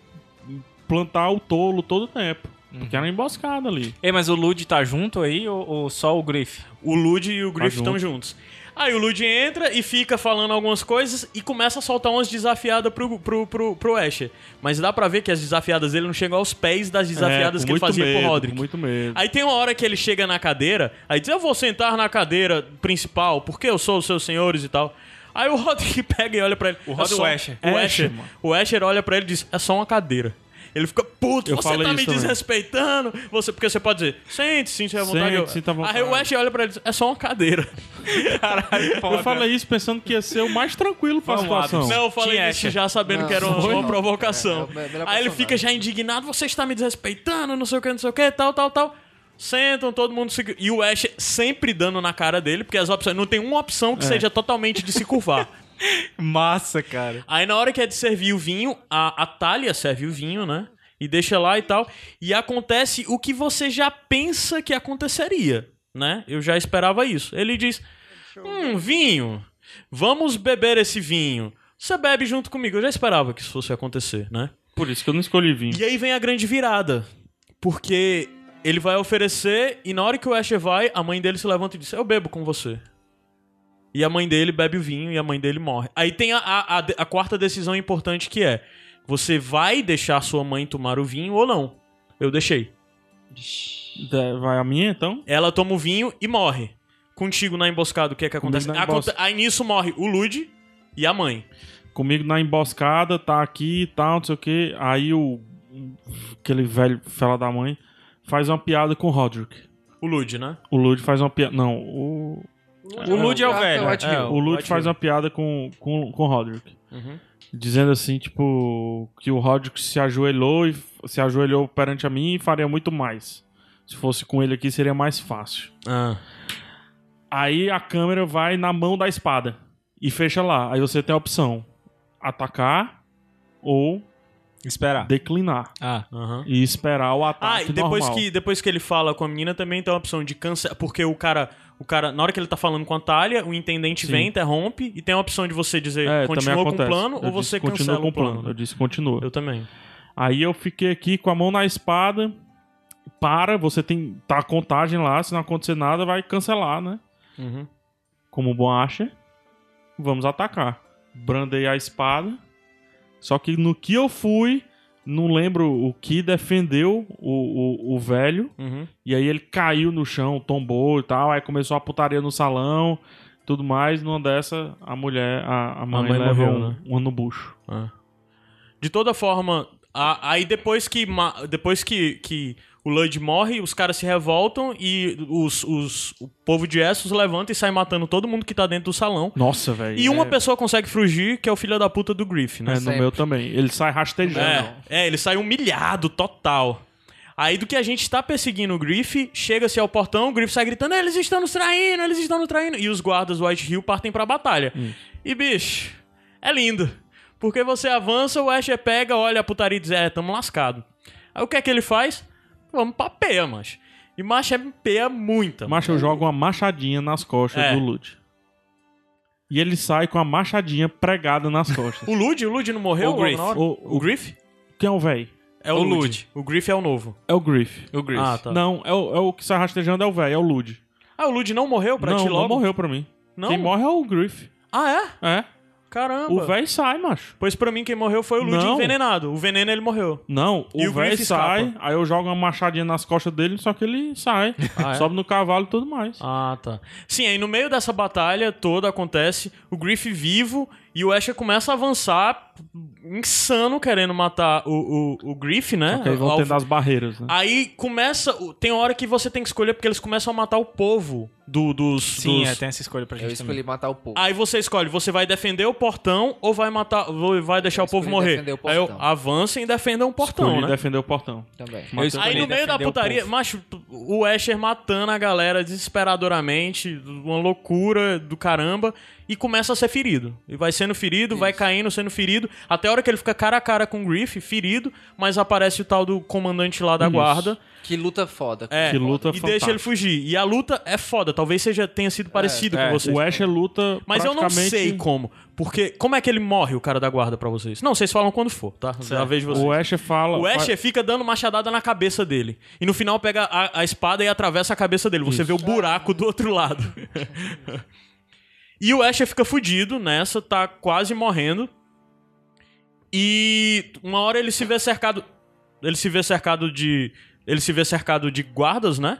Speaker 4: plantar o tolo todo tempo.
Speaker 1: Uhum.
Speaker 4: Porque era uma emboscada ali.
Speaker 2: Ei, mas o Lud tá junto aí ou, ou só o Griff?
Speaker 1: O Lud e o Griff
Speaker 4: Tá junto.
Speaker 1: estão juntos. Aí o Lud entra e fica falando algumas coisas e começa a soltar umas desafiadas pro, pro, pro, pro Asher. Mas dá pra ver que as desafiadas dele não chegam aos pés das desafiadas
Speaker 4: É, com
Speaker 1: que ele
Speaker 4: muito
Speaker 1: fazia
Speaker 4: medo,
Speaker 1: pro
Speaker 4: com
Speaker 1: Roderick.
Speaker 4: Muito medo.
Speaker 1: Aí tem uma hora que ele chega na cadeira, aí diz: Eu vou sentar na cadeira principal, porque eu sou os seus senhores e tal. Aí o Roderick pega e olha pra ele. O
Speaker 2: Rod- o Asher.
Speaker 1: O
Speaker 4: O É,
Speaker 1: Asher,
Speaker 4: Asher, mano.
Speaker 1: o Asher olha pra ele e diz: É só uma cadeira. Ele fica puto,
Speaker 4: Eu
Speaker 1: você
Speaker 4: falei
Speaker 1: tá me
Speaker 4: isso também.
Speaker 1: desrespeitando. Você, porque você pode dizer, sente, sente à vontade.
Speaker 4: Sente, sinta à vontade.
Speaker 1: Aí o Asher olha pra ele e diz, é só uma cadeira.
Speaker 2: Caralho, foda.
Speaker 4: Eu falei isso pensando que ia ser o mais tranquilo pra
Speaker 2: Vamos lá,
Speaker 4: situação.
Speaker 2: Adams.
Speaker 1: Não, eu falei
Speaker 2: Tinha
Speaker 1: isso
Speaker 2: Asher.
Speaker 1: já sabendo
Speaker 3: Não,
Speaker 1: que era uma,
Speaker 3: foi
Speaker 1: uma
Speaker 3: não.
Speaker 1: provocação.
Speaker 3: É, é,
Speaker 1: Aí
Speaker 3: é melhor
Speaker 1: ele
Speaker 3: personagem.
Speaker 1: fica já indignado, você está me desrespeitando, não sei o que, não sei o que, tal, tal, tal. Sentam, todo mundo se... E o Ash sempre dando na cara dele, porque as opções... Não tem uma opção que seja totalmente de se curvar.
Speaker 2: Massa, cara.
Speaker 1: Aí na hora que é de servir o vinho, a, a Thalia serve o vinho, né? E deixa lá e tal. E acontece o que você já pensa que aconteceria, né? Eu já esperava isso. Ele diz: Hum, vinho, vamos beber esse vinho. Você bebe junto comigo. Eu já esperava que isso fosse acontecer, né?
Speaker 4: Por isso que eu não escolhi vinho.
Speaker 1: E aí vem a grande virada. Porque ele vai oferecer, e na hora que o Asher vai, a mãe dele se levanta e diz: Eu bebo com você. E a mãe dele bebe o vinho e a mãe dele morre. Aí tem a, a, a, de- a quarta decisão importante que é: Você vai deixar sua mãe tomar o vinho ou não? Eu deixei.
Speaker 4: Da- Vai a minha, então?
Speaker 1: Ela toma o vinho e morre. Contigo na emboscada, o que é que
Speaker 4: Comigo
Speaker 1: acontece?
Speaker 4: na
Speaker 1: Aconte-
Speaker 4: embosca-
Speaker 1: Aí nisso morre o Lud e a mãe.
Speaker 4: Comigo na emboscada, tá aqui e tal, não sei o que. Aí o. Aquele velho fela da mãe faz uma piada com o Roderick.
Speaker 1: O Lud, né?
Speaker 4: O Lud faz uma piada. Não, o.
Speaker 2: O Lud é o
Speaker 3: Ah, tá
Speaker 2: velho.
Speaker 3: White Hill.
Speaker 2: É,
Speaker 4: O Lute
Speaker 1: White
Speaker 4: faz
Speaker 1: Hill.
Speaker 4: uma piada com, com, com o Roderick.
Speaker 1: Uhum.
Speaker 4: dizendo assim, tipo, que o Roderick se ajoelhou e se ajoelhou perante a mim e faria muito mais. Se fosse com ele aqui, seria mais fácil.
Speaker 1: Ah.
Speaker 4: Aí a câmera vai na mão da espada e fecha lá. Aí você tem a opção: atacar ou
Speaker 2: Esperar.
Speaker 4: declinar
Speaker 2: Ah.
Speaker 1: Aham.
Speaker 4: e esperar o
Speaker 1: Ah,
Speaker 4: ataque
Speaker 1: e depois
Speaker 4: normal.
Speaker 1: que, depois que ele fala com a menina também tem a opção de cancelar. Porque o cara, o cara, na hora que ele tá falando com a Talia, o intendente
Speaker 4: Sim.
Speaker 1: vem, interrompe, e tem a opção de você dizer
Speaker 4: É, também
Speaker 1: continua com o
Speaker 4: acontece.
Speaker 1: plano
Speaker 4: Eu
Speaker 1: ou você
Speaker 4: disse, continua
Speaker 1: cancela
Speaker 4: com
Speaker 1: o plano.
Speaker 4: Eu disse continua.
Speaker 1: Eu também.
Speaker 4: Aí eu fiquei aqui com a mão na espada. Para, você tem. Tá a contagem lá, se não acontecer nada, vai cancelar, né?
Speaker 1: Uhum.
Speaker 4: Como o bom acha. Vamos atacar. Brandei a espada. Só que no que eu fui, não lembro o que defendeu o, o, o velho.
Speaker 1: Uhum.
Speaker 4: E aí ele caiu no chão, tombou e tal. Aí começou a putaria no salão, tudo mais. Numa dessa, a mulher, a, a mãe,
Speaker 1: mãe
Speaker 4: leva
Speaker 1: morreu,
Speaker 4: um,
Speaker 1: né?
Speaker 4: um ano no bucho.
Speaker 1: De toda forma, a- aí depois que ma- depois que, que o Lloyd morre, os caras se revoltam e os, os- o povo de Essos levanta e sai matando todo mundo que tá dentro do salão.
Speaker 4: Nossa, velho.
Speaker 1: E uma
Speaker 4: é,
Speaker 1: pessoa consegue fugir, que é o filho da puta do Griff, né?
Speaker 4: é, no
Speaker 3: Sempre.
Speaker 4: meu também. Ele sai rastejando.
Speaker 1: É, é, ele sai humilhado total. Aí do que a gente tá perseguindo o Griff, chega-se ao portão, o Griff sai gritando, eles estão nos traindo, eles estão nos traindo. E os guardas White Hill partem pra batalha.
Speaker 4: Hum.
Speaker 1: E, bicho, é lindo. Porque você avança, o Asher pega, olha a putaria e diz, é, tamo lascado. Aí o que é que ele faz? Vamos pra peia, macho. E macho é peia muita.
Speaker 4: Macho, eu jogo uma machadinha nas costas
Speaker 1: É.
Speaker 4: do Lud. E ele sai com a machadinha pregada nas costas.
Speaker 1: O Lud, o Lud não morreu?
Speaker 2: O
Speaker 1: logo na
Speaker 2: Griff.
Speaker 1: hora?
Speaker 4: O-
Speaker 1: O Griff?
Speaker 4: Quem é o velho?
Speaker 1: É o,
Speaker 2: o
Speaker 1: Lud.
Speaker 2: Lud.
Speaker 1: O Griff é o novo.
Speaker 4: É o Griff.
Speaker 2: O Grace.
Speaker 1: Ah, tá.
Speaker 4: Não, é o, é o que sai rastejando é o velho, é o Lud.
Speaker 1: Ah, o Lud não morreu pra
Speaker 4: não,
Speaker 1: ti
Speaker 4: não
Speaker 1: logo?
Speaker 4: morreu pra mim.
Speaker 1: Não?
Speaker 4: Quem morre é o Griff.
Speaker 1: Ah, é?
Speaker 4: É.
Speaker 1: Caramba.
Speaker 4: O velho sai, macho.
Speaker 1: Pois pra mim quem morreu foi o Lud
Speaker 4: Não.
Speaker 1: envenenado. O veneno ele morreu.
Speaker 4: Não,
Speaker 1: E
Speaker 4: o
Speaker 1: o
Speaker 4: velho
Speaker 1: Griff
Speaker 4: sai,
Speaker 1: escapa.
Speaker 4: aí eu jogo uma machadinha nas costas dele, só que ele sai.
Speaker 1: Ah, é?
Speaker 4: Sobe no cavalo e tudo mais.
Speaker 1: Ah, tá. Sim, aí no meio dessa batalha toda acontece o Griff vivo e o Asher começa a avançar insano querendo matar o, o, o Griff, né?
Speaker 4: Só que aí vão
Speaker 1: Ao-
Speaker 4: tendo as barreiras, né?
Speaker 1: Aí começa. o- Tem hora que você tem que escolher porque eles começam a matar o povo do, dos.
Speaker 2: Sim,
Speaker 1: dos-
Speaker 2: é, tem essa escolha pra gente
Speaker 3: Eu escolhi matar o povo.
Speaker 1: Aí você escolhe, você vai defender o portão ou vai matar, ou vai deixar
Speaker 3: Eu
Speaker 1: o povo
Speaker 3: escolhi
Speaker 1: morrer.
Speaker 3: defender o
Speaker 1: aí eu,
Speaker 3: portão.
Speaker 1: avancem e defendam o portão,
Speaker 4: Escolhi
Speaker 1: né?
Speaker 4: defender o portão.
Speaker 3: Também.
Speaker 2: também. Eu escolhi
Speaker 1: Aí no meio da
Speaker 2: defender o
Speaker 1: putaria,
Speaker 2: povo.
Speaker 1: macho, o Asher matando a galera desesperadoramente, uma loucura do caramba, e começa a ser ferido. E vai sendo ferido, vai caindo, sendo ferido, até a hora que ele fica cara a cara com o Griff, ferido, mas aparece o tal do comandante lá da
Speaker 4: Isso.
Speaker 1: guarda.
Speaker 3: Que luta foda.
Speaker 1: É,
Speaker 4: Que luta
Speaker 1: e deixa ele
Speaker 4: fantástica.
Speaker 1: fugir. E a luta é foda, talvez seja tenha sido parecido
Speaker 2: é.
Speaker 1: com vocês.
Speaker 4: O Asher luta
Speaker 1: Mas eu não
Speaker 4: praticamente-
Speaker 1: sei como. Porque como é que ele morre, o cara da guarda, pra vocês? Não, vocês falam quando for, tá? Já vejo vocês.
Speaker 4: O Asher fala...
Speaker 1: O é Asher fica dando machadada na cabeça dele. E no final pega a, a espada e atravessa a cabeça dele. Você vê o buraco do outro lado. e o Asher fica fudido nessa, tá quase morrendo. E uma hora ele se vê cercado. Ele se vê cercado de. Ele se vê cercado de guardas, né?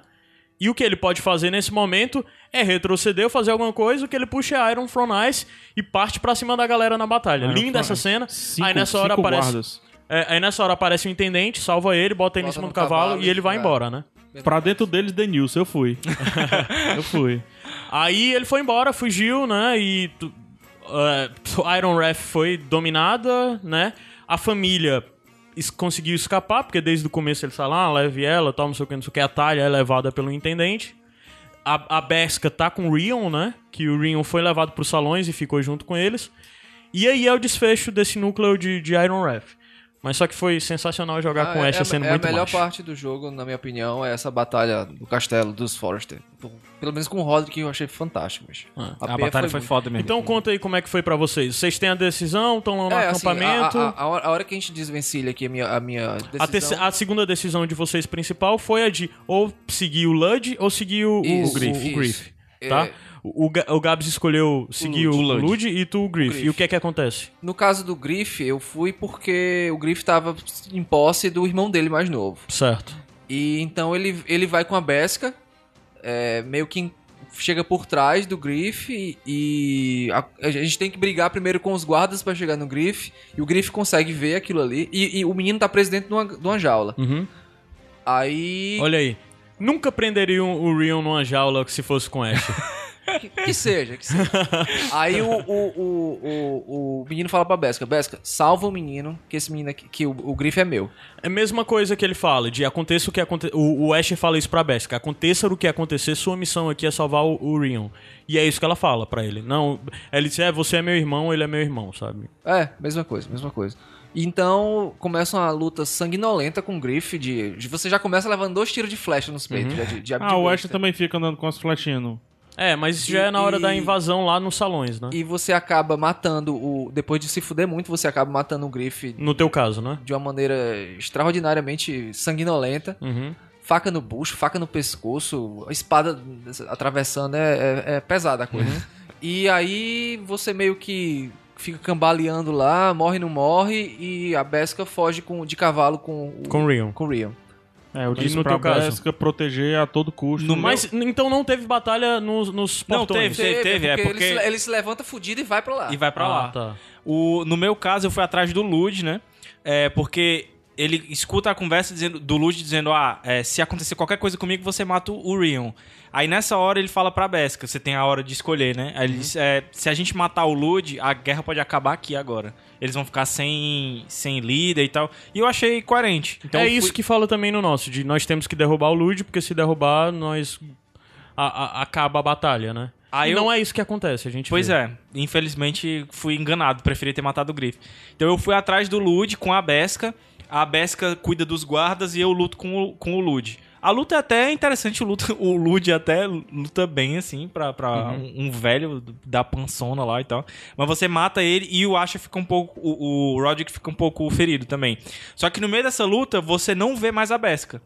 Speaker 1: E o que ele pode fazer nesse momento é retroceder ou fazer alguma coisa. O que ele puxa é Iron From Ice e parte pra cima da galera na batalha.
Speaker 4: Iron
Speaker 1: Linda essa
Speaker 4: From Ice.
Speaker 1: cena.
Speaker 4: Cinco,
Speaker 1: Aí nessa hora
Speaker 4: cinco
Speaker 1: aparece.
Speaker 4: guardas.
Speaker 1: É, aí nessa hora aparece o intendente, salva ele, bota ele em
Speaker 3: Bota
Speaker 1: cima
Speaker 3: no
Speaker 1: do cavalo,
Speaker 3: cavalo
Speaker 1: e ele
Speaker 3: e é.
Speaker 1: vai
Speaker 3: vai.
Speaker 1: embora, né?
Speaker 4: Pra dentro deles, Denilson, eu fui. eu fui.
Speaker 1: Aí ele foi embora, fugiu, né? E tu- é, Iron Wrath foi dominada, né? A família es- conseguiu escapar, porque desde o começo ele fala, ah, leve ela, tal, não sei o que, não sei o que. A talha é levada pelo intendente. A, a Besca tá com o Rion, né? Que o Rion foi levado pros salões e ficou junto com eles. E aí é o desfecho desse núcleo de, de Iron Wrath. Mas só que foi sensacional jogar
Speaker 3: Ah,
Speaker 1: com
Speaker 3: é,
Speaker 1: Asher
Speaker 3: é,
Speaker 1: sendo
Speaker 3: é
Speaker 1: muito
Speaker 3: a melhor
Speaker 1: macho.
Speaker 3: parte do jogo, na minha opinião, é essa batalha do castelo dos Forrester. Pelo menos com o Roderick eu achei fantástico, bicho.
Speaker 2: A,
Speaker 3: peia
Speaker 2: batalha foi,
Speaker 3: muito-
Speaker 2: foda mesmo.
Speaker 1: Então conta aí como é que foi pra vocês. Vocês têm a decisão, estão lá no
Speaker 3: É, assim, a-
Speaker 1: acampamento.
Speaker 3: a, a- a hora- a hora que a gente desvencilha aqui a minha, a minha
Speaker 1: A, terce-
Speaker 3: decisão...
Speaker 1: a segunda decisão de vocês principal foi a de ou seguir o Lud ou seguir o, o-
Speaker 3: Isso,
Speaker 1: o Griff.
Speaker 3: isso.
Speaker 1: o Griff, tá?
Speaker 3: É.
Speaker 1: O, o Ga- o Gabs escolheu seguir o,
Speaker 2: Lud. O
Speaker 1: Lud,
Speaker 2: Lud.
Speaker 1: e tu o Griff.
Speaker 3: Griff.
Speaker 1: E o que é que acontece?
Speaker 3: No caso do Griff, eu fui porque o Griff tava em posse do irmão dele mais novo.
Speaker 1: Certo.
Speaker 3: E então ele, ele vai com a Besca, é, meio que em- chega por trás do Griff e, e a, a gente tem que brigar primeiro com os guardas pra chegar no Griff. E o Griff consegue ver aquilo ali. E, e o menino tá preso dentro de uma, de uma jaula.
Speaker 1: Uhum.
Speaker 3: Aí.
Speaker 1: Olha aí. Nunca prenderiam o Rion numa jaula se fosse com Ash.
Speaker 3: Que, que seja, que seja. Aí o, o, o, o, o menino fala pra Besca, Besca, salva o menino, que esse menino aqui, que o, o grifo é meu.
Speaker 1: É a mesma coisa que ele fala, de aconteça o que acontecer. O, o Ash fala isso pra Besca, aconteça o que acontecer, sua missão aqui é salvar o, o Rion. E é isso que ela fala pra ele. Não, ele diz, é, você é meu irmão, ele é meu irmão, sabe?
Speaker 3: É, mesma coisa, mesma coisa. Então começa uma luta sanguinolenta com o Griff. De, de- você já começa levando dois tiros de flecha nos peitos. já de, de, de
Speaker 4: Ah, o Ash
Speaker 3: besta.
Speaker 4: também fica andando com as flechinhas. no-
Speaker 1: É, mas isso já é na hora da invasão lá nos salões, né?
Speaker 3: E você acaba matando o. Depois de se fuder muito, você acaba matando o Griff
Speaker 1: No teu caso, né?
Speaker 3: de uma maneira extraordinariamente sanguinolenta.
Speaker 1: Uhum.
Speaker 3: Faca no bucho, faca no pescoço, espada atravessando, é, é- é pesada a coisa.
Speaker 4: Uhum.
Speaker 3: E aí você meio que fica cambaleando lá, morre não morre, e a Besca foge com, de cavalo com o,
Speaker 1: Com o Rion.
Speaker 3: com o Rion.
Speaker 4: É, eu
Speaker 1: E
Speaker 4: disse
Speaker 1: no
Speaker 4: pra
Speaker 1: teu caso?
Speaker 4: Besca proteger a todo custo.
Speaker 2: No
Speaker 1: Mas então não teve batalha nos, nos
Speaker 2: Não,
Speaker 1: portões.
Speaker 2: teve, teve, é, porque-
Speaker 3: ele, se, ele se levanta fudido e vai pra lá.
Speaker 2: E vai pra
Speaker 1: Ah,
Speaker 2: lá.
Speaker 1: tá.
Speaker 2: O, no meu caso, eu fui atrás do Lud, né? É, porque ele escuta a conversa dizendo, do Lud dizendo: Ah, é, se acontecer qualquer coisa comigo, você mata o Rion. Aí nessa hora ele fala pra Besca: Você tem a hora de escolher, né? Aí ele diz: é, Se a gente matar o Lud, a guerra pode acabar aqui agora. Eles vão ficar sem, sem líder e tal. E eu achei coerente. Então
Speaker 1: é
Speaker 2: eu fui-
Speaker 1: isso que fala também no nosso, de nós temos que derrubar o Lud, porque se derrubar, nós. a- a- acaba a batalha, né?
Speaker 2: Aí
Speaker 1: e
Speaker 2: eu-
Speaker 1: não é isso que acontece, a gente.
Speaker 2: Pois
Speaker 1: vê.
Speaker 2: é, infelizmente fui enganado, preferi ter matado o Griff. Então eu fui atrás do Lud com a Besca, a Besca cuida dos guardas e eu luto com o, com o Lud. A luta é até interessante, o, luta, o Lud até luta bem, assim, pra, pra um, um velho da pançona lá e tal. Mas você mata ele e o Asha fica um pouco. O, o Roderick fica um pouco ferido também. Só que no meio dessa luta, você não vê mais a Besca.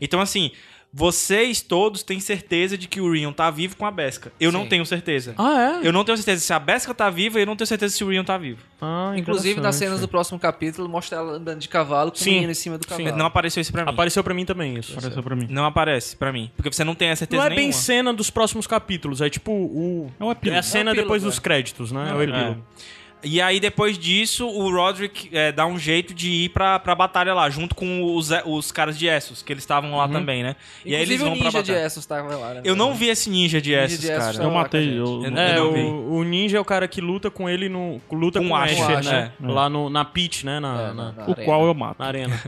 Speaker 2: Então, assim, vocês todos têm certeza de que o Rion tá vivo com a Besca. Eu não
Speaker 3: Sim.
Speaker 2: tenho certeza.
Speaker 1: Ah, é?
Speaker 2: Eu não tenho certeza se a Besca tá viva e eu não tenho certeza se o Rion tá vivo.
Speaker 1: Ah,
Speaker 3: Inclusive, nas
Speaker 1: interessante.
Speaker 3: cenas do próximo capítulo, mostra ela andando de cavalo com
Speaker 1: Sim,
Speaker 3: o menino em cima do cavalo.
Speaker 2: Não apareceu isso pra mim.
Speaker 1: Apareceu pra mim também isso.
Speaker 4: Apareceu pra mim.
Speaker 2: Não aparece pra mim. Porque você não tem a certeza
Speaker 1: Não é bem
Speaker 2: nenhuma.
Speaker 1: cena dos próximos capítulos, é tipo o.
Speaker 4: É um
Speaker 1: É
Speaker 4: epílogo.
Speaker 1: a cena
Speaker 3: É o epílogo,
Speaker 1: depois dos
Speaker 3: é.
Speaker 1: créditos, né? É o epílogo.
Speaker 2: E aí, depois disso, o Roderick é, dá um jeito de ir pra, pra batalha lá, junto com os, é, os caras de Essos, que eles estavam
Speaker 4: Uhum.
Speaker 2: lá também, né? e aí eles
Speaker 3: Inclusive
Speaker 2: vão
Speaker 3: o
Speaker 2: pra
Speaker 3: ninja de
Speaker 2: batalha.
Speaker 3: Essos tava lá, né?
Speaker 2: Eu não vi esse ninja de
Speaker 3: Ninja
Speaker 2: Essos,
Speaker 3: de
Speaker 2: cara.
Speaker 3: Essos tá
Speaker 4: É, Eu
Speaker 3: lá com a
Speaker 4: matei.
Speaker 3: gente.
Speaker 4: Eu,
Speaker 2: Eu não-
Speaker 1: É,
Speaker 2: eu não
Speaker 1: o, o ninja é o cara que luta com ele no. Luta
Speaker 2: Com
Speaker 1: com, o
Speaker 2: Asher,
Speaker 1: Asher,
Speaker 2: né?
Speaker 1: né? Lá no, na pit, né? Na,
Speaker 3: É,
Speaker 1: na-
Speaker 3: na-
Speaker 4: o
Speaker 3: arena.
Speaker 4: qual eu mato.
Speaker 1: na arena.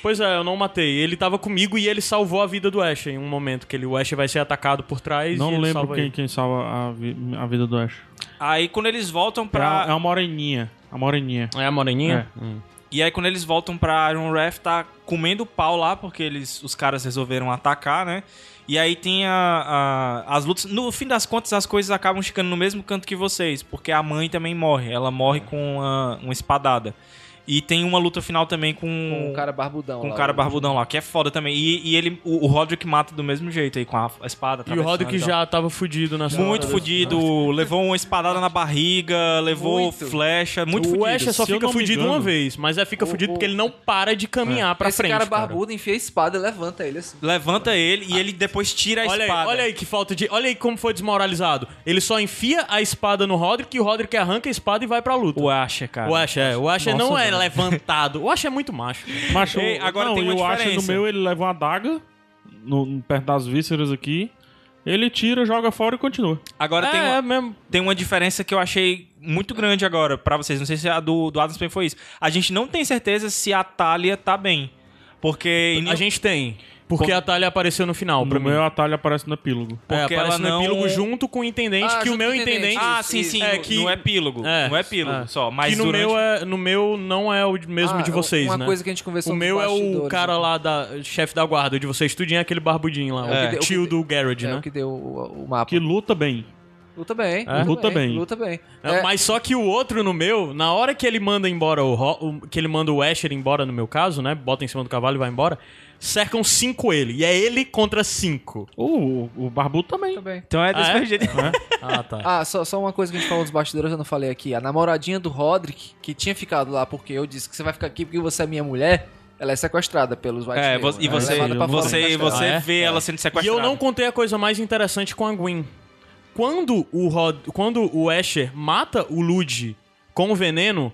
Speaker 1: pois é, eu não matei. Ele tava comigo e ele salvou a vida do Ash em um momento, que ele, o Ash vai ser atacado por trás e
Speaker 4: Não
Speaker 1: ele
Speaker 4: lembro
Speaker 1: salva
Speaker 4: quem,
Speaker 1: ele.
Speaker 4: quem salva a, vi- a vida do Ash.
Speaker 2: Aí, quando eles voltam
Speaker 4: É,
Speaker 2: pra.
Speaker 4: uma moreninha. A moreninha.
Speaker 1: É a moreninha? Hum.
Speaker 2: E aí, quando eles voltam pra Iron Ref, tá comendo pau lá, porque eles, os caras resolveram atacar, né? E aí tem a- a- as lutas. No fim das contas, as coisas acabam ficando no mesmo canto que vocês, porque a mãe também morre. Ela morre com ah, uma, uma espadada. E tem uma luta final também com,
Speaker 3: Com o cara barbudão
Speaker 2: um com o
Speaker 3: lá, né?
Speaker 2: cara
Speaker 3: o-
Speaker 2: barbudão lá, que é foda também. E, e ele, o, o Roderick mata do mesmo jeito aí, com a, a
Speaker 1: E
Speaker 2: espada.
Speaker 1: o
Speaker 2: atravessando
Speaker 1: Roderick
Speaker 2: e tal.
Speaker 1: já tava fudido nessa
Speaker 2: Muito
Speaker 1: hora.
Speaker 2: fudido, levou uma espadada na barriga, levou
Speaker 3: Muito.
Speaker 2: flecha, muito
Speaker 1: o
Speaker 2: fudido.
Speaker 1: Ash só
Speaker 4: Se eu
Speaker 1: fica
Speaker 4: não me
Speaker 1: fudido
Speaker 4: engano.
Speaker 1: uma vez, mas é fica
Speaker 3: O-
Speaker 1: fudido
Speaker 3: o-
Speaker 1: porque ele não para de caminhar pra
Speaker 3: Esse
Speaker 1: frente.
Speaker 3: cara é barbudo enfia a espada e levanta ele assim.
Speaker 2: Levanta ele e ele depois tira a
Speaker 1: Olha aí,
Speaker 2: espada.
Speaker 1: olha aí que falta de. Olha aí como foi desmoralizado. Ele só enfia a espada no Roderick e o Roderick arranca a espada e vai pra luta.
Speaker 2: O Asher, cara.
Speaker 1: O Ash, é. O Ash
Speaker 4: Nossa,
Speaker 1: não é
Speaker 4: velho.
Speaker 1: levantado. O Ash é muito macho.
Speaker 4: Mas
Speaker 2: Ei, agora
Speaker 4: não,
Speaker 2: tem
Speaker 4: e
Speaker 2: uma
Speaker 4: o Ash no
Speaker 2: diferença.
Speaker 4: meu, ele leva uma adaga no, no- perto das vísceras aqui. Ele tira, joga fora e continua.
Speaker 2: Agora tem,
Speaker 1: é,
Speaker 2: uma,
Speaker 1: é mesmo.
Speaker 2: tem uma diferença que eu achei muito grande agora pra vocês. Não sei se a do, do Adams também foi isso. A gente não tem certeza se a Talia tá bem. Porque.
Speaker 1: A gente tem. Porque a Talia apareceu no final, pra
Speaker 4: No
Speaker 1: mim.
Speaker 4: meu, a talha aparece no epílogo.
Speaker 1: É,
Speaker 2: porque
Speaker 1: aparece
Speaker 2: ela
Speaker 1: no
Speaker 2: não-
Speaker 1: epílogo junto com o intendente,
Speaker 3: Ah,
Speaker 1: que o
Speaker 3: junto
Speaker 1: meu
Speaker 3: com o
Speaker 1: intendente.
Speaker 3: intendente.
Speaker 2: Ah, sim, sim.
Speaker 1: É
Speaker 2: no,
Speaker 1: que-
Speaker 2: no epílogo.
Speaker 1: É,
Speaker 2: no epílogo
Speaker 1: é.
Speaker 2: só. Mas
Speaker 1: que no,
Speaker 2: durante...
Speaker 1: meu é, no meu não é o de- mesmo
Speaker 3: Ah,
Speaker 1: de vocês,
Speaker 3: uma
Speaker 1: né?
Speaker 3: coisa que a gente conversou
Speaker 1: o
Speaker 3: nos
Speaker 1: meu é o
Speaker 3: bastidores,
Speaker 1: cara
Speaker 3: né?
Speaker 1: lá, da chefe da guarda, de vocês, tudinho é aquele barbudinho lá,
Speaker 2: É.
Speaker 1: o
Speaker 2: O
Speaker 3: que-
Speaker 1: tio
Speaker 3: o que-
Speaker 1: do Garrett,
Speaker 3: É
Speaker 1: né?
Speaker 3: o que deu o, o mapa.
Speaker 4: Que luta bem.
Speaker 3: Luta bem,
Speaker 1: É?
Speaker 4: Luta bem.
Speaker 3: Luta bem.
Speaker 1: É,
Speaker 3: É,
Speaker 1: Mas só que o outro no meu, na hora que ele manda embora o, Ro- o- que ele manda o Asher embora no meu caso, né? Bota em cima do cavalo e vai embora, cercam cinco ele. E é ele contra cinco.
Speaker 4: O, o, o Barbudo também.
Speaker 3: Luta bem.
Speaker 2: Então é desse
Speaker 1: Ah, é?
Speaker 2: jeito.
Speaker 1: Ah, tá.
Speaker 3: Ah, só, só uma coisa que a gente falou dos bastidores, eu não falei aqui. A namoradinha do Roderick, que tinha ficado lá porque eu disse que você vai ficar aqui porque você é minha mulher, ela é sequestrada pelos White
Speaker 2: É,
Speaker 3: Raven,
Speaker 2: vo- e
Speaker 3: né?
Speaker 2: você,
Speaker 3: Levada pra fora do
Speaker 2: você,
Speaker 3: castelo.
Speaker 2: você
Speaker 1: Ah, é?
Speaker 2: vê ela sendo
Speaker 1: e
Speaker 2: sequestrada.
Speaker 1: eu não contei a coisa mais interessante com a Gwen. Quando o, Rod, quando o Asher mata o Lud com o veneno,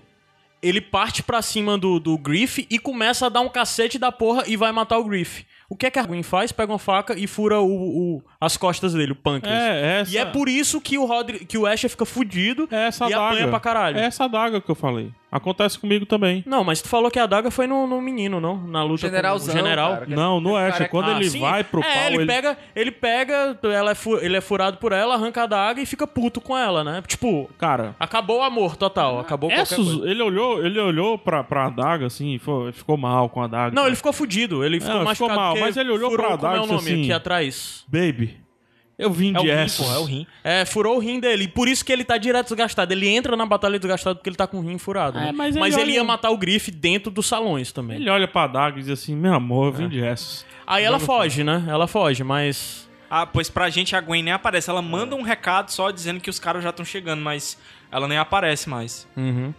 Speaker 1: ele parte pra cima do, do Griff e começa a dar um cacete da porra e vai matar o Griff. O que é que a Gwen faz? Pega uma faca e fura o, o- as costas dele, o pâncreas.
Speaker 4: É, essa,
Speaker 1: E é por isso que o, Rodri, que o Asher fica fudido
Speaker 4: é essa
Speaker 1: e
Speaker 4: adaga.
Speaker 1: apanha pra caralho.
Speaker 4: É essa adaga que eu falei. Acontece comigo também.
Speaker 1: Não, mas tu falou que a adaga foi no, no menino, não? Na luta com
Speaker 3: Generalzão,
Speaker 1: o general.
Speaker 3: cara.
Speaker 4: Não, no
Speaker 3: Aquele
Speaker 4: Asher.
Speaker 3: cara-
Speaker 4: Quando
Speaker 1: Ah,
Speaker 4: ele
Speaker 1: sim.
Speaker 4: vai pro
Speaker 1: é,
Speaker 4: pau,
Speaker 1: ele, pega, ele pega, ela é fu- ele é furado por ela, arranca a adaga e fica puto com ela, né? Tipo,
Speaker 4: Cara,
Speaker 1: acabou o amor total, acabou
Speaker 4: essa,
Speaker 1: qualquer coisa.
Speaker 4: ele olhou, ele olhou pra, pra adaga, assim, e foi- ficou mal com a adaga.
Speaker 1: Não, ele ficou fudido, ele ficou
Speaker 4: ficou
Speaker 1: machucado.
Speaker 4: mal,
Speaker 1: porque
Speaker 4: mas ele olhou
Speaker 1: furou,
Speaker 4: pra
Speaker 1: como é
Speaker 4: adaga
Speaker 1: o
Speaker 4: e disse
Speaker 1: nome
Speaker 4: assim,
Speaker 1: aqui atrás?
Speaker 4: Baby, eu vim
Speaker 2: É o
Speaker 4: de
Speaker 2: rim,
Speaker 4: Essos.
Speaker 2: porra, é o rim.
Speaker 1: É, furou o rim dele, e por isso que ele tá direto desgastado. Ele entra na batalha desgastado porque ele tá com o rim furado.
Speaker 4: É,
Speaker 1: né?
Speaker 4: mas ele olha-
Speaker 1: ia matar o Griff dentro dos salões também.
Speaker 4: Ele olha pra adaga e diz assim, meu amor, eu vim de Essos.
Speaker 1: Aí ela foge, né? Ela foge, mas...
Speaker 2: Ah, pois pra gente a Gwen nem aparece. Ela manda um recado só dizendo que os caras já estão chegando, mas ela nem aparece mais.
Speaker 1: Uhum.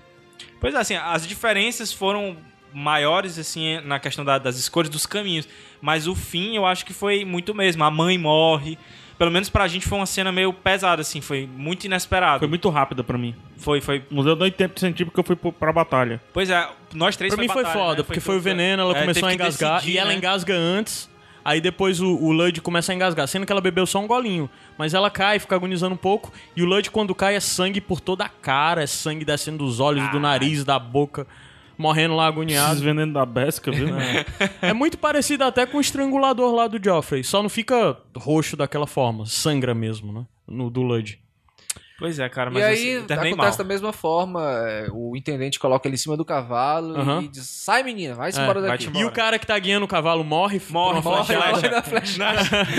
Speaker 2: Pois é, assim, as diferenças foram maiores, assim, na questão da- das escolhas dos caminhos. Mas o fim, eu acho que foi muito mesmo. A mãe morre. Pelo menos pra gente foi uma cena meio pesada, assim. Foi muito inesperado.
Speaker 4: Foi muito rápida pra mim.
Speaker 2: Foi, foi.
Speaker 4: Não deu nem tempo de sentir porque eu fui pro- pra batalha.
Speaker 2: Pois é, nós três
Speaker 1: Pra mim foi
Speaker 2: batalha,
Speaker 1: foda,
Speaker 2: né?
Speaker 1: porque foi o veneno, ela
Speaker 2: É,
Speaker 1: começou
Speaker 2: teve
Speaker 1: a
Speaker 2: que
Speaker 1: engasgar
Speaker 2: decidir,
Speaker 1: e ela
Speaker 2: né?
Speaker 1: engasga antes. Aí depois o, o Lud começa a engasgar, sendo que ela bebeu só um golinho. Mas ela cai, fica agonizando um pouco. E o Lud, quando cai, é sangue por toda a cara, é sangue descendo dos olhos, do nariz, da boca, morrendo lá
Speaker 4: Esses
Speaker 1: agoniado.
Speaker 4: venenos da Besca, viu? né?
Speaker 1: é muito parecido até com o estrangulador lá do Joffrey, só não fica roxo daquela forma, sangra mesmo, né? No, do Lud.
Speaker 2: Pois é, cara,
Speaker 3: E
Speaker 2: mas
Speaker 3: aí
Speaker 2: assim, terminei
Speaker 3: acontece da
Speaker 2: mal.
Speaker 3: mesma forma, é, o intendente coloca ele em cima do cavalo
Speaker 1: Aham.
Speaker 3: e diz, sai menina, vai-se
Speaker 1: É,
Speaker 3: embora
Speaker 2: vai-te
Speaker 3: daqui.
Speaker 2: embora.
Speaker 1: E o cara que tá guiando o cavalo morre,
Speaker 2: Morre,
Speaker 1: com uma
Speaker 2: morre,
Speaker 1: flechada.
Speaker 2: morre.
Speaker 3: da flecha.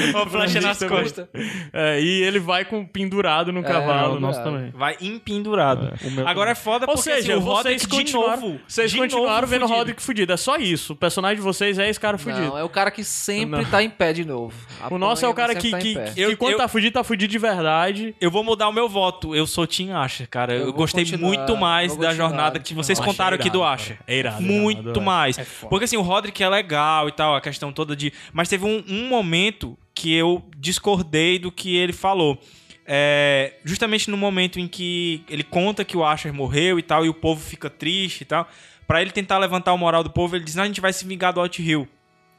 Speaker 2: Uma flecha nas
Speaker 1: Isso
Speaker 2: costas.
Speaker 1: É, e ele vai com pendurado no cavalo. né?
Speaker 4: o nosso
Speaker 3: é.
Speaker 4: também.
Speaker 2: Vai empendurado.
Speaker 4: É, o meu
Speaker 2: Agora é foda
Speaker 1: Ou
Speaker 2: porque
Speaker 1: seja,
Speaker 2: assim, o
Speaker 1: vocês
Speaker 2: Roderick de
Speaker 1: continuaram,
Speaker 2: novo.
Speaker 1: vocês
Speaker 2: de
Speaker 1: continuaram
Speaker 2: novo
Speaker 1: vendo o
Speaker 2: fudido.
Speaker 1: Roderick fudido. É só isso. O personagem de vocês é esse cara fudido.
Speaker 3: Não, é o cara que sempre
Speaker 1: Não.
Speaker 3: tá em pé de novo.
Speaker 1: O nosso é o
Speaker 3: Apanha,
Speaker 1: cara
Speaker 3: mas
Speaker 1: que,
Speaker 3: sempre
Speaker 1: que,
Speaker 3: tá em
Speaker 1: que
Speaker 3: pé.
Speaker 2: Eu-
Speaker 1: quando
Speaker 2: eu-
Speaker 1: tá fudido, tá fudido de verdade.
Speaker 2: Eu vou mudar o meu voto. Eu sou Team Asher, cara.
Speaker 3: Eu
Speaker 2: Eu,
Speaker 3: vou
Speaker 2: gostei
Speaker 3: continuar,
Speaker 2: muito mais
Speaker 3: vou
Speaker 2: da
Speaker 3: continuar,
Speaker 2: jornada que vocês
Speaker 1: Não, achei
Speaker 2: contaram aqui do
Speaker 1: irado,
Speaker 2: Asher.
Speaker 1: cara. É irado,
Speaker 2: Muito
Speaker 1: irado, é.
Speaker 2: mais.
Speaker 3: É foda.
Speaker 2: Porque assim, o Roderick é legal e tal, a questão toda de. Mas teve um, um momento que eu discordei do que ele falou. É, justamente no momento em que ele conta que o Asher morreu e tal, e o povo fica triste e tal. Pra ele tentar levantar o moral do povo, ele diz: Não, a gente vai se vingar do Out Hill.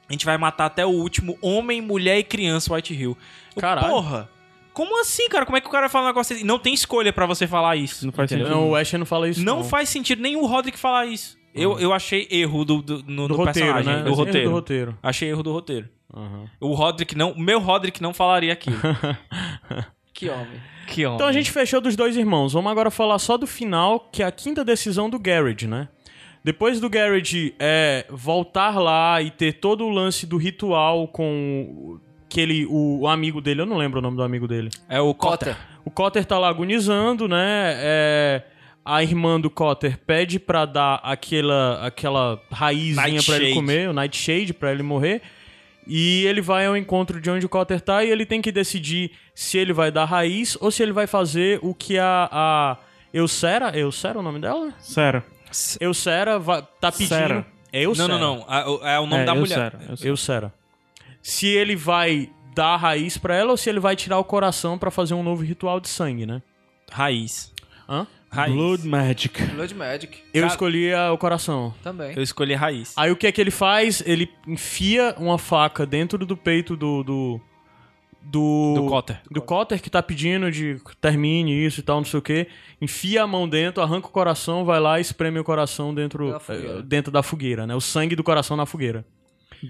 Speaker 2: A gente vai matar até o último homem, mulher e criança White Hill. Eu,
Speaker 1: Caralho.
Speaker 2: Porra! Como assim, cara? Como é que o cara fala um negócio assim? Não tem escolha pra você falar isso.
Speaker 4: Não faz
Speaker 1: Não,
Speaker 4: sentido.
Speaker 1: o Asher não fala isso.
Speaker 2: Não,
Speaker 1: Não,
Speaker 2: faz sentido nem o Roderick falar isso. Eu, eu achei erro do, do, no,
Speaker 1: do
Speaker 2: no
Speaker 1: roteiro,
Speaker 2: personagem,
Speaker 1: né?
Speaker 2: do roteiro.
Speaker 1: Do roteiro.
Speaker 2: Achei erro do roteiro.
Speaker 1: Aham.
Speaker 2: O Roderick não... O meu Roderick não falaria aquilo.
Speaker 3: Que homem.
Speaker 2: que homem.
Speaker 1: Então a gente fechou dos dois irmãos. Vamos agora falar só do final, que é a quinta decisão do Garrett, né? Depois do Garrett é, voltar lá e ter todo o lance do ritual com o- aquele, o, o amigo dele, eu não lembro o nome do amigo dele.
Speaker 2: É o Cotter.
Speaker 3: Cota.
Speaker 1: O Cotter tá lá agonizando, né? É, a irmã do Cotter pede pra dar aquela, aquela raizinha pra ele
Speaker 2: Nightshade.
Speaker 1: comer, o Nightshade, pra ele morrer. E ele vai ao encontro de onde o Cotter tá e ele tem que decidir se ele vai dar raiz ou se ele vai fazer o que a. a Eucera? Eucera é o nome dela?
Speaker 4: Sério.
Speaker 1: Eucera vai, tá pedindo.
Speaker 4: Sera.
Speaker 1: É Eucera.
Speaker 2: Não, não, não. Ah, o- É, o nome
Speaker 4: É,
Speaker 2: da
Speaker 4: eu
Speaker 2: mulher.
Speaker 4: sério, eu sério.
Speaker 1: Eucera. Se ele vai dar a raiz pra ela ou se ele vai tirar o coração pra fazer um novo ritual de sangue, né?
Speaker 2: Raiz.
Speaker 1: Hã?
Speaker 2: Raiz.
Speaker 4: Blood Magic.
Speaker 3: Blood Magic.
Speaker 1: Eu
Speaker 2: Cara-
Speaker 1: escolhi a- o coração.
Speaker 3: Também.
Speaker 2: Eu escolhi raiz.
Speaker 1: Aí o que é que ele faz? Ele enfia uma faca dentro do peito do. Do, do,
Speaker 2: Do Cotter.
Speaker 1: do Cotter que tá pedindo de termine isso e tal, não sei o quê. Enfia a mão dentro, arranca o coração, vai lá e espreme o coração dentro
Speaker 3: Da fogueira.
Speaker 1: eh, dentro da fogueira, né? O sangue do coração na fogueira.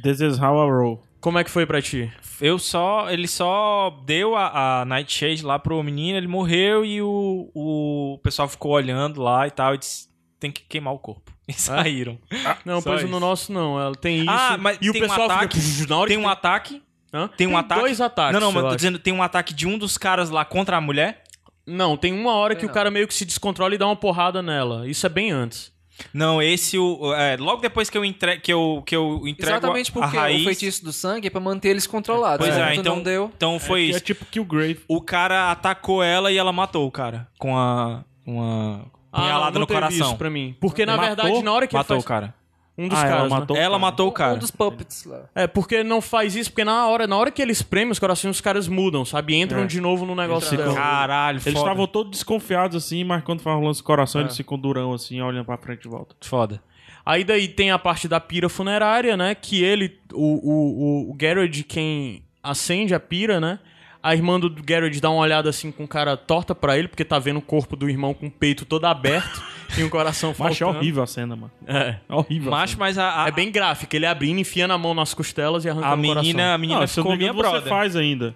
Speaker 4: This is how I roll.
Speaker 1: Como é que foi pra ti?
Speaker 2: Eu só. Ele só deu a, a Nightshade lá pro menino, ele morreu e o, o pessoal ficou olhando lá e tal. E disse: tem que queimar o corpo. E saíram.
Speaker 1: Ah, Não,
Speaker 2: Só
Speaker 1: pois
Speaker 2: isso.
Speaker 1: no nosso não. Ela tem isso.
Speaker 2: Ah, mas
Speaker 1: É. e o
Speaker 2: tem um
Speaker 1: pessoal
Speaker 2: ataque.
Speaker 1: fica... na hora
Speaker 2: tem
Speaker 1: que
Speaker 2: um ataque.
Speaker 1: Hã?
Speaker 2: tem um ataque?
Speaker 1: dois ataques.
Speaker 2: não, não,
Speaker 1: eu
Speaker 2: mas eu tô
Speaker 1: acho.
Speaker 2: dizendo: tem um ataque de um dos caras lá contra a mulher?
Speaker 1: Não, tem uma hora
Speaker 3: Tem
Speaker 1: que o
Speaker 3: não.
Speaker 1: cara meio que se descontrola e dá uma porrada nela. Isso é bem antes.
Speaker 2: Não, esse. O, é, logo depois que eu, entre, que eu, que eu entrego a-
Speaker 3: Exatamente
Speaker 2: a
Speaker 3: porque
Speaker 2: raiz.
Speaker 3: o feitiço do sangue é pra manter eles controlados.
Speaker 2: Pois é,
Speaker 3: Enquanto
Speaker 2: então-
Speaker 3: Não deu.
Speaker 2: Então foi
Speaker 4: Que
Speaker 2: isso.
Speaker 4: é tipo Killgrave.
Speaker 2: O cara atacou ela e ela matou o cara com a. Uma. Punhalada
Speaker 1: Ah, não, não
Speaker 2: no
Speaker 1: teve
Speaker 2: coração.
Speaker 1: Isso pra mim. Porque, na
Speaker 2: Matou-
Speaker 1: verdade, na hora que
Speaker 2: Matou
Speaker 1: ele
Speaker 2: o
Speaker 1: faz...
Speaker 2: cara.
Speaker 1: Um dos
Speaker 4: Ah, ela
Speaker 1: caras. né?
Speaker 4: matou o
Speaker 2: Ela
Speaker 4: cara.
Speaker 2: matou o
Speaker 3: Um
Speaker 2: cara.
Speaker 3: dos puppets lá.
Speaker 1: É, porque não faz isso, porque na hora, na hora que eles prêmio os corações, os caras mudam, sabe? E Entram de novo no negócio
Speaker 4: Entraram.
Speaker 1: dela.
Speaker 2: Caralho,
Speaker 4: Eles
Speaker 2: foda.
Speaker 4: estavam todos desconfiados assim, mas quando faz um lance do coração, eles ficam durão assim, olhando pra frente e volta.
Speaker 2: Foda.
Speaker 1: Aí daí tem a parte da pira funerária, né? Que ele, o, o, o, o Garrett, quem acende a pira, né? A irmã do Garrett dá uma olhada assim com cara torta pra ele, porque tá vendo o corpo do irmão com o peito todo aberto e o coração
Speaker 4: Macho, é
Speaker 1: faltando.
Speaker 4: horrível a cena, mano.
Speaker 1: É.
Speaker 4: É horrível. a
Speaker 2: Macho,
Speaker 4: cena.
Speaker 2: mas a, a,
Speaker 1: É bem gráfico, ele abrindo, enfiando a mão nas costelas e arrancando
Speaker 2: a
Speaker 1: o coração.
Speaker 2: menina, a menina
Speaker 4: Não, se eu não
Speaker 2: ficou
Speaker 4: me
Speaker 2: minha
Speaker 4: engano,
Speaker 2: brother.
Speaker 4: você faz ainda.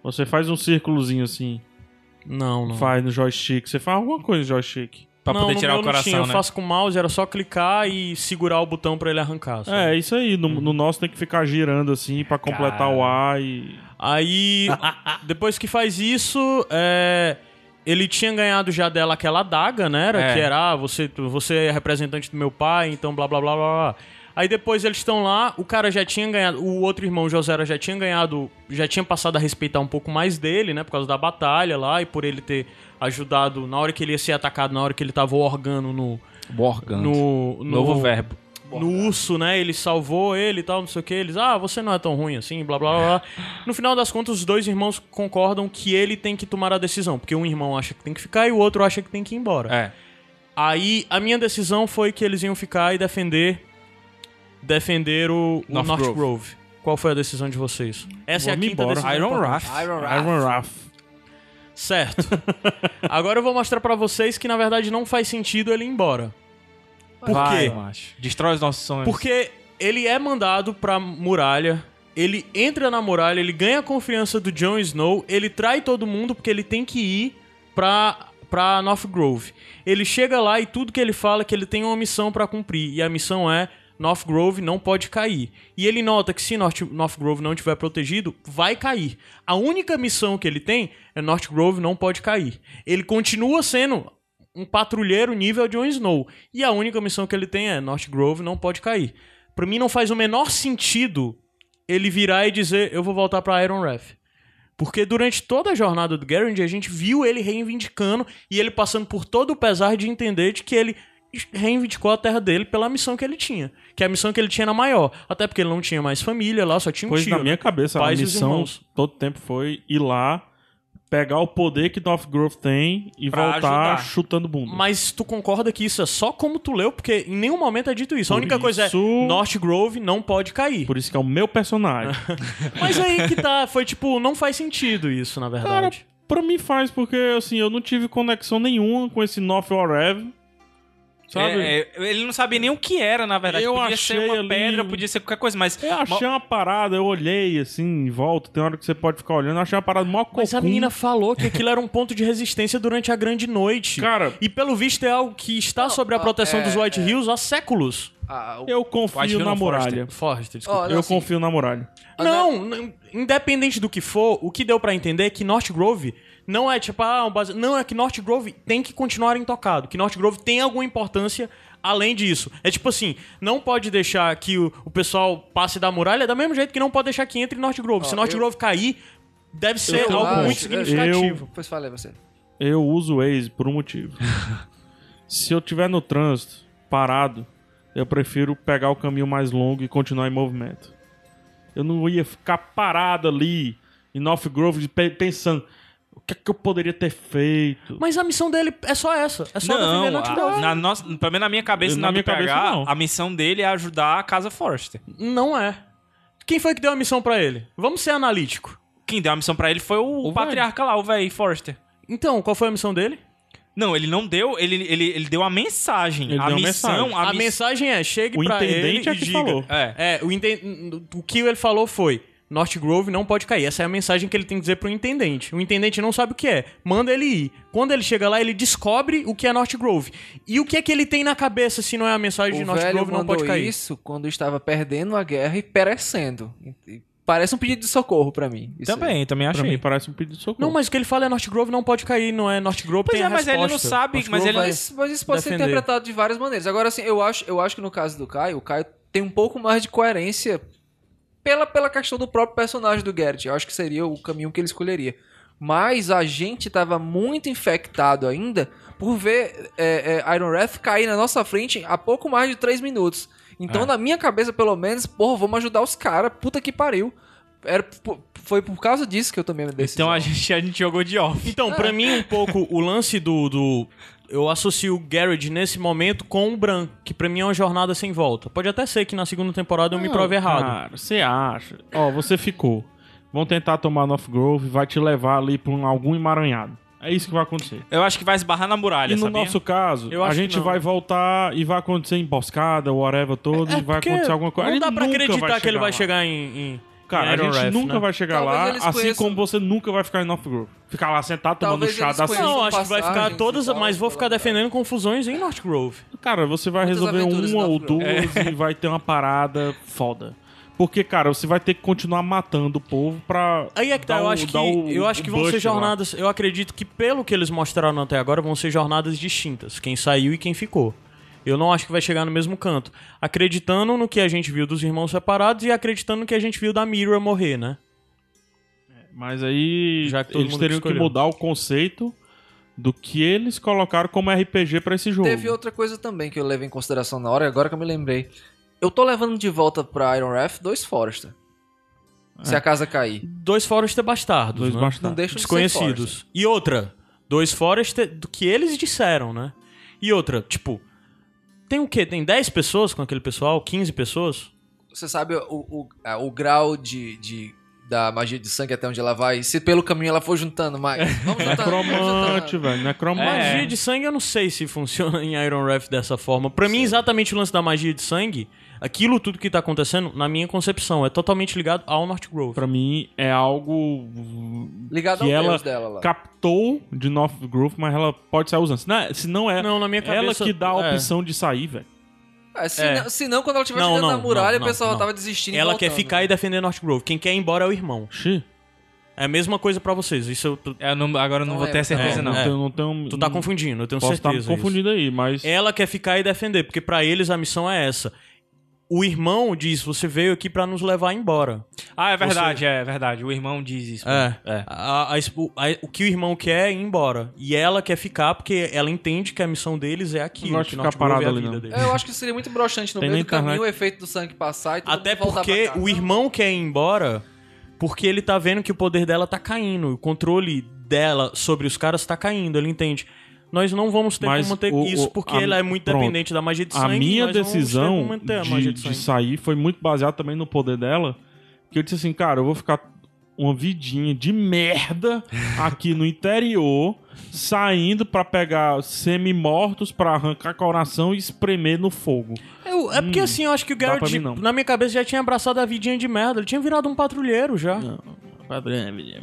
Speaker 4: Você faz um círculozinho assim,
Speaker 1: Não, não.
Speaker 4: faz no joystick. Você faz alguma coisa no joystick.
Speaker 2: Pra
Speaker 1: não,
Speaker 2: poder
Speaker 1: no
Speaker 2: tirar
Speaker 1: meu
Speaker 2: o
Speaker 1: não
Speaker 2: coração,
Speaker 1: tinha,
Speaker 2: né?
Speaker 1: Eu faço com o mouse, era só clicar e segurar o botão pra ele arrancar. sabe?
Speaker 4: É, isso aí. No, no nosso tem que ficar girando assim pra completar o ar e.
Speaker 1: Aí, depois que faz isso, é, ele tinha ganhado já dela aquela adaga, né? Era,
Speaker 2: É.
Speaker 1: Que era, ah, você, tu- você é representante do meu pai, então blá blá blá blá blá. Aí depois eles estão lá, o cara já tinha ganhado, o outro irmão, Josera, já tinha ganhado, já tinha passado a respeitar um pouco mais dele, né? Por causa da batalha lá e por ele ter ajudado na hora que ele ia ser atacado, na hora que ele tava orgando no.
Speaker 2: Borgando.
Speaker 1: no, no
Speaker 2: Novo verbo.
Speaker 1: no urso, né? Ele salvou ele e tal, não sei o que. Eles, ah, você não é tão ruim assim, blá blá blá. blá. No final das contas, os dois irmãos concordam que ele tem que tomar a decisão, porque um irmão acha que tem que ficar e o outro acha que tem que ir embora.
Speaker 2: É.
Speaker 1: Aí a minha decisão foi que eles iam ficar e defender defender o, o
Speaker 2: North
Speaker 1: North,
Speaker 2: Grove.
Speaker 1: Grove. Qual foi a decisão de vocês? Essa
Speaker 4: Vamos
Speaker 1: é a quinta
Speaker 4: embora.
Speaker 1: decisão.
Speaker 2: Iron
Speaker 1: importante.
Speaker 2: Raft.
Speaker 3: Iron Raft.
Speaker 4: Iron Raff.
Speaker 1: Certo. Agora eu vou mostrar pra vocês que na verdade não faz sentido ele ir embora. Por
Speaker 2: Vai,
Speaker 1: quê?
Speaker 2: macho. Destrói os nossos sonhos.
Speaker 1: Porque ele é mandado pra muralha, ele entra na muralha, ele ganha a confiança do Jon Snow, ele trai todo mundo porque ele tem que ir pra, pra North Grove. Ele chega lá e tudo que ele fala é que ele tem uma missão pra cumprir, e a missão é North Grove não pode cair. E ele nota que se North, North Grove não tiver protegido, vai cair. A única missão que ele tem é North Grove não pode cair. Ele continua sendo um patrulheiro nível Jon Snow. E a única missão que ele tem é North Grove não pode cair. Pra mim não faz o menor sentido ele virar e dizer eu vou voltar pra Iron Wrath. Porque durante toda a jornada do Garand a gente viu ele reivindicando e ele passando por todo o pesar de entender de que ele reivindicou a terra dele pela missão que ele tinha. Que é a missão que ele tinha era maior. Até porque ele não tinha mais família lá, só tinha um
Speaker 4: Pois
Speaker 1: tio.
Speaker 4: na minha cabeça,
Speaker 1: Pais
Speaker 4: a
Speaker 1: e os
Speaker 4: missão
Speaker 1: irmãos.
Speaker 4: todo tempo foi ir lá, pegar o poder que North Grove tem e
Speaker 2: Pra
Speaker 4: voltar
Speaker 2: ajudar.
Speaker 4: chutando bunda.
Speaker 1: Mas tu concorda que isso é só como tu leu? Porque em nenhum momento é dito isso. a
Speaker 4: Por
Speaker 1: única coisa é
Speaker 4: isso-
Speaker 1: North Grove não pode cair.
Speaker 4: Por isso que é o meu personagem.
Speaker 1: Mas aí que tá, foi tipo, não faz sentido isso, na
Speaker 4: Cara,
Speaker 1: verdade.
Speaker 4: pra mim faz, porque assim, eu não tive conexão nenhuma com esse North Orev. Sabe?
Speaker 2: É, é, ele não sabia nem o que era, na verdade.
Speaker 4: Eu
Speaker 2: podia ser
Speaker 4: achei
Speaker 2: uma
Speaker 4: ali-
Speaker 2: pedra, podia ser qualquer coisa, mas.
Speaker 4: Eu achei uma parada, eu olhei assim em volta, tem hora que você pode ficar olhando, eu achei uma parada mó cocum.
Speaker 1: Mas a menina falou que aquilo era um ponto de resistência durante a grande noite.
Speaker 4: Cara,
Speaker 1: E pelo visto é algo que está sobre a
Speaker 3: ah,
Speaker 1: proteção
Speaker 3: é,
Speaker 1: dos White Hills há séculos.
Speaker 3: Ah, o-
Speaker 4: eu
Speaker 2: White
Speaker 4: confio
Speaker 2: Hill
Speaker 4: na
Speaker 2: não, Forrester.
Speaker 4: muralha.
Speaker 1: Forrester, desculpa.
Speaker 3: Ó,
Speaker 4: eu
Speaker 3: assim,
Speaker 4: confio na muralha.
Speaker 3: mas
Speaker 1: Não, n- independente do que for, o que deu pra entender é que North Grove não é tipo, ah, um base... não, é que North Grove tem que continuar intocado, que North Grove tem alguma importância além disso. É tipo assim, não pode deixar que o, o pessoal passe da muralha, da mesma jeito que não pode deixar que entre North Grove.
Speaker 3: Ó,
Speaker 1: Se North
Speaker 3: eu-
Speaker 1: Grove cair, deve
Speaker 3: eu
Speaker 1: ser
Speaker 4: tenho
Speaker 1: algo
Speaker 4: um
Speaker 1: muito
Speaker 4: ponto.
Speaker 1: significativo.
Speaker 3: é Pois falei você.
Speaker 4: Eu uso o Waze por um motivo. Se eu tiver no trânsito, parado, eu prefiro pegar o caminho mais longo e continuar em movimento. Eu não ia ficar parado ali em North Grove pe- pensando o que é que eu poderia ter feito.
Speaker 1: Mas a missão dele é só essa, é só defender
Speaker 2: Não,
Speaker 1: North
Speaker 2: a,
Speaker 1: Grove.
Speaker 2: na nossa, pelo menos na minha cabeça,
Speaker 4: Na
Speaker 2: na,
Speaker 4: minha
Speaker 2: minha
Speaker 4: cabeça, não.
Speaker 2: a missão dele é ajudar a casa Forrester.
Speaker 1: Não é. Quem foi que deu a missão pra ele? Vamos ser analítico.
Speaker 2: Quem deu a missão pra ele foi o,
Speaker 4: O
Speaker 2: patriarca lá, o velho Forrester.
Speaker 1: Então, qual foi a missão dele?
Speaker 2: Não, ele não deu, ele, ele, ele deu a mensagem.
Speaker 4: Ele
Speaker 2: a
Speaker 4: deu a
Speaker 2: missão,
Speaker 4: mensagem.
Speaker 2: a,
Speaker 1: A
Speaker 2: miss-
Speaker 1: mensagem é: chegue
Speaker 4: O
Speaker 1: pra ele
Speaker 4: intendente é
Speaker 1: e
Speaker 4: que
Speaker 1: diga.
Speaker 4: falou.
Speaker 2: É.
Speaker 1: É, o, inten- o que ele falou foi: North Grove não pode cair. Essa é a mensagem que ele tem que dizer pro intendente. O intendente não sabe o que é. Manda ele ir. Quando ele chega lá, ele descobre o que é North Grove. E o que é que ele tem na cabeça se não é a mensagem de
Speaker 3: O
Speaker 1: North
Speaker 3: velho
Speaker 1: Grove não pode
Speaker 3: mandou
Speaker 1: cair?
Speaker 3: isso quando estava perdendo a guerra e perecendo. E- Parece um pedido de socorro pra mim. isso aí.
Speaker 2: Também, também
Speaker 4: Pra
Speaker 2: achei.
Speaker 4: mim parece um pedido de socorro.
Speaker 1: Não, mas o que ele fala é North Grove não pode cair, não é North Grove
Speaker 2: Pois
Speaker 1: tem
Speaker 2: é,
Speaker 1: a
Speaker 2: mas ele
Speaker 1: resposta.
Speaker 2: não sabe,
Speaker 1: North
Speaker 2: mas
Speaker 1: Grove
Speaker 2: ele-
Speaker 1: vai-
Speaker 3: Mas, mas isso pode ser
Speaker 1: defender.
Speaker 3: interpretado de várias maneiras. Agora, assim, eu acho, eu acho que no caso do Caio, o Caio tem um pouco mais de coerência pela, pela questão do próprio personagem do Garrett. Eu acho que seria o caminho que ele escolheria. Mas a gente tava muito infectado ainda por ver é, é, Iron Wrath cair na nossa frente há pouco mais de 3 minutos. Então,
Speaker 2: É.
Speaker 3: na minha cabeça, pelo menos, porra, vamos ajudar os caras, puta que pariu. Era, po- foi por causa disso que eu tomei a decisão.
Speaker 2: Então a gente, a gente jogou de off.
Speaker 1: Então, pra mim, um pouco o lance do, do- Eu associo o Garrett nesse momento com o Bran, que pra mim é uma jornada sem volta. Pode até ser que na segunda temporada eu me prove errado.
Speaker 4: Cara, você acha. Ó, você ficou. Vão tentar tomar North Grove, vai te levar ali pra um- algum emaranhado. É isso que vai acontecer.
Speaker 2: Eu acho que vai esbarrar na muralha,
Speaker 4: E no
Speaker 2: sabia?
Speaker 4: nosso caso,
Speaker 1: Eu
Speaker 4: a
Speaker 1: acho que
Speaker 4: gente
Speaker 1: não.
Speaker 4: vai voltar e vai acontecer emboscada, whatever todo, e vai
Speaker 1: É, Porque
Speaker 4: acontecer alguma coisa.
Speaker 1: Não
Speaker 4: Ele
Speaker 1: dá pra
Speaker 4: nunca
Speaker 1: acreditar que ele
Speaker 4: chegar
Speaker 1: vai
Speaker 4: lá.
Speaker 1: chegar em. em-
Speaker 4: Cara,
Speaker 1: em
Speaker 4: a
Speaker 1: Iron
Speaker 4: gente
Speaker 1: Wrath,
Speaker 4: nunca
Speaker 1: né?
Speaker 4: vai chegar
Speaker 3: Talvez
Speaker 4: lá,
Speaker 3: eles
Speaker 4: assim
Speaker 3: conheçam-
Speaker 4: como você nunca vai ficar em North Grove. Ficar lá sentado tomando
Speaker 3: Talvez
Speaker 4: chá
Speaker 3: eles
Speaker 4: da
Speaker 3: conheçam-
Speaker 4: cinza.
Speaker 1: Não, acho que vai ficar
Speaker 3: passagens
Speaker 1: todas,
Speaker 3: e tal,
Speaker 1: mas vou ficar
Speaker 3: pela-
Speaker 1: defendendo confusões em North Grove.
Speaker 4: Cara, você vai
Speaker 3: Muitas
Speaker 4: resolver
Speaker 3: aventuras
Speaker 4: uma
Speaker 3: em É.
Speaker 4: ou
Speaker 3: North Grove.
Speaker 4: duas e vai ter uma parada foda. Porque, cara, você vai ter que continuar matando o povo pra.
Speaker 1: Aí é que tá,
Speaker 4: dar
Speaker 1: eu
Speaker 4: o-
Speaker 1: acho que,
Speaker 4: dar o-
Speaker 1: eu acho que
Speaker 4: o
Speaker 1: vão ser
Speaker 4: buff lá.
Speaker 1: jornadas. Eu acredito que, pelo que eles mostraram até agora, vão ser jornadas distintas. Quem saiu e quem ficou. Eu não acho que vai chegar no mesmo canto. Acreditando no que a gente viu dos irmãos separados e acreditando no que a gente viu da Mira morrer, né?
Speaker 4: Mas aí
Speaker 1: Já que todo
Speaker 4: eles
Speaker 1: mundo
Speaker 4: teriam
Speaker 1: que
Speaker 4: que
Speaker 1: escolheu.
Speaker 4: mudar o conceito do que eles colocaram como RPG pra esse jogo.
Speaker 3: Teve outra coisa também que eu levei em consideração na hora, agora que eu me lembrei. Eu tô levando de volta pra Iron Wrath dois Forrester.
Speaker 1: É.
Speaker 3: Se a casa cair.
Speaker 1: Dois Forrester bastardos.
Speaker 4: Dois
Speaker 1: né?
Speaker 4: bastardos.
Speaker 3: Não deixa de ser Forrester.
Speaker 1: Desconhecidos. E outra, dois Forrester do que eles disseram, né? E outra, tipo, tem o quê? Tem 10 pessoas com aquele pessoal? 15 pessoas?
Speaker 3: Você sabe o, o, a- o grau de, de- da magia de sangue até onde ela vai? Se pelo caminho ela for juntando
Speaker 1: É.
Speaker 3: mais. Vamos juntando. vamos
Speaker 4: Necromante,
Speaker 3: juntando.
Speaker 4: velho. Necromante.
Speaker 1: Magia de sangue eu não sei se funciona em Iron Wrath dessa forma. Pra mim, exatamente o lance da magia de sangue, aquilo tudo que tá acontecendo, na minha concepção, é totalmente ligado ao North Grove.
Speaker 4: Pra mim é algo
Speaker 3: Ligado ao
Speaker 4: que ela
Speaker 3: Deus dela lá.
Speaker 4: captou de North Grove, mas ela pode sair usando. Se não, se não é
Speaker 1: Não, na minha
Speaker 4: ela
Speaker 1: cabeça,
Speaker 4: que dá a
Speaker 1: é.
Speaker 4: opção de sair, velho.
Speaker 3: Ah, se,
Speaker 1: é.
Speaker 3: não, se não, quando ela estiver
Speaker 1: Não,
Speaker 3: chegando na
Speaker 1: não,
Speaker 3: muralha,
Speaker 1: não,
Speaker 3: o pessoal
Speaker 1: não.
Speaker 3: tava desistindo. e
Speaker 1: Ela quer
Speaker 3: voltando.
Speaker 4: né?
Speaker 1: ficar e defender North Grove. Quem quer ir embora é o irmão.
Speaker 4: Xi.
Speaker 1: É a mesma coisa pra vocês. Isso eu, tu,
Speaker 2: Eu não- agora eu não,
Speaker 3: Não
Speaker 2: vou
Speaker 3: é,
Speaker 2: ter a certeza,
Speaker 1: é,
Speaker 2: não.
Speaker 1: é.
Speaker 4: tenho- não tenho-
Speaker 1: tu tá
Speaker 4: não-
Speaker 1: confundindo, eu tenho
Speaker 4: Hum. Posso estar me
Speaker 1: certeza. disso.
Speaker 4: confundindo aí, mas.
Speaker 1: Ela quer ficar e defender, porque pra eles a missão é essa. O irmão diz: Você veio aqui pra nos levar embora.
Speaker 2: Ah, é verdade, é verdade. O irmão diz isso. É.
Speaker 1: A- a exp- o- a- o que o irmão quer é ir embora. E ela quer ficar porque ela entende que a missão deles é
Speaker 4: Não
Speaker 1: aquilo.
Speaker 4: gosto
Speaker 1: Que
Speaker 4: de
Speaker 1: North
Speaker 4: ficar
Speaker 1: Grove é a
Speaker 4: parado ali,
Speaker 1: vida
Speaker 4: não.
Speaker 1: deles.
Speaker 3: É, eu acho que seria muito broxante no
Speaker 4: Tem
Speaker 3: meio
Speaker 4: nem
Speaker 3: do caminho
Speaker 4: internet.
Speaker 3: o efeito do sangue passar e todo
Speaker 1: Até
Speaker 3: mundo voltar pra
Speaker 1: porque
Speaker 3: casa.
Speaker 1: o irmão quer ir embora porque ele tá vendo que o poder dela tá caindo. O controle dela sobre os caras tá caindo. Ele entende. Nós não vamos ter
Speaker 4: Mas
Speaker 1: como manter
Speaker 4: o-
Speaker 1: isso
Speaker 4: o-
Speaker 1: porque
Speaker 4: a-
Speaker 1: ela é muito
Speaker 4: pronto.
Speaker 1: dependente da magia de
Speaker 4: a
Speaker 1: sangue.
Speaker 4: minha
Speaker 1: nós não vamos ter como
Speaker 4: decisão
Speaker 1: manter a
Speaker 4: de,
Speaker 1: magia de
Speaker 4: de
Speaker 1: sangue.
Speaker 4: sair foi muito baseada também no poder dela. Que eu disse assim, cara, eu vou ficar uma vidinha de merda aqui no interior, saindo pra pegar semi-mortos, pra arrancar coração e espremer no fogo.
Speaker 1: Eu- é porque assim, eu acho que o
Speaker 4: Hum, dá pra
Speaker 1: Garrett,
Speaker 4: mim não.
Speaker 1: na minha cabeça, já tinha abraçado a vidinha de merda. Ele tinha virado um patrulheiro já.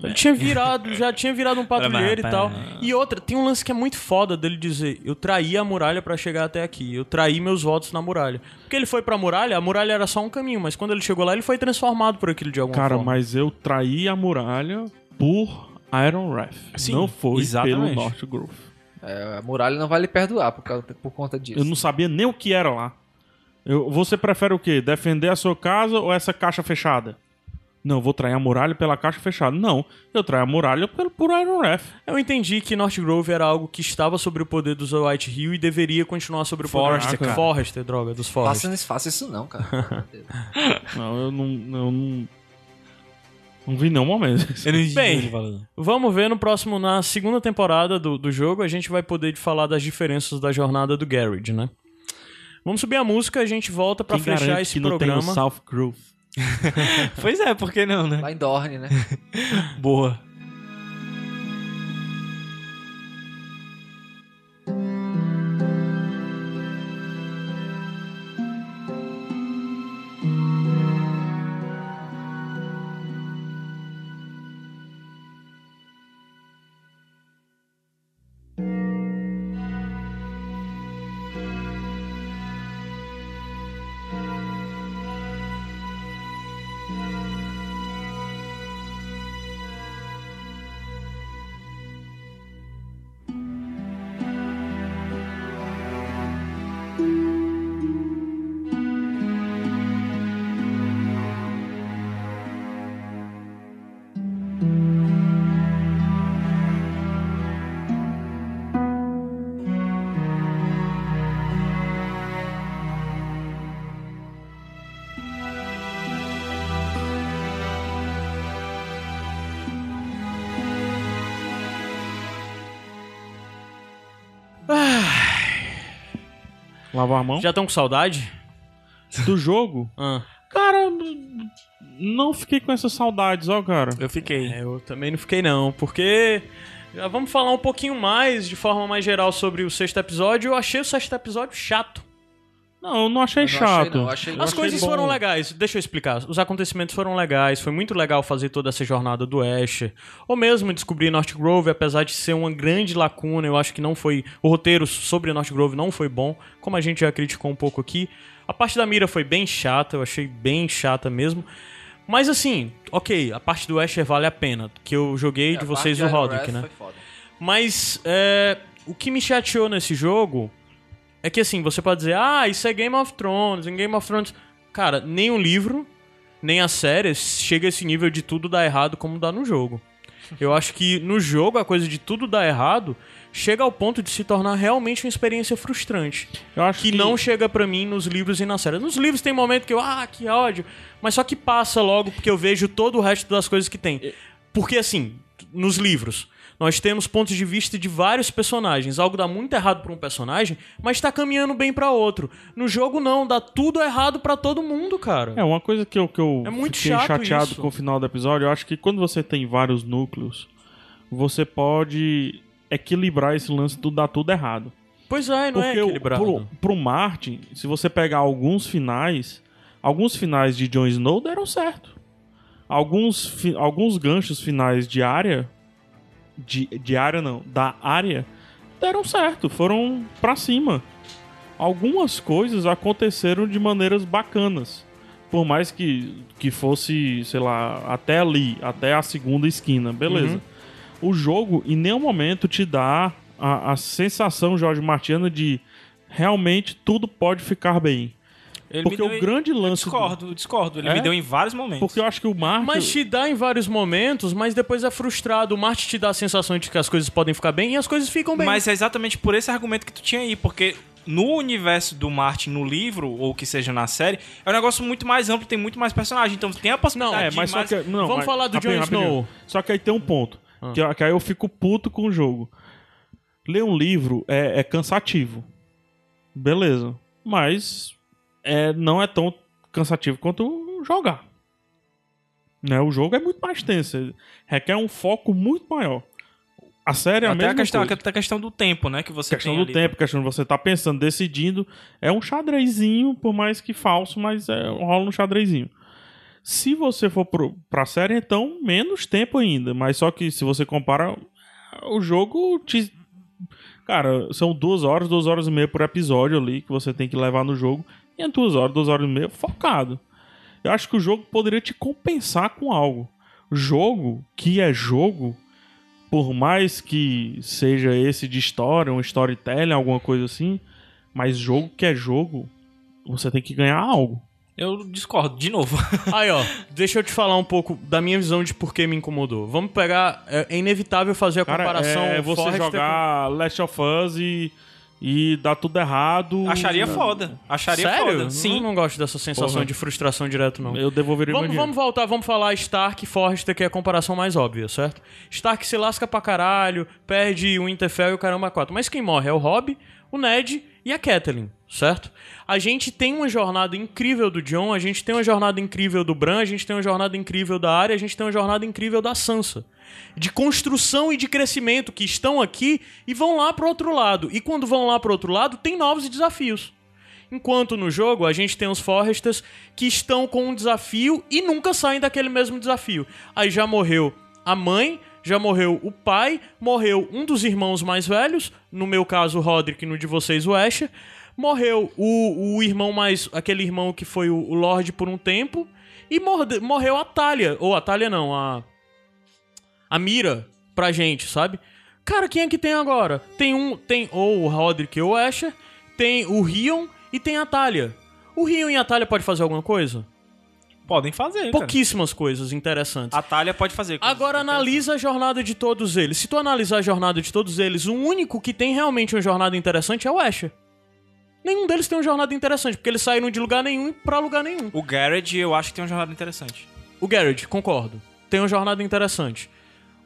Speaker 1: Ele tinha virado, já tinha virado um patrulheiro e tal. E outra, tem um lance que é muito foda dele dizer: eu traí a muralha pra chegar até aqui, eu traí meus votos na muralha. Porque ele foi pra muralha, a muralha era só um caminho, mas quando ele chegou lá, ele foi transformado por aquilo de alguma
Speaker 4: Cara,
Speaker 1: forma.
Speaker 4: mas eu traí a muralha por Iron Wrath.
Speaker 2: Sim,
Speaker 4: não foi
Speaker 2: exatamente.
Speaker 4: pelo North Grove.
Speaker 3: É, a muralha não vai lhe perdoar por, causa- por conta disso.
Speaker 4: Eu não sabia nem o que era lá. Eu- você prefere o quê? Defender a sua casa ou essa caixa fechada? Não, vou trair a muralha pela caixa fechada. Não, eu traio a muralha pelo, por Iron Ref.
Speaker 1: Eu entendi que North Grove era algo que estava sobre o poder dos White Hill e deveria continuar sobre o poder
Speaker 4: Forrester, cara.
Speaker 1: Forrester, droga, dos Forrester.
Speaker 3: Faça, faça isso não, cara.
Speaker 4: Não, eu não. Eu não, não vi em nenhum momento.
Speaker 2: Eu não entendi
Speaker 1: Bem.
Speaker 2: ele falando.
Speaker 1: Vamos ver no próximo, na segunda temporada do, do jogo, a gente vai poder falar das diferenças da jornada do Garrett, né? Vamos subir a música, a gente volta pra
Speaker 4: Quem
Speaker 1: fechar
Speaker 4: garante
Speaker 1: esse
Speaker 4: que não
Speaker 1: programa.
Speaker 4: tem um o South Grove.
Speaker 2: Pois é, por que não, né?
Speaker 3: Lá em Dorne, né?
Speaker 2: Boa.
Speaker 4: Lavar a mão.
Speaker 1: Já estão com saudade?
Speaker 4: Do jogo?
Speaker 1: Ah.
Speaker 4: Cara, n- não fiquei com essas saudades, ó, cara.
Speaker 2: Eu fiquei.
Speaker 1: É, eu também não fiquei não, porque já vamos falar um pouquinho mais de forma mais geral sobre o sexto episódio. Eu achei o sexto episódio chato.
Speaker 4: Não, eu não achei
Speaker 3: Eu não achei,
Speaker 4: chato.
Speaker 3: não, eu achei- eu
Speaker 1: As
Speaker 3: achei
Speaker 1: coisas
Speaker 4: bom.
Speaker 1: foram legais, deixa eu explicar. Os acontecimentos foram legais, foi muito legal fazer toda essa jornada do Ash. Ou mesmo descobrir North Grove, apesar de ser uma grande lacuna, eu acho que não foi. O roteiro sobre North Grove não foi bom, como a gente já criticou um pouco aqui. A parte da mira foi bem chata, eu achei bem chata mesmo. Mas assim, ok, a parte do Asher vale a pena, que eu joguei
Speaker 3: É, A
Speaker 1: de vocês do
Speaker 3: parte de Iron
Speaker 1: Rodrick,
Speaker 3: Wrath
Speaker 1: né?
Speaker 3: foi foda.
Speaker 1: Mas é, o que me chateou nesse jogo é que assim, você pode dizer, ah, isso é Game of Thrones, em Game of Thrones. Cara, nem o livro, nem a série chega a esse nível de tudo dar errado como dá no jogo. Eu acho que no jogo a coisa de tudo dar errado chega ao ponto de se tornar realmente uma experiência frustrante.
Speaker 4: Eu acho
Speaker 1: Que não chega pra mim nos livros e na série. Nos livros tem momento que eu, ah, que ódio, mas só que passa logo porque eu vejo todo o resto das coisas que tem. Porque assim, nos livros, nós temos pontos de vista de vários personagens. Algo dá muito errado pra um personagem, mas tá caminhando bem pra outro. No jogo não, dá tudo errado pra todo mundo, cara.
Speaker 4: É, uma coisa que eu, que eu
Speaker 1: É muito
Speaker 4: fiquei
Speaker 1: chato
Speaker 4: chateado
Speaker 1: isso.
Speaker 4: com o final do episódio, eu acho que quando você tem vários núcleos, você pode equilibrar esse lance do dar tudo errado.
Speaker 1: Pois é, não
Speaker 4: Porque
Speaker 1: é
Speaker 4: o-
Speaker 1: equilibrado.
Speaker 4: pro, pro Martin, se você pegar alguns finais, alguns finais de Jon Snow deram certo. Alguns, fi- alguns ganchos finais de área, de, de área não, da área, deram certo, foram pra cima. Algumas coisas aconteceram de maneiras bacanas. Por mais que, que fosse, sei lá, até ali, até a segunda esquina, beleza
Speaker 1: Uhum.
Speaker 4: o jogo em nenhum momento te dá a, a sensação, Jorge Martiano, de realmente tudo pode ficar bem.
Speaker 2: Ele
Speaker 4: Porque
Speaker 2: me
Speaker 4: o
Speaker 2: deu em-
Speaker 4: grande lance. do-
Speaker 2: Discordo, discordo. Ele
Speaker 4: É?
Speaker 2: me deu em vários momentos.
Speaker 4: Porque eu acho que o Martin.
Speaker 1: Mas te dá em vários momentos, mas depois é frustrado. O Marte te dá a sensação de que as coisas podem ficar bem e as coisas ficam bem.
Speaker 2: Mas é exatamente por esse argumento que tu tinha aí, porque no universo do Martin, no livro, ou que seja na série, é um negócio muito mais amplo, tem muito mais personagem. Então tem a possibilidade
Speaker 4: É,
Speaker 2: de
Speaker 4: mas só
Speaker 2: mais...
Speaker 4: que. Não,
Speaker 1: Vamos
Speaker 4: mas-
Speaker 1: falar do
Speaker 4: rapidinho,
Speaker 1: Jon
Speaker 4: rapidinho.
Speaker 1: Snow.
Speaker 4: Só que aí tem um ponto. Que, que aí eu fico puto com o jogo. Ler um livro é, é cansativo. Beleza. Mas é, não é tão cansativo quanto jogar. Né? O jogo é muito mais tenso. ele Requer um foco muito maior. A série é a
Speaker 2: Até
Speaker 4: mesma
Speaker 2: a questão,
Speaker 4: coisa.
Speaker 2: até a questão do tempo, né? Que você
Speaker 4: questão
Speaker 2: tem
Speaker 4: do
Speaker 2: ali.
Speaker 4: tempo, questão de você estar pensando, decidindo. É um xadrezinho, por mais que falso, mas é, rola um xadrezinho. Se você for pro, pra série, então menos tempo ainda. Mas só que se você compara, o jogo te. Cara, são duas horas, duas horas e meia por episódio ali que você tem que levar no jogo. E é duas horas, duas horas e meia focado. Eu acho que o jogo poderia te compensar com algo. Jogo que é jogo, por mais que seja esse de história, um storytelling, alguma coisa assim, mas jogo que é jogo, você tem que ganhar algo.
Speaker 2: Eu discordo, de novo.
Speaker 1: Aí, ó, deixa eu te falar um pouco da minha visão de por que me incomodou. Vamos pegar. É, é inevitável fazer a
Speaker 4: Cara,
Speaker 1: comparação.
Speaker 4: é você
Speaker 1: Forrester
Speaker 4: jogar Last of Us e, e dar tudo errado.
Speaker 2: Acharia foda.
Speaker 1: com-
Speaker 2: Acharia
Speaker 1: Sério?
Speaker 2: foda.
Speaker 1: Sim. Eu
Speaker 2: Sim.
Speaker 1: não gosto dessa sensação
Speaker 4: Porra.
Speaker 1: de frustração direto, não.
Speaker 4: Eu devolveria
Speaker 1: Vamos,
Speaker 4: meu
Speaker 1: vamos
Speaker 4: dinheiro.
Speaker 1: voltar, vamos falar Stark e Forrester, que é a comparação mais óbvia, certo? Stark se lasca pra caralho, perde o Winterfell e o caramba quatro. Mas quem morre é o Robb, o Ned e a Catelyn, certo? A gente tem uma jornada incrível do Jon, a gente tem uma jornada incrível do Bran, a gente tem uma jornada incrível da Arya, a gente tem uma jornada incrível da Sansa. De construção e de crescimento que estão aqui e vão lá pro outro lado. E quando vão lá pro outro lado, tem novos desafios. Enquanto no jogo a gente tem os Forresters que estão com um desafio e nunca saem daquele mesmo desafio. Aí já morreu a mãe, já morreu o pai, morreu um dos irmãos mais velhos, no meu caso o Roderick, no de vocês o Asher, morreu o, o irmão mais. aquele irmão que foi o, o Lorde por um tempo, e morde- morreu a Talia, ou a Talia não, a a mira pra gente, sabe? Cara, quem é que tem agora? Tem um, tem ou o Roderick ou o Asher, tem o Rion e tem a Talia. O Rion e a Talia pode fazer alguma coisa?
Speaker 2: Podem fazer, cara.
Speaker 1: Pouquíssimas coisas interessantes.
Speaker 2: A Thalia pode fazer. coisas
Speaker 1: Agora
Speaker 2: interessantes.
Speaker 1: analisa a jornada de todos eles. Se tu analisar a jornada de todos eles, o único que tem realmente uma jornada interessante é o Asher. Nenhum deles tem uma jornada interessante, porque eles saíram de lugar nenhum pra lugar nenhum.
Speaker 2: O Garrett, eu acho que tem uma jornada interessante.
Speaker 1: O Garrett, concordo. Tem uma jornada interessante.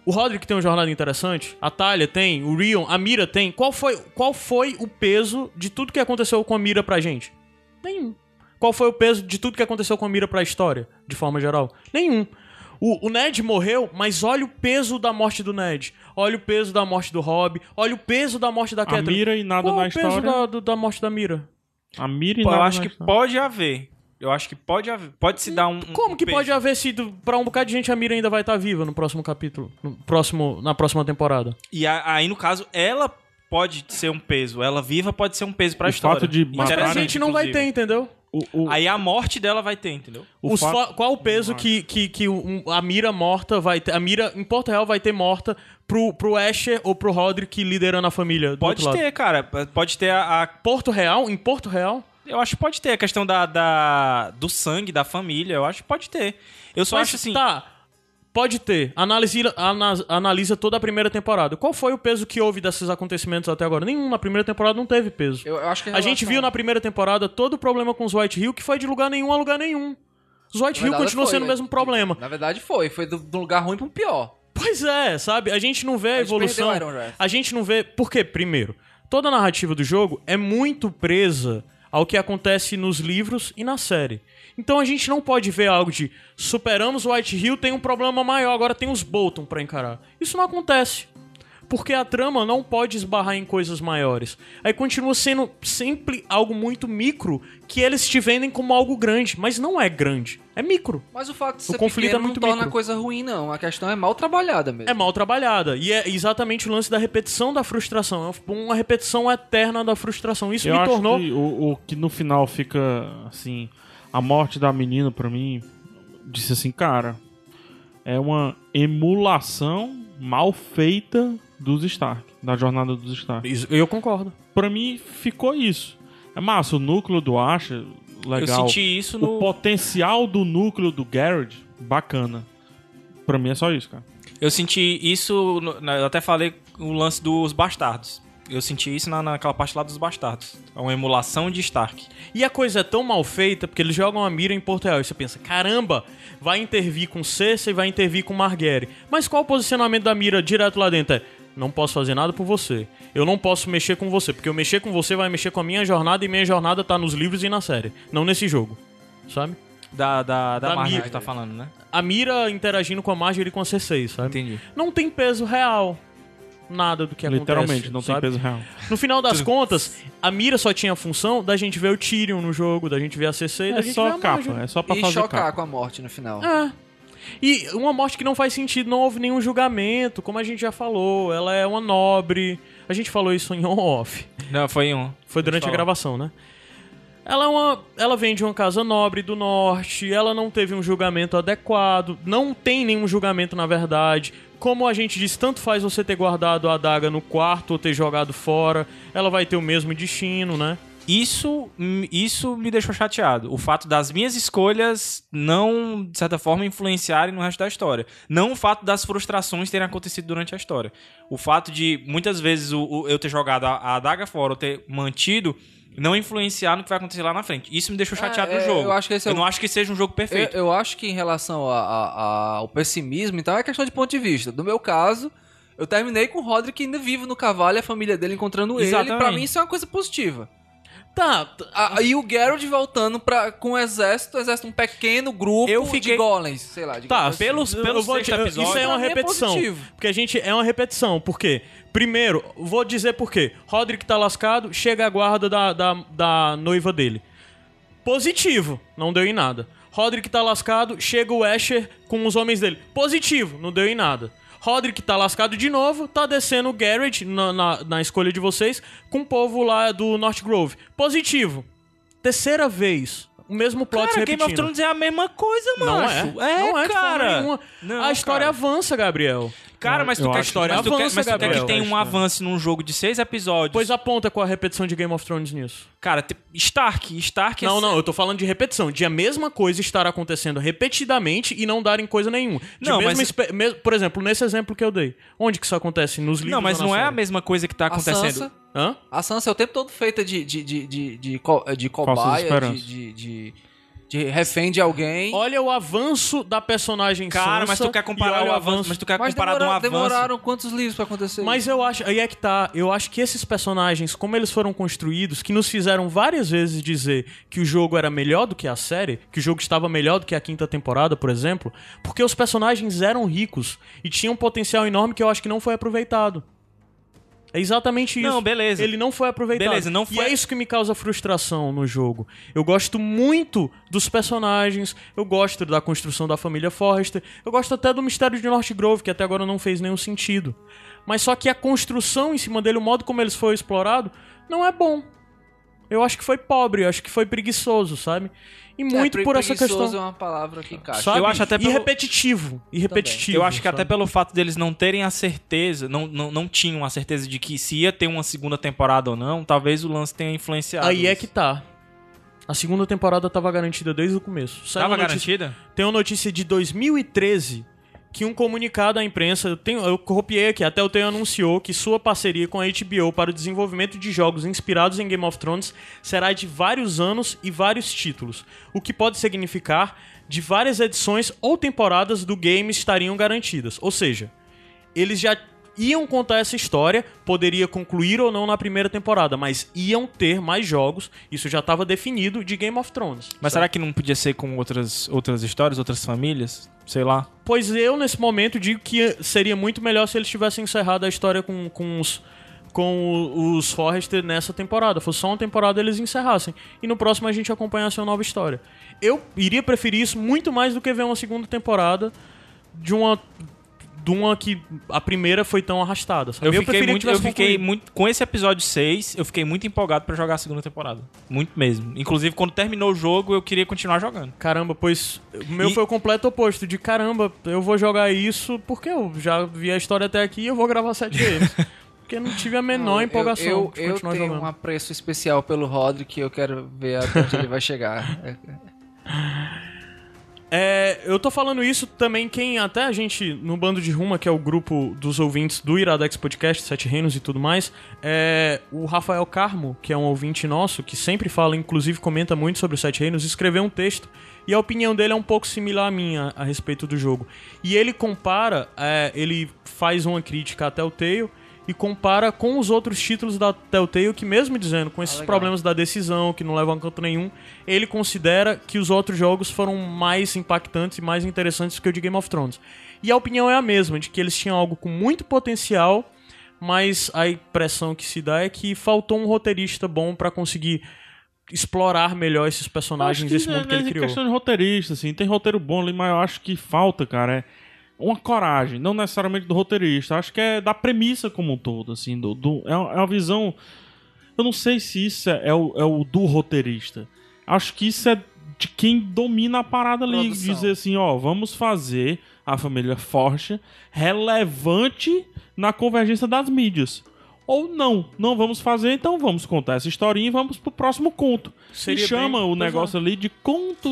Speaker 1: O Roderick tem uma jornada interessante, a Talia tem, o Rion, a Mira tem. Qual foi, qual foi o peso de tudo que aconteceu com a Mira pra gente? Nenhum. Qual foi o peso de tudo que aconteceu com a Mira pra história, de forma geral? Nenhum. O, o Ned morreu, mas olha o peso da morte do Ned. Olha o peso da morte do Rob. Olha o peso da morte da
Speaker 4: A
Speaker 1: Catelyn.
Speaker 4: mira e nada
Speaker 1: Qual
Speaker 4: na
Speaker 1: o peso
Speaker 4: história.
Speaker 1: da, do- da morte da Mira?
Speaker 4: A mira e
Speaker 2: Pô,
Speaker 4: nada
Speaker 2: eu acho
Speaker 4: na
Speaker 2: que
Speaker 4: história.
Speaker 2: pode haver. Eu acho que pode haver. Pode se dar um. um-
Speaker 1: Como
Speaker 2: um
Speaker 1: que
Speaker 2: peso.
Speaker 1: pode haver sido pra um bocado de gente a Mira ainda vai estar viva no próximo capítulo, no próximo, na próxima temporada?
Speaker 2: E a- aí, no caso, ela pode ser um peso. Ela viva pode ser um peso pra
Speaker 4: O
Speaker 2: história.
Speaker 4: fato de
Speaker 1: Mas pra
Speaker 4: Mataram,
Speaker 1: gente não vai ter,
Speaker 2: né, inclusive.
Speaker 1: entendeu?
Speaker 4: O, o-
Speaker 2: Aí a morte dela vai ter, entendeu?
Speaker 4: o
Speaker 1: Os
Speaker 4: fato-
Speaker 1: fa- Qual o peso que, que, que um- a mira morta vai ter. A mira, em Porto Real, vai ter morta pro, pro Asher ou pro Roderick liderando a família. do
Speaker 2: Pode
Speaker 1: outro lado?
Speaker 2: ter, cara. Pode ter a. a-
Speaker 1: Porto Real? Em Porto Real?
Speaker 2: eu acho que pode ter a questão da, da- do sangue da família. Eu acho que pode ter. Eu só
Speaker 1: Mas,
Speaker 2: acho assim.
Speaker 1: Tá. Pode ter. Analisa, ana- analisa toda a primeira temporada. Qual foi o peso que houve desses acontecimentos até agora? Nenhum. Na primeira temporada não teve peso.
Speaker 3: Eu, eu acho que é assim,
Speaker 1: A gente viu na primeira temporada todo o problema com os White Hill, que foi de lugar nenhum a lugar nenhum. Os White Hill
Speaker 3: Hill
Speaker 1: continuam sendo o mesmo problema.
Speaker 3: tipo, Na verdade foi, foi do, do lugar ruim pro pior.
Speaker 1: Pois é, sabe? A gente não vê a,
Speaker 3: gente
Speaker 1: evolução.
Speaker 3: perdeu Iron Wrath.
Speaker 1: A gente não vê. Por quê? Primeiro, toda a narrativa do jogo é muito presa ao que acontece nos livros e na série. Então a gente não pode ver algo de superamos o White Hill, tem um problema maior, agora tem os Bolton pra encarar. Isso não acontece. Porque a trama não pode esbarrar em coisas maiores. Aí continua sendo sempre algo muito micro que eles te vendem como algo grande, mas não é grande, é micro.
Speaker 3: Mas o fato de
Speaker 1: O
Speaker 3: ser
Speaker 1: conflito
Speaker 3: pequeno
Speaker 1: é muito
Speaker 3: não torna
Speaker 1: micro.
Speaker 3: a coisa ruim, não. A questão é mal trabalhada mesmo.
Speaker 1: É mal trabalhada. E é exatamente o lance da repetição da frustração. É uma repetição eterna da frustração. Isso
Speaker 4: eu
Speaker 1: me
Speaker 4: acho
Speaker 1: tornou.
Speaker 4: que o, o que no final fica assim, a morte da menina pra mim disse assim, cara, é uma emulação mal feita dos Stark, da jornada dos Stark.
Speaker 1: Isso- Eu concordo.
Speaker 4: Pra mim ficou isso. É massa, o núcleo do Asha, legal.
Speaker 2: Eu senti isso
Speaker 4: O
Speaker 2: no.
Speaker 4: potencial do núcleo do Garrett, bacana. Pra mim é só isso, cara.
Speaker 2: Eu senti isso. no- na- eu até falei o lance dos bastardos. Eu senti isso na, naquela parte lá dos bastardos. É uma emulação de Stark.
Speaker 1: E a coisa é tão mal feita porque eles jogam a mira em Porto Real. E você pensa, caramba, vai intervir com Cersei, vai intervir com Marguerite. Mas qual o posicionamento da mira direto lá dentro? É, não posso fazer nada por você. Eu não posso mexer com você, porque eu mexer com você vai mexer com a minha jornada e minha jornada tá nos livros e na série, não nesse jogo. Sabe?
Speaker 2: Da, da, da,
Speaker 1: Da
Speaker 2: Marvel
Speaker 1: Mira.
Speaker 2: que tá falando, né?
Speaker 1: A mira interagindo com a Marjorie e com a Cersei, sabe?
Speaker 2: Entendi.
Speaker 1: não tem peso real. Nada do que acontece.
Speaker 4: Literalmente, não
Speaker 1: sabe?
Speaker 4: tem peso real.
Speaker 1: No final das contas, a mira só tinha a função da gente ver o Tyrion no jogo, da gente ver a CC e da
Speaker 4: É
Speaker 1: gente ver
Speaker 4: só
Speaker 1: a
Speaker 4: capa,
Speaker 1: Marjorie.
Speaker 4: é só pra
Speaker 3: E
Speaker 4: fazer
Speaker 3: chocar
Speaker 4: capa.
Speaker 3: com a morte no final.
Speaker 1: É. E uma morte que não faz sentido, não houve nenhum julgamento, como a gente já falou, ela é uma nobre. A gente falou isso em on-off.
Speaker 2: Não, foi um.
Speaker 1: Foi durante a
Speaker 2: falar.
Speaker 1: gravação, né? Ela, é uma, ela vem de uma casa nobre do norte, ela não teve um julgamento adequado, não tem nenhum julgamento na verdade. Como a gente disse, tanto faz você ter guardado a adaga no quarto ou ter jogado fora, ela vai ter o mesmo destino, né?
Speaker 2: Isso, isso me deixou chateado. O fato das minhas escolhas não, de certa forma, influenciarem no resto da história. Não o fato das frustrações terem acontecido durante a história. O fato de, muitas vezes, o, o- eu ter jogado a, a adaga fora, eu ter mantido, não influenciar no que vai acontecer lá na frente. Isso me deixou
Speaker 3: Ah,
Speaker 2: chateado
Speaker 3: é,
Speaker 2: no jogo.
Speaker 3: eu acho que esse é
Speaker 2: eu
Speaker 3: o-
Speaker 2: não acho que seja um jogo
Speaker 3: Eu,
Speaker 2: perfeito.
Speaker 3: eu acho que em relação a- a- a- ao pessimismo, então é questão de ponto de vista. No meu caso, eu terminei com o Roderick ainda vivo no cavalo e a família dele encontrando ele. Pra
Speaker 2: Exatamente.
Speaker 3: mim isso é uma coisa positiva.
Speaker 1: Tá, t-
Speaker 3: Ah, e o Geralt voltando pra, com o exército, o exército um pequeno grupo
Speaker 2: Eu fiquei-
Speaker 3: de golems, sei lá. de
Speaker 1: tá,
Speaker 3: golems.
Speaker 2: pelos-
Speaker 1: eu
Speaker 2: pelos
Speaker 1: vou
Speaker 2: sexto
Speaker 1: te- eu-
Speaker 2: episódio-
Speaker 1: Isso é uma
Speaker 3: Pra mim é
Speaker 1: repetição.
Speaker 3: positivo.
Speaker 1: porque a gente é uma repetição. Por quê? Primeiro, vou dizer por quê. Roderick tá lascado, chega a guarda da, da, da noiva dele. Positivo, não deu em nada. Roderick tá lascado, chega o Asher com os homens dele. Positivo, não deu em nada. Roderick tá lascado de novo, tá descendo o Garrett na, na, na escolha de vocês com o povo lá do North Grove. Positivo. Terceira vez, o mesmo plot se
Speaker 2: Cara, Game of
Speaker 1: repetindo.
Speaker 2: Thrones é a mesma coisa,
Speaker 1: Não
Speaker 2: mano.
Speaker 1: é.
Speaker 2: É,
Speaker 1: não é de forma
Speaker 2: cara.
Speaker 1: nenhuma.
Speaker 2: Não,
Speaker 1: a história
Speaker 2: cara.
Speaker 1: avança, Gabriel.
Speaker 2: Cara, mas
Speaker 4: Eu
Speaker 2: tu quer
Speaker 4: acho que
Speaker 2: mas tu quer-
Speaker 1: avança,
Speaker 2: mas tu quer que
Speaker 1: Gabriel.
Speaker 2: tenha um avanço num jogo de seis episódios.
Speaker 1: Pois é. aponta com a repetição de Game of Thrones nisso.
Speaker 2: Cara, te- Stark, Stark é
Speaker 1: Não, não, eu tô falando de repetição, de a mesma coisa estar acontecendo repetidamente e não dar em coisa nenhuma. De
Speaker 2: Não,
Speaker 1: mesmo
Speaker 2: mas-
Speaker 1: espe- mes- Por exemplo, nesse exemplo que eu dei. Onde que isso acontece? Nos livros?
Speaker 2: Não, mas
Speaker 1: ou na
Speaker 2: não é a
Speaker 1: série?
Speaker 2: mesma coisa que tá
Speaker 3: A
Speaker 2: acontecendo.
Speaker 3: Sansa,
Speaker 1: Hã?
Speaker 3: a Sansa é o tempo todo feita de, de, de, de, de, co- de cobaia,
Speaker 4: esperanças.
Speaker 3: de, de, de, de refém de alguém.
Speaker 1: Olha o avanço da personagem
Speaker 2: Cara,
Speaker 1: Sansa
Speaker 2: mas tu quer comparar
Speaker 1: e olha
Speaker 2: o avanço, mas tu quer
Speaker 3: Mas
Speaker 2: comparar de um
Speaker 3: demora-
Speaker 2: avanço.
Speaker 3: demoraram quantos livros pra acontecer
Speaker 1: Mas eu acho, aí é que tá, eu acho que esses personagens, como eles foram construídos, que nos fizeram várias vezes dizer que o jogo era melhor do que a série, que o jogo estava melhor do que a quinta temporada, por exemplo, porque os personagens eram ricos e tinham um potencial enorme que eu acho que não foi aproveitado. É exatamente isso.
Speaker 2: Não, beleza.
Speaker 1: Ele não foi aproveitado.
Speaker 2: Beleza, não foi-
Speaker 1: E é isso que me causa frustração no jogo. Eu gosto muito dos personagens, eu gosto da construção da família Forrester, eu gosto até do mistério de North Grove, que até agora não fez nenhum sentido. Mas só que a construção em cima dele, o modo como eles foram explorados, não é bom. Eu acho que foi pobre, eu acho que foi preguiçoso, sabe? E
Speaker 3: É,
Speaker 1: muito
Speaker 3: pre-
Speaker 1: por essa
Speaker 3: preguiçoso
Speaker 1: questão.
Speaker 3: é uma palavra que encaixa.
Speaker 1: Sabe?
Speaker 2: Eu acho até pelo-
Speaker 1: E repetitivo. E repetitivo.
Speaker 2: Eu acho que até
Speaker 1: sabe?
Speaker 2: pelo fato deles não terem a certeza, não, não, não tinham a certeza de que se ia ter uma segunda temporada ou não, talvez o lance tenha influenciado.
Speaker 1: Aí é
Speaker 2: isso.
Speaker 1: que tá. A segunda temporada tava garantida desde o começo. Saiu
Speaker 2: Tava
Speaker 1: uma notícia-
Speaker 2: garantida?
Speaker 1: Tem uma notícia de 2013 que um comunicado à imprensa, eu, tenho, eu copiei aqui, até o Telltale anunciou que sua parceria com a HBO para o desenvolvimento de jogos inspirados em Game of Thrones será de vários anos e vários títulos, o que pode significar de várias edições ou temporadas do game estariam garantidas. Ou seja, eles já iam contar essa história, poderia concluir ou não na primeira temporada, mas iam ter mais jogos, isso já estava definido, de Game of Thrones.
Speaker 2: Mas será que não podia ser com outras, outras histórias, outras famílias? Sei lá.
Speaker 1: Pois eu, nesse momento, digo que seria muito melhor se eles tivessem encerrado a história com, com os com o- os Forrester nessa temporada. Fosse só uma temporada eles encerrassem. E no próximo a gente acompanhasse uma nova história. Eu iria preferir isso muito mais do que ver uma segunda temporada de uma de uma que a primeira foi tão arrastada, sabe?
Speaker 2: Eu, fiquei,
Speaker 1: preferia que
Speaker 2: muito, eu
Speaker 1: tivesse
Speaker 2: fiquei
Speaker 1: concluído.
Speaker 2: muito. Com esse episódio 6, eu fiquei muito empolgado pra jogar a segunda temporada. Muito mesmo. Inclusive, quando terminou o jogo, eu queria continuar jogando.
Speaker 1: Caramba, pois o meu
Speaker 2: E-
Speaker 1: foi o completo oposto. De caramba, eu vou jogar isso porque eu já vi a história até aqui e eu vou gravar sete games. porque eu não tive a menor
Speaker 3: Eu-
Speaker 1: empolgação
Speaker 3: Eu,
Speaker 1: de
Speaker 3: eu,
Speaker 1: continuar
Speaker 3: tenho
Speaker 1: jogando.
Speaker 3: um apreço especial pelo Rodrick que eu quero ver aonde ele vai chegar. É,
Speaker 1: É, eu tô falando isso também quem até a gente no bando de Ruma, que é o grupo dos ouvintes do Iradex Podcast, Sete Reinos e tudo mais, é, o Rafael Carmo, que é um ouvinte nosso, que sempre fala, inclusive comenta muito sobre os Sete Reinos, escreveu um texto e a opinião dele é um pouco similar à minha a respeito do jogo. E ele compara, é, ele faz uma crítica à Telltale e compara com os outros títulos da Telltale que mesmo dizendo
Speaker 4: Ah,
Speaker 1: com esses
Speaker 3: legal.
Speaker 1: problemas problemas da decisão, que não levam a canto nenhum, ele considera que os outros jogos foram mais impactantes e mais interessantes que o de Game of Thrones. E a opinião é a mesma, de que eles tinham algo com muito potencial, mas a impressão que se dá é que faltou um roteirista bom pra conseguir explorar melhor esses
Speaker 4: Acho
Speaker 1: personagens
Speaker 4: que
Speaker 1: desse
Speaker 4: é
Speaker 1: mundo que ele
Speaker 4: mesmo
Speaker 1: criou.
Speaker 4: questão de roteirista, assim. Tem roteiro bom ali, mas eu acho que falta, cara, é uma coragem, não necessariamente do roteirista. Acho que é da premissa como um todo, assim. Do, do- é, uma, é uma visão. Eu não sei se isso é, é o, é o do roteirista. Acho que isso é de quem domina a parada ali.
Speaker 3: Produção.
Speaker 4: Dizer assim, ó, vamos fazer a família Forte relevante na convergência das mídias. Ou não, não vamos fazer, então vamos contar essa historinha e vamos pro próximo conto.
Speaker 1: Seria
Speaker 4: e chama
Speaker 1: bem-
Speaker 4: o
Speaker 1: pois
Speaker 4: negócio ali de contos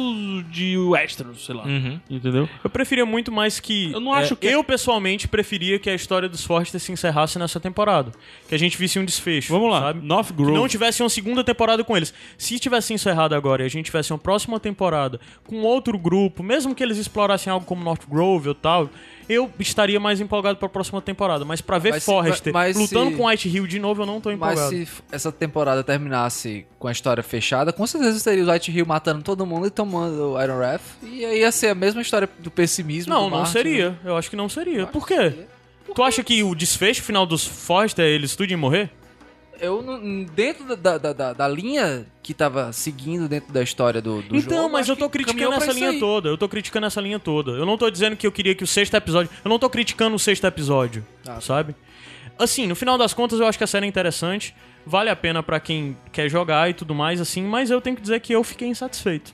Speaker 4: de Westeros, sei lá.
Speaker 3: Hum.
Speaker 2: Uhum.
Speaker 4: Entendeu?
Speaker 1: Eu preferia muito mais que. é,
Speaker 4: Eu não acho que-
Speaker 1: Eu, pessoalmente, preferia que a história dos Forrester se encerrasse nessa temporada. Que a gente visse um desfecho.
Speaker 4: Vamos lá,
Speaker 1: sabe?
Speaker 4: North
Speaker 1: que
Speaker 4: Grove.
Speaker 1: não tivesse uma segunda temporada com eles. Se tivesse encerrado agora e a gente tivesse uma próxima temporada com outro grupo, mesmo que eles explorassem algo como North Grove ou tal, eu estaria mais empolgado pra próxima temporada. Mas pra ver
Speaker 3: Mas se-
Speaker 1: Forrester
Speaker 3: mas se-
Speaker 1: lutando com White Hill de novo, eu não tô
Speaker 3: Mas
Speaker 1: empolgado.
Speaker 3: se f- essa temporada terminasse com a história fechada, com certeza seria o Light Hill matando todo mundo e tomando o Iron Wrath. E aí ia ser a mesma história do pessimismo.
Speaker 1: Não,
Speaker 3: do
Speaker 1: não
Speaker 3: Martin. né?
Speaker 1: seria. Eu acho que não seria.
Speaker 3: acho
Speaker 1: Por
Speaker 3: que
Speaker 1: quê?
Speaker 3: seria.
Speaker 1: Tu acha que o desfecho final dos Forrester é eles tudo em morrer?
Speaker 3: Eu, não- dentro da, da, da, da linha que tava seguindo dentro da história do, do jogo.
Speaker 1: Então, mas
Speaker 3: acho
Speaker 1: eu tô
Speaker 3: que
Speaker 1: criticando
Speaker 3: caminhou pra
Speaker 1: essa
Speaker 3: isso
Speaker 1: linha
Speaker 3: aí.
Speaker 1: toda. Eu tô criticando essa linha toda. Eu não tô dizendo que eu queria que o sexto episódio. Eu não tô criticando o sexto episódio,
Speaker 3: Ah, tá.
Speaker 1: sabe? Assim, no final das contas, eu acho que a série é interessante. Vale a pena pra quem quer jogar e tudo mais, assim. Mas eu tenho que dizer que eu fiquei insatisfeito.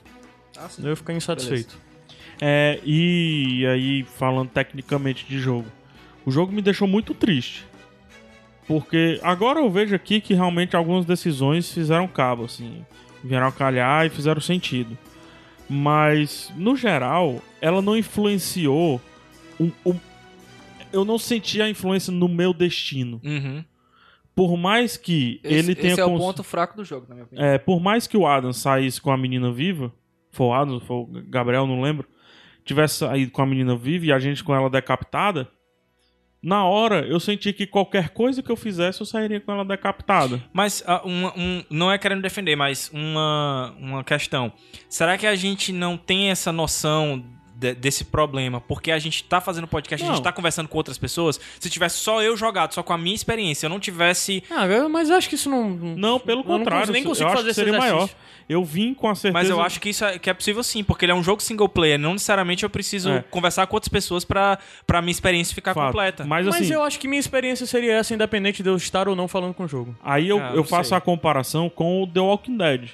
Speaker 3: Ah, sim.
Speaker 1: Eu fiquei insatisfeito.
Speaker 4: É, e aí, falando tecnicamente de jogo, o jogo me deixou muito triste. Porque agora eu vejo aqui que realmente algumas decisões fizeram cabo, assim. Vieram a calhar e fizeram sentido. Mas, no geral, ela não influenciou. o- o- eu não senti a influência no meu destino.
Speaker 2: Uhum.
Speaker 4: Por mais que
Speaker 3: Esse,
Speaker 4: ele tenha.
Speaker 3: esse é o
Speaker 4: cons-
Speaker 3: ponto fraco do jogo, na minha opinião.
Speaker 4: é, por mais que o Adam saísse com a menina viva, foi o Adams, foi o Gabriel, não lembro, tivesse saído com a menina viva e a gente com ela decapitada, na hora eu senti que qualquer coisa que eu fizesse eu sairia com ela decapitada.
Speaker 2: Mas ah, uma- um- não é querendo defender, mas uma, uma questão. Será que a gente não tem essa noção de- desse problema? Porque a gente tá fazendo podcast, a
Speaker 4: Não.
Speaker 2: gente tá conversando com outras pessoas. Se tivesse só eu jogado, só com a minha experiência, eu não tivesse.
Speaker 1: Ah, eu- mas eu acho que isso não.
Speaker 4: Não, pelo
Speaker 1: eu não
Speaker 4: contrário,
Speaker 1: consigo- nem
Speaker 4: eu
Speaker 1: consigo
Speaker 4: acho
Speaker 1: fazer
Speaker 4: que
Speaker 1: esse
Speaker 4: seria maior.
Speaker 1: exercício.
Speaker 4: Eu vim com a certeza.
Speaker 2: Mas eu acho que isso é, que é possível sim, porque ele é um jogo single player. Não necessariamente eu preciso
Speaker 4: É.
Speaker 2: conversar com outras pessoas pra, pra minha experiência ficar
Speaker 4: Fato.
Speaker 2: completa.
Speaker 4: Mas
Speaker 1: Mas,
Speaker 4: assim,
Speaker 1: eu acho que minha experiência seria essa, independente de eu estar ou não falando com o jogo.
Speaker 4: Aí eu,
Speaker 2: Ah,
Speaker 4: eu
Speaker 2: não
Speaker 4: faço
Speaker 2: sei.
Speaker 4: a comparação com o The Walking Dead.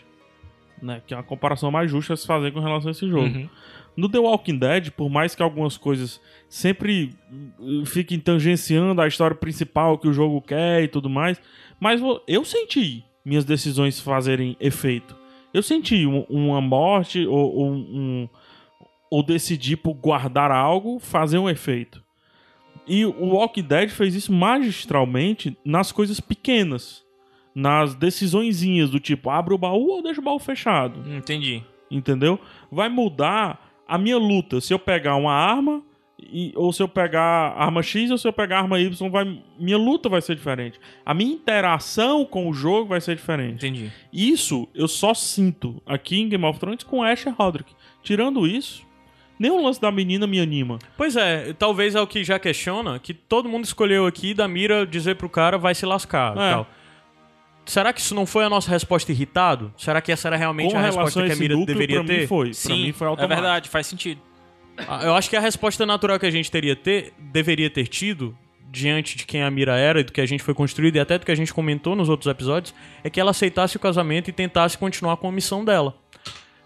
Speaker 4: Né, que é uma comparação mais justa a se fazer com relação a esse jogo.
Speaker 2: Uhum.
Speaker 4: No The Walking Dead, por mais que algumas coisas sempre uh, fiquem tangenciando a história principal que o jogo quer e tudo mais, mas vo- eu senti minhas decisões fazerem efeito. Eu senti um- uma morte ou, ou um, ou decidir por guardar algo fazer um efeito. E o Walking Dead fez isso magistralmente nas coisas pequenas. Nas decisõezinhas do tipo, abre o baú ou deixa o baú fechado
Speaker 2: Entendi.
Speaker 4: entendeu? Vai mudar a minha luta. Se eu pegar uma arma, e- ou se eu pegar arma X, ou se eu pegar arma Y, vai, minha luta vai ser diferente. A minha interação com o jogo vai ser diferente.
Speaker 2: Entendi.
Speaker 4: Isso eu só sinto aqui em Game of Thrones com Asher Roderick. Tirando isso, nem o lance da menina me anima.
Speaker 1: Pois é, talvez é o que já questiona, que todo mundo escolheu aqui da mira dizer pro cara vai se lascar e
Speaker 4: É.
Speaker 1: tal. Será que isso não foi a nossa resposta irritado? Será que essa era realmente
Speaker 4: Com
Speaker 1: a
Speaker 4: relação
Speaker 1: resposta
Speaker 4: a
Speaker 1: que a
Speaker 4: esse
Speaker 1: mira
Speaker 4: núcleo,
Speaker 1: deveria
Speaker 4: pra
Speaker 1: ter?
Speaker 4: mim foi. pra
Speaker 2: Sim,
Speaker 4: mim foi
Speaker 2: é
Speaker 4: automático.
Speaker 2: verdade, faz sentido.
Speaker 1: Ah, Eu acho que a resposta natural que a gente teria ter, deveria ter tido, diante de quem a Mira era e do que a gente foi construído, e até do que a gente comentou nos outros episódios, é que ela aceitasse o casamento e tentasse continuar com a missão dela.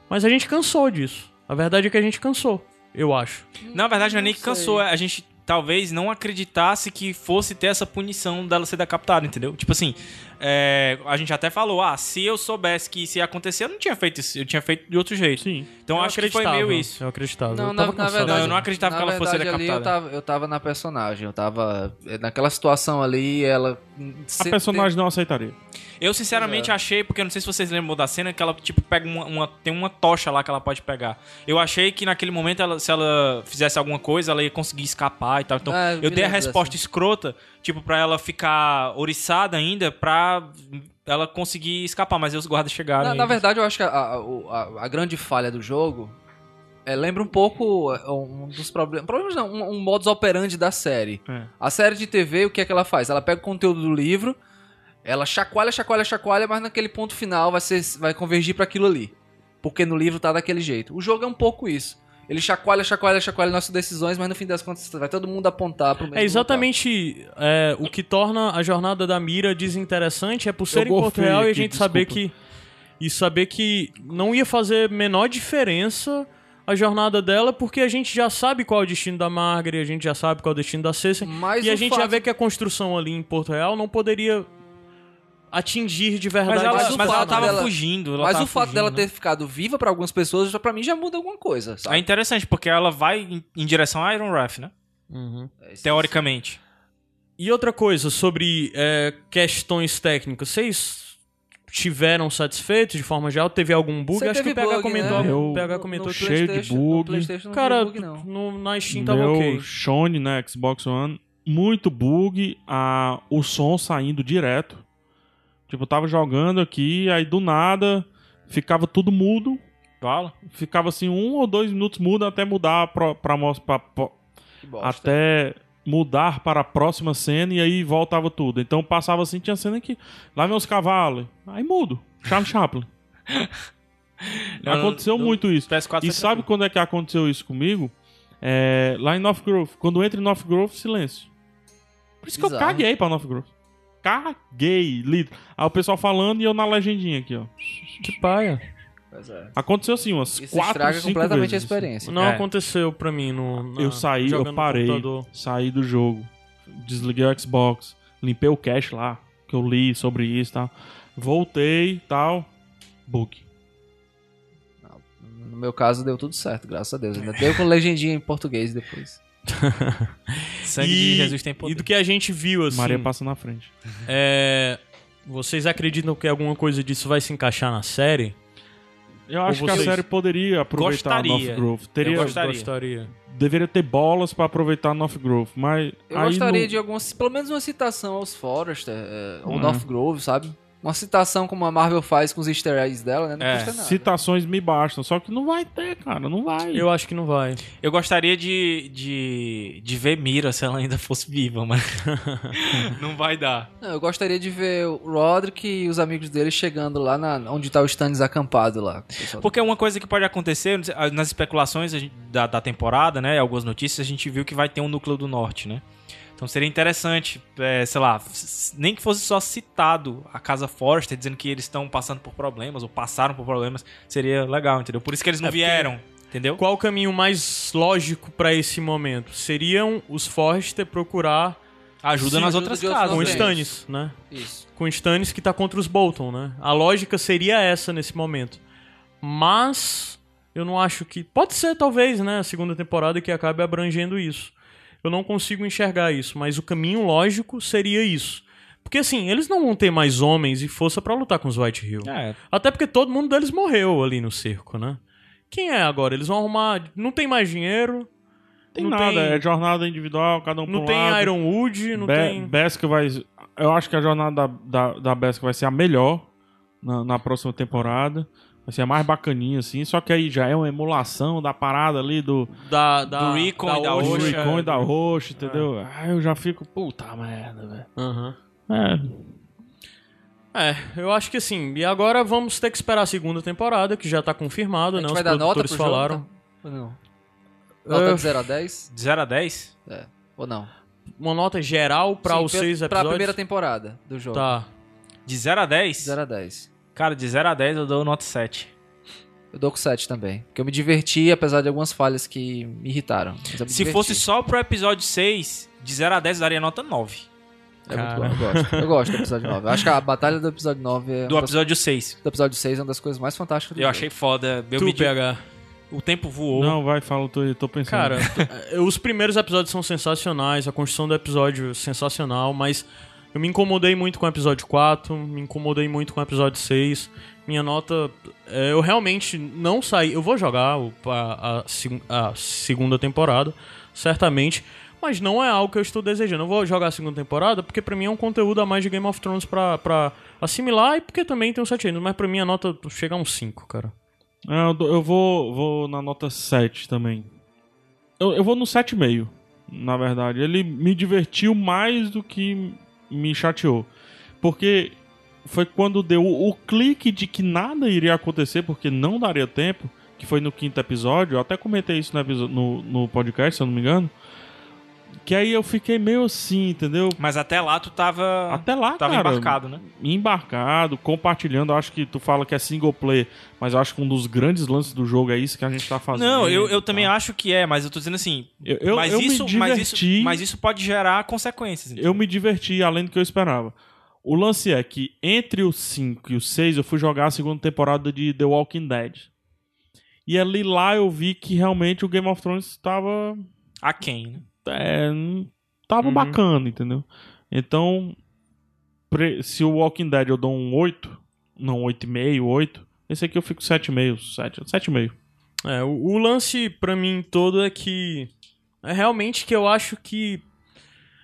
Speaker 1: Mas a gente cansou disso. A verdade é que a gente cansou, eu acho.
Speaker 2: Na verdade, não é nem que cansou. é A gente talvez não acreditasse que fosse ter essa punição dela ser decapitada, entendeu? Tipo assim, é, a gente até falou, ah, se eu soubesse que isso ia acontecer, eu não tinha feito isso, eu tinha feito de outro jeito.
Speaker 4: Sim.
Speaker 2: Então acho que foi
Speaker 1: acreditava,
Speaker 2: meio isso.
Speaker 1: Eu acreditava.
Speaker 3: Não,
Speaker 1: É, eu
Speaker 3: na,
Speaker 1: tava
Speaker 3: na
Speaker 1: cansado.
Speaker 3: verdade.
Speaker 2: Não, eu não acreditava
Speaker 3: na
Speaker 2: que ela fosse
Speaker 3: verdade, ali eu
Speaker 2: decapitada.
Speaker 3: tava, eu tava na personagem, eu tava. eh, Naquela situação ali, ela.
Speaker 4: A personagem não aceitaria.
Speaker 2: Eu sinceramente achei, porque eu não sei se vocês lembram da cena, que ela tipo pega uma, uma- tem uma tocha lá que ela pode pegar. Eu achei que naquele momento ela- se ela fizesse alguma coisa, ela ia conseguir escapar e tal. Então,
Speaker 3: Ah, eu me
Speaker 2: eu dei a
Speaker 3: lembro
Speaker 2: resposta escrota, tipo pra ela ficar oriçada ainda pra ela conseguir escapar, mas aí os guardas chegaram.
Speaker 3: Na,
Speaker 2: e-
Speaker 3: na verdade, eu acho que a, a- o- a- a grande falha do jogo é, lembra um pouco é, um dos problemas. Problemas não, um, um modus operandi da série.
Speaker 4: É.
Speaker 3: A série de TV, o que é que ela faz? Ela pega o conteúdo do livro, ela chacoalha, chacoalha, chacoalha, mas naquele ponto final vai, ser, vai convergir pra aquilo ali. Porque no livro tá daquele jeito. O jogo é um pouco isso. Ele chacoalha, chacoalha, chacoalha nossas decisões, mas no fim das contas vai todo mundo apontar pro mesmo
Speaker 1: É exatamente é, o que torna a jornada da Mira desinteressante é por ser em corpo
Speaker 4: golfei
Speaker 1: real e a
Speaker 4: aqui,
Speaker 1: gente saber
Speaker 4: desculpa.
Speaker 1: que e saber que não ia fazer menor diferença a jornada dela porque a gente já sabe qual é o destino da Margaret, a gente já sabe qual é o destino da Cersei
Speaker 3: Mas
Speaker 1: e a
Speaker 3: o
Speaker 1: gente já
Speaker 3: fato-
Speaker 1: vê que a construção ali em Porto Real não poderia atingir de verdade.
Speaker 2: Mas ela,
Speaker 3: Mas
Speaker 2: mas
Speaker 3: o
Speaker 2: ela
Speaker 3: fato
Speaker 2: tava
Speaker 3: dela-
Speaker 2: fugindo. ela
Speaker 1: tá
Speaker 3: Mas
Speaker 2: tava
Speaker 3: o fato
Speaker 2: fugindo,
Speaker 3: dela
Speaker 2: né?
Speaker 3: ter ficado viva pra algumas pessoas, já- pra mim já muda alguma coisa,
Speaker 2: É
Speaker 3: sabe?
Speaker 2: interessante, porque ela vai em, em direção a Iron Wrath, né?
Speaker 1: Uhum.
Speaker 3: É
Speaker 2: Teoricamente.
Speaker 1: E outra coisa sobre é, questões técnicas, vocês tiveram satisfeitos de forma geral? Teve algum bug?
Speaker 3: Você
Speaker 1: Acho que o
Speaker 3: teve
Speaker 1: PH
Speaker 3: bug,
Speaker 1: comentou.
Speaker 4: né?
Speaker 1: o
Speaker 4: Eu-
Speaker 1: PH comentou que
Speaker 4: cheio de
Speaker 3: PlayStation-
Speaker 4: bug.
Speaker 3: No PlayStation não
Speaker 1: Cara,
Speaker 3: teve bug, não.
Speaker 1: no- na Steam tava
Speaker 4: Meu
Speaker 1: Então, ok.
Speaker 4: Sony, né, Xbox One, muito bug, a, o som saindo direto. Tipo, eu tava jogando aqui, aí do nada ficava tudo mudo.
Speaker 2: Fala.
Speaker 4: Ficava assim, um ou dois minutos mudo até mudar pra, pra, mos- pra, pra-
Speaker 3: Que bosta.
Speaker 4: até mudar para a próxima cena e aí voltava tudo. Então passava assim, tinha cena que lá vem os cavalos, aí mudo. Charles Chaplin. Aconteceu
Speaker 2: No- no
Speaker 4: muito isso.
Speaker 2: PS4
Speaker 4: E
Speaker 2: foi
Speaker 4: sabe quando é que aconteceu isso comigo? É, lá em North Grove. Quando entra em North Grove, silêncio. Por isso que eu
Speaker 3: Bizarro.
Speaker 4: caguei pra North Grove. Caguei, lido. Aí o pessoal falando e eu na legendinha aqui, ó.
Speaker 1: Que paia.
Speaker 3: Pois é.
Speaker 4: Aconteceu assim, umas
Speaker 3: Isso
Speaker 4: quatro,
Speaker 3: estraga
Speaker 4: cinco
Speaker 3: completamente a
Speaker 4: vezes, assim.
Speaker 3: experiência.
Speaker 1: Não
Speaker 2: É.
Speaker 1: aconteceu pra mim no. na-
Speaker 4: Eu saí,
Speaker 1: jogando
Speaker 4: eu
Speaker 1: no
Speaker 4: parei,
Speaker 1: computador.
Speaker 4: saí do jogo, desliguei o Xbox, limpei o cache lá, que eu li sobre isso e tal. Voltei e tal. Bug.
Speaker 3: No meu caso deu tudo certo, graças a Deus. Ainda deu com legendinha em português depois.
Speaker 2: Sangue
Speaker 1: e,
Speaker 2: de Jesus tem poder.
Speaker 1: e do que a gente viu, assim.
Speaker 4: Maria passa na frente.
Speaker 1: é, vocês acreditam que alguma coisa disso vai se encaixar na série?
Speaker 4: Eu acho que a
Speaker 1: vocês
Speaker 4: série poderia aproveitar
Speaker 2: gostaria?
Speaker 4: North Grove. Teria,
Speaker 2: Eu gostaria.
Speaker 1: Gostaria.
Speaker 4: Deveria ter bolas pra aproveitar North Grove, mas
Speaker 3: Eu
Speaker 4: aí
Speaker 3: gostaria
Speaker 4: não-
Speaker 3: de algumas, pelo menos uma citação aos Forrester, é,
Speaker 4: Uhum.
Speaker 3: ou North Grove, sabe? Uma citação como a Marvel faz com os easter eggs dela, né? Não
Speaker 2: É,
Speaker 3: custa nada.
Speaker 4: citações me bastam, só que não vai ter, cara, não vai.
Speaker 1: Eu acho que não vai.
Speaker 2: Eu gostaria de, de, de ver Mira se ela ainda fosse viva, mas. não vai dar.
Speaker 3: Não, eu gostaria de ver o Roderick e os amigos dele chegando lá na, onde tá o Stannis acampado lá. pessoal.
Speaker 2: Porque uma coisa que pode acontecer, nas especulações a gente- da, da temporada, né? Algumas notícias, a gente viu que vai ter um núcleo do norte, né? Então seria interessante, é, sei lá, s- nem que fosse só citado a Casa Forster, dizendo que eles estão passando por problemas, ou passaram por problemas, seria legal, entendeu? Por isso que eles não
Speaker 1: É, porque-
Speaker 2: vieram, entendeu?
Speaker 1: Qual o caminho mais lógico pra esse momento? Seriam os Forrester procurar
Speaker 2: Ajuda
Speaker 3: Sim,
Speaker 2: nas
Speaker 3: ajuda
Speaker 2: outras
Speaker 3: de outros
Speaker 2: casas.
Speaker 1: com o
Speaker 3: Exatamente.
Speaker 1: Stannis, né?
Speaker 3: Isso.
Speaker 1: Com o Stannis que tá contra os Bolton, né? A lógica seria essa nesse momento. Mas eu não acho que. Pode ser, talvez, né? A segunda temporada que acabe abrangendo isso. Eu não consigo enxergar isso, mas o caminho lógico seria isso. Porque assim, eles não vão ter mais homens e força pra lutar com os White Hill.
Speaker 2: É,
Speaker 1: Até porque todo mundo deles morreu ali no cerco, né? Quem é agora? Eles vão arrumar. Não tem mais dinheiro.
Speaker 4: tem
Speaker 1: não
Speaker 4: nada,
Speaker 1: tem-
Speaker 4: é jornada individual, cada um pra
Speaker 1: Não
Speaker 4: um
Speaker 1: tem
Speaker 4: lado.
Speaker 1: Ironwood, não
Speaker 4: Be-
Speaker 1: tem.
Speaker 4: Besca vai. Eu acho que a jornada da, da, da Besca vai ser a melhor na, na próxima temporada. Vai ser a mais bacaninha, assim. Só que aí já é uma emulação da parada ali do,
Speaker 1: Da, da,
Speaker 2: Do Recon e da
Speaker 4: do
Speaker 2: Roxa.
Speaker 4: Recon e da Roxa,
Speaker 1: É.
Speaker 4: entendeu? Aí eu já fico, puta merda, velho.
Speaker 1: Aham.
Speaker 4: É,
Speaker 1: É, eu acho que assim. E agora vamos ter que esperar a segunda temporada, que já tá
Speaker 3: A
Speaker 1: confirmada, né?
Speaker 3: gente
Speaker 1: Os
Speaker 3: vai dar nota pro
Speaker 1: produtores
Speaker 3: jogo,
Speaker 1: falaram. É.
Speaker 3: tá? Ou não? Nota de 0 a 10?
Speaker 2: de 0 a 10?
Speaker 3: Ou não?
Speaker 1: Uma nota geral pra
Speaker 3: Sim,
Speaker 1: os
Speaker 3: pe-
Speaker 1: seis
Speaker 3: Pra
Speaker 1: episódios.
Speaker 3: primeira temporada do jogo.
Speaker 1: Tá.
Speaker 2: De 0 a 10?
Speaker 3: 0 a 10.
Speaker 2: Cara, de 0 a 10 eu dou nota 7.
Speaker 3: Eu dou com 7 também. Porque eu me diverti, apesar de algumas falhas que me irritaram. Mas eu me
Speaker 2: Se
Speaker 3: diverti.
Speaker 2: fosse só pro episódio 6, de 0 a 10 eu daria nota 9.
Speaker 3: É muito bom, eu gosto. Eu gosto do episódio 9. Eu acho que a batalha do episódio 9 é
Speaker 2: Do
Speaker 3: uma das-
Speaker 2: episódio 6.
Speaker 3: do episódio 6 é uma das coisas mais fantásticas do
Speaker 2: Eu
Speaker 3: jogo.
Speaker 2: achei foda. Eu
Speaker 1: Tu,
Speaker 2: me di-
Speaker 1: PH.
Speaker 2: O tempo voou.
Speaker 4: não, vai, fala, tô, tô pensando.
Speaker 1: Cara, t- os primeiros episódios são sensacionais, a construção do episódio é sensacional, mas eu me incomodei muito com o episódio 4, me incomodei muito com o episódio 6. Minha nota. é, eu realmente não saí. Eu vou jogar o- a, a seg- a segunda temporada, certamente. Mas não é algo que eu estou desejando. Eu vou jogar a segunda temporada porque pra mim é um conteúdo a mais de Game of Thrones pra, pra assimilar e porque também tem um 7 anos. Mas pra mim a nota chega a um 5, cara.
Speaker 4: É, eu, dou- eu vou, vou na nota 7 também. Eu, eu vou no 7,5, na verdade. Ele me divertiu mais do que me chateou. Porque foi quando deu o, o clique de que nada iria acontecer, porque não daria tempo, que foi no quinto episódio. Eu até comentei isso no, episo- no, no podcast, se eu não me engano. Que aí eu fiquei meio assim, entendeu?
Speaker 2: Mas até lá tu tava.
Speaker 4: Até lá,
Speaker 2: Ah, tava
Speaker 4: cara,
Speaker 2: embarcado, né?
Speaker 4: embarcado, compartilhando. Eu acho que tu fala que é single player, mas eu acho que um dos grandes lances do jogo é isso que a gente tá fazendo.
Speaker 2: Não, eu, eu
Speaker 4: tá?
Speaker 2: também acho que é, mas eu tô dizendo assim.
Speaker 4: Eu, eu,
Speaker 2: mas,
Speaker 4: eu
Speaker 2: isso,
Speaker 4: me diverti,
Speaker 2: mas isso mas isso pode gerar consequências. entendeu?
Speaker 4: eu me diverti além do que eu esperava. O lance é que entre o 5 e o 6 eu fui jogar a segunda temporada de The Walking Dead. E ali lá eu vi que realmente o Game of Thrones tava
Speaker 2: A quem, né?
Speaker 4: é, não- tava
Speaker 1: Uhum.
Speaker 4: bacana, entendeu? Então, pre- se o Walking Dead eu dou um 8, não, 8,5, 8, esse aqui eu fico 7,5, 7, 7,5.
Speaker 1: É, o, o lance pra mim todo é que é realmente que eu acho que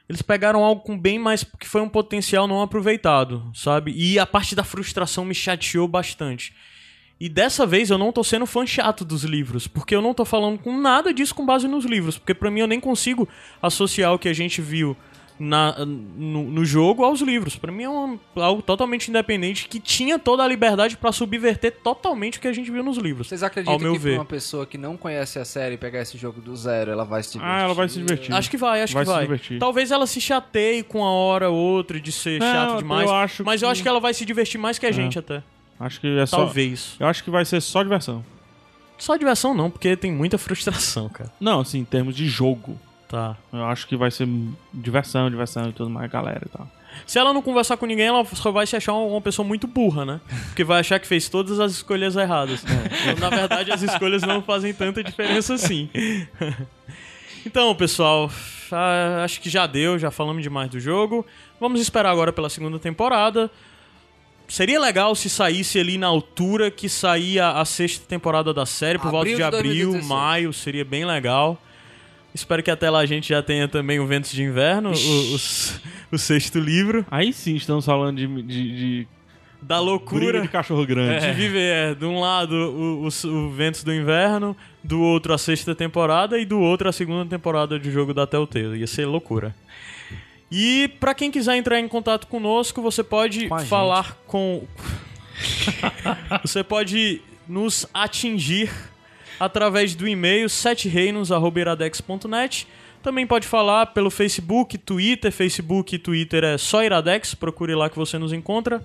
Speaker 1: eles pegaram algo com bem mais que foi um potencial não aproveitado, sabe? E a parte da frustração me chateou bastante. E dessa vez eu não tô sendo fã chato dos livros, porque eu não tô falando com nada disso com base nos livros, porque pra mim eu nem consigo associar o que a gente viu na, no, no jogo aos livros. Pra mim é um- algo totalmente independente que tinha toda a liberdade pra subverter totalmente o que a gente viu nos livros.
Speaker 3: Vocês
Speaker 1: Ao
Speaker 3: acreditam
Speaker 1: meu
Speaker 3: que pra
Speaker 1: ver.
Speaker 3: uma pessoa que não conhece a série pegar esse jogo do zero, ela vai se divertir?
Speaker 4: Ah, ela vai se divertir.
Speaker 1: Acho que vai, acho
Speaker 4: Vai
Speaker 1: que
Speaker 4: se
Speaker 1: vai.
Speaker 4: divertir.
Speaker 1: Talvez ela se chateie com a hora ou outra de ser
Speaker 4: Não,
Speaker 1: chato demais.
Speaker 4: eu acho
Speaker 1: mas eu
Speaker 4: que-
Speaker 1: acho que ela vai se divertir mais que a gente até.
Speaker 4: Acho que é só...
Speaker 1: Talvez.
Speaker 4: Eu acho que vai ser só diversão.
Speaker 1: Só diversão não, porque tem muita frustração, cara.
Speaker 4: Não, assim, em termos de jogo.
Speaker 1: Tá.
Speaker 4: Eu acho que vai ser diversão, diversão e tudo mais, galera e tal.
Speaker 1: Se ela não conversar com ninguém, ela só vai se achar uma pessoa muito burra, né? Porque vai achar que fez todas as escolhas erradas. Então, na verdade, as escolhas não fazem tanta diferença assim. Então, pessoal, ah, a- acho que já deu, já falamos demais do jogo. Vamos esperar agora pela segunda temporada. Seria legal se saísse ali na altura que saía a sexta temporada da série, por volta
Speaker 3: Abril
Speaker 1: de
Speaker 3: de
Speaker 1: abril,
Speaker 3: 2016.
Speaker 1: maio, seria bem legal. Espero que até lá a gente já tenha também o Ventos de Inverno, o, o s- o sexto livro.
Speaker 4: Aí sim estamos falando de, de, de
Speaker 1: Da
Speaker 4: briga
Speaker 1: loucura
Speaker 4: de cachorro grande.
Speaker 1: de viver. é, De um lado, o, o, o Ventos do Inverno, do outro a sexta temporada e do outro a segunda temporada de jogo da Telltale. Ia ser loucura. E pra quem quiser entrar em contato conosco, você pode
Speaker 2: Com a gente.
Speaker 1: falar com. você pode nos atingir através do e-mail setereinos@iradex.net. Também pode falar pelo Facebook, Twitter, Facebook e Twitter é só Iradex, procure lá que você nos encontra.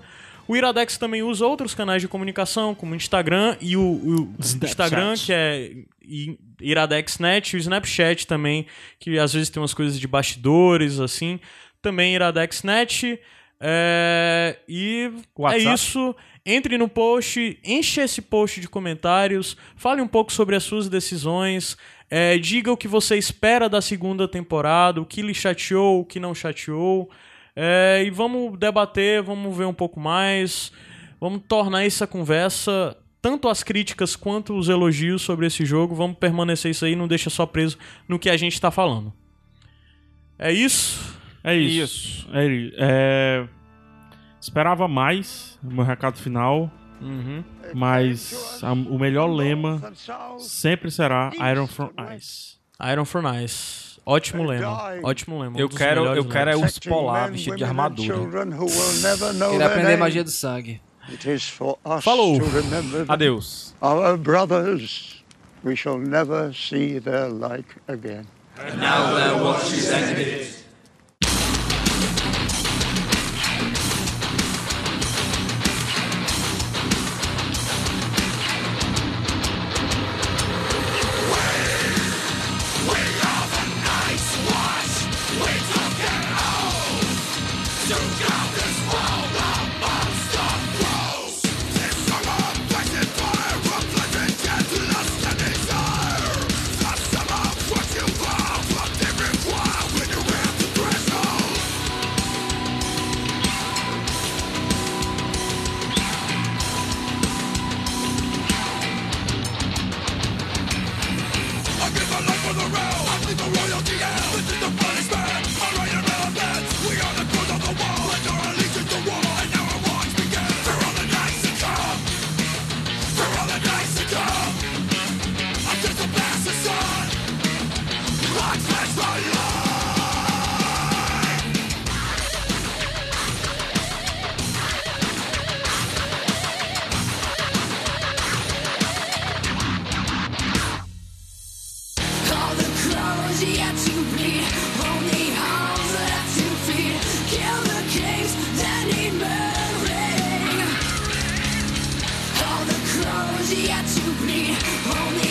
Speaker 1: O Iradex também usa outros canais de comunicação, como o Instagram e o, o
Speaker 4: Snapchat.
Speaker 1: Instagram, que é i- IradexNet, e o Snapchat também, que às vezes tem umas coisas de bastidores, assim. Também IradexNet. É, e é
Speaker 2: WhatsApp.
Speaker 1: isso. Entre no post, enche esse post de comentários, fale um pouco sobre as suas decisões, é, diga o que você espera da segunda temporada, o que lhe chateou, o que não chateou. é, e vamos debater, vamos ver um pouco mais, vamos tornar essa conversa, tanto as críticas quanto os elogios sobre esse jogo, vamos permanecer isso aí, não deixa só preso no que a gente tá falando. É isso?
Speaker 4: É isso. É isso. É, esperava mais, meu recado final,
Speaker 1: Uhum.
Speaker 4: mas a- o melhor lema sempre será Iron From Ice.
Speaker 1: Iron for Nice. Ótimo
Speaker 5: Very
Speaker 1: lema.
Speaker 5: dying.
Speaker 1: Ótimo lema. um
Speaker 2: Eu
Speaker 1: dos
Speaker 2: quero,
Speaker 1: melhores
Speaker 2: eu quero é
Speaker 1: lemas.
Speaker 2: os polar vestido de armadura.
Speaker 3: Ele aprender magia do sangue.
Speaker 1: Falou.
Speaker 5: Falou.
Speaker 2: Adeus.
Speaker 5: Our brothers, we shall never see their like again.
Speaker 6: All the clothes yet to be, only holes left to feed. Kill the kings that need murdering. All the clothes yet to be, only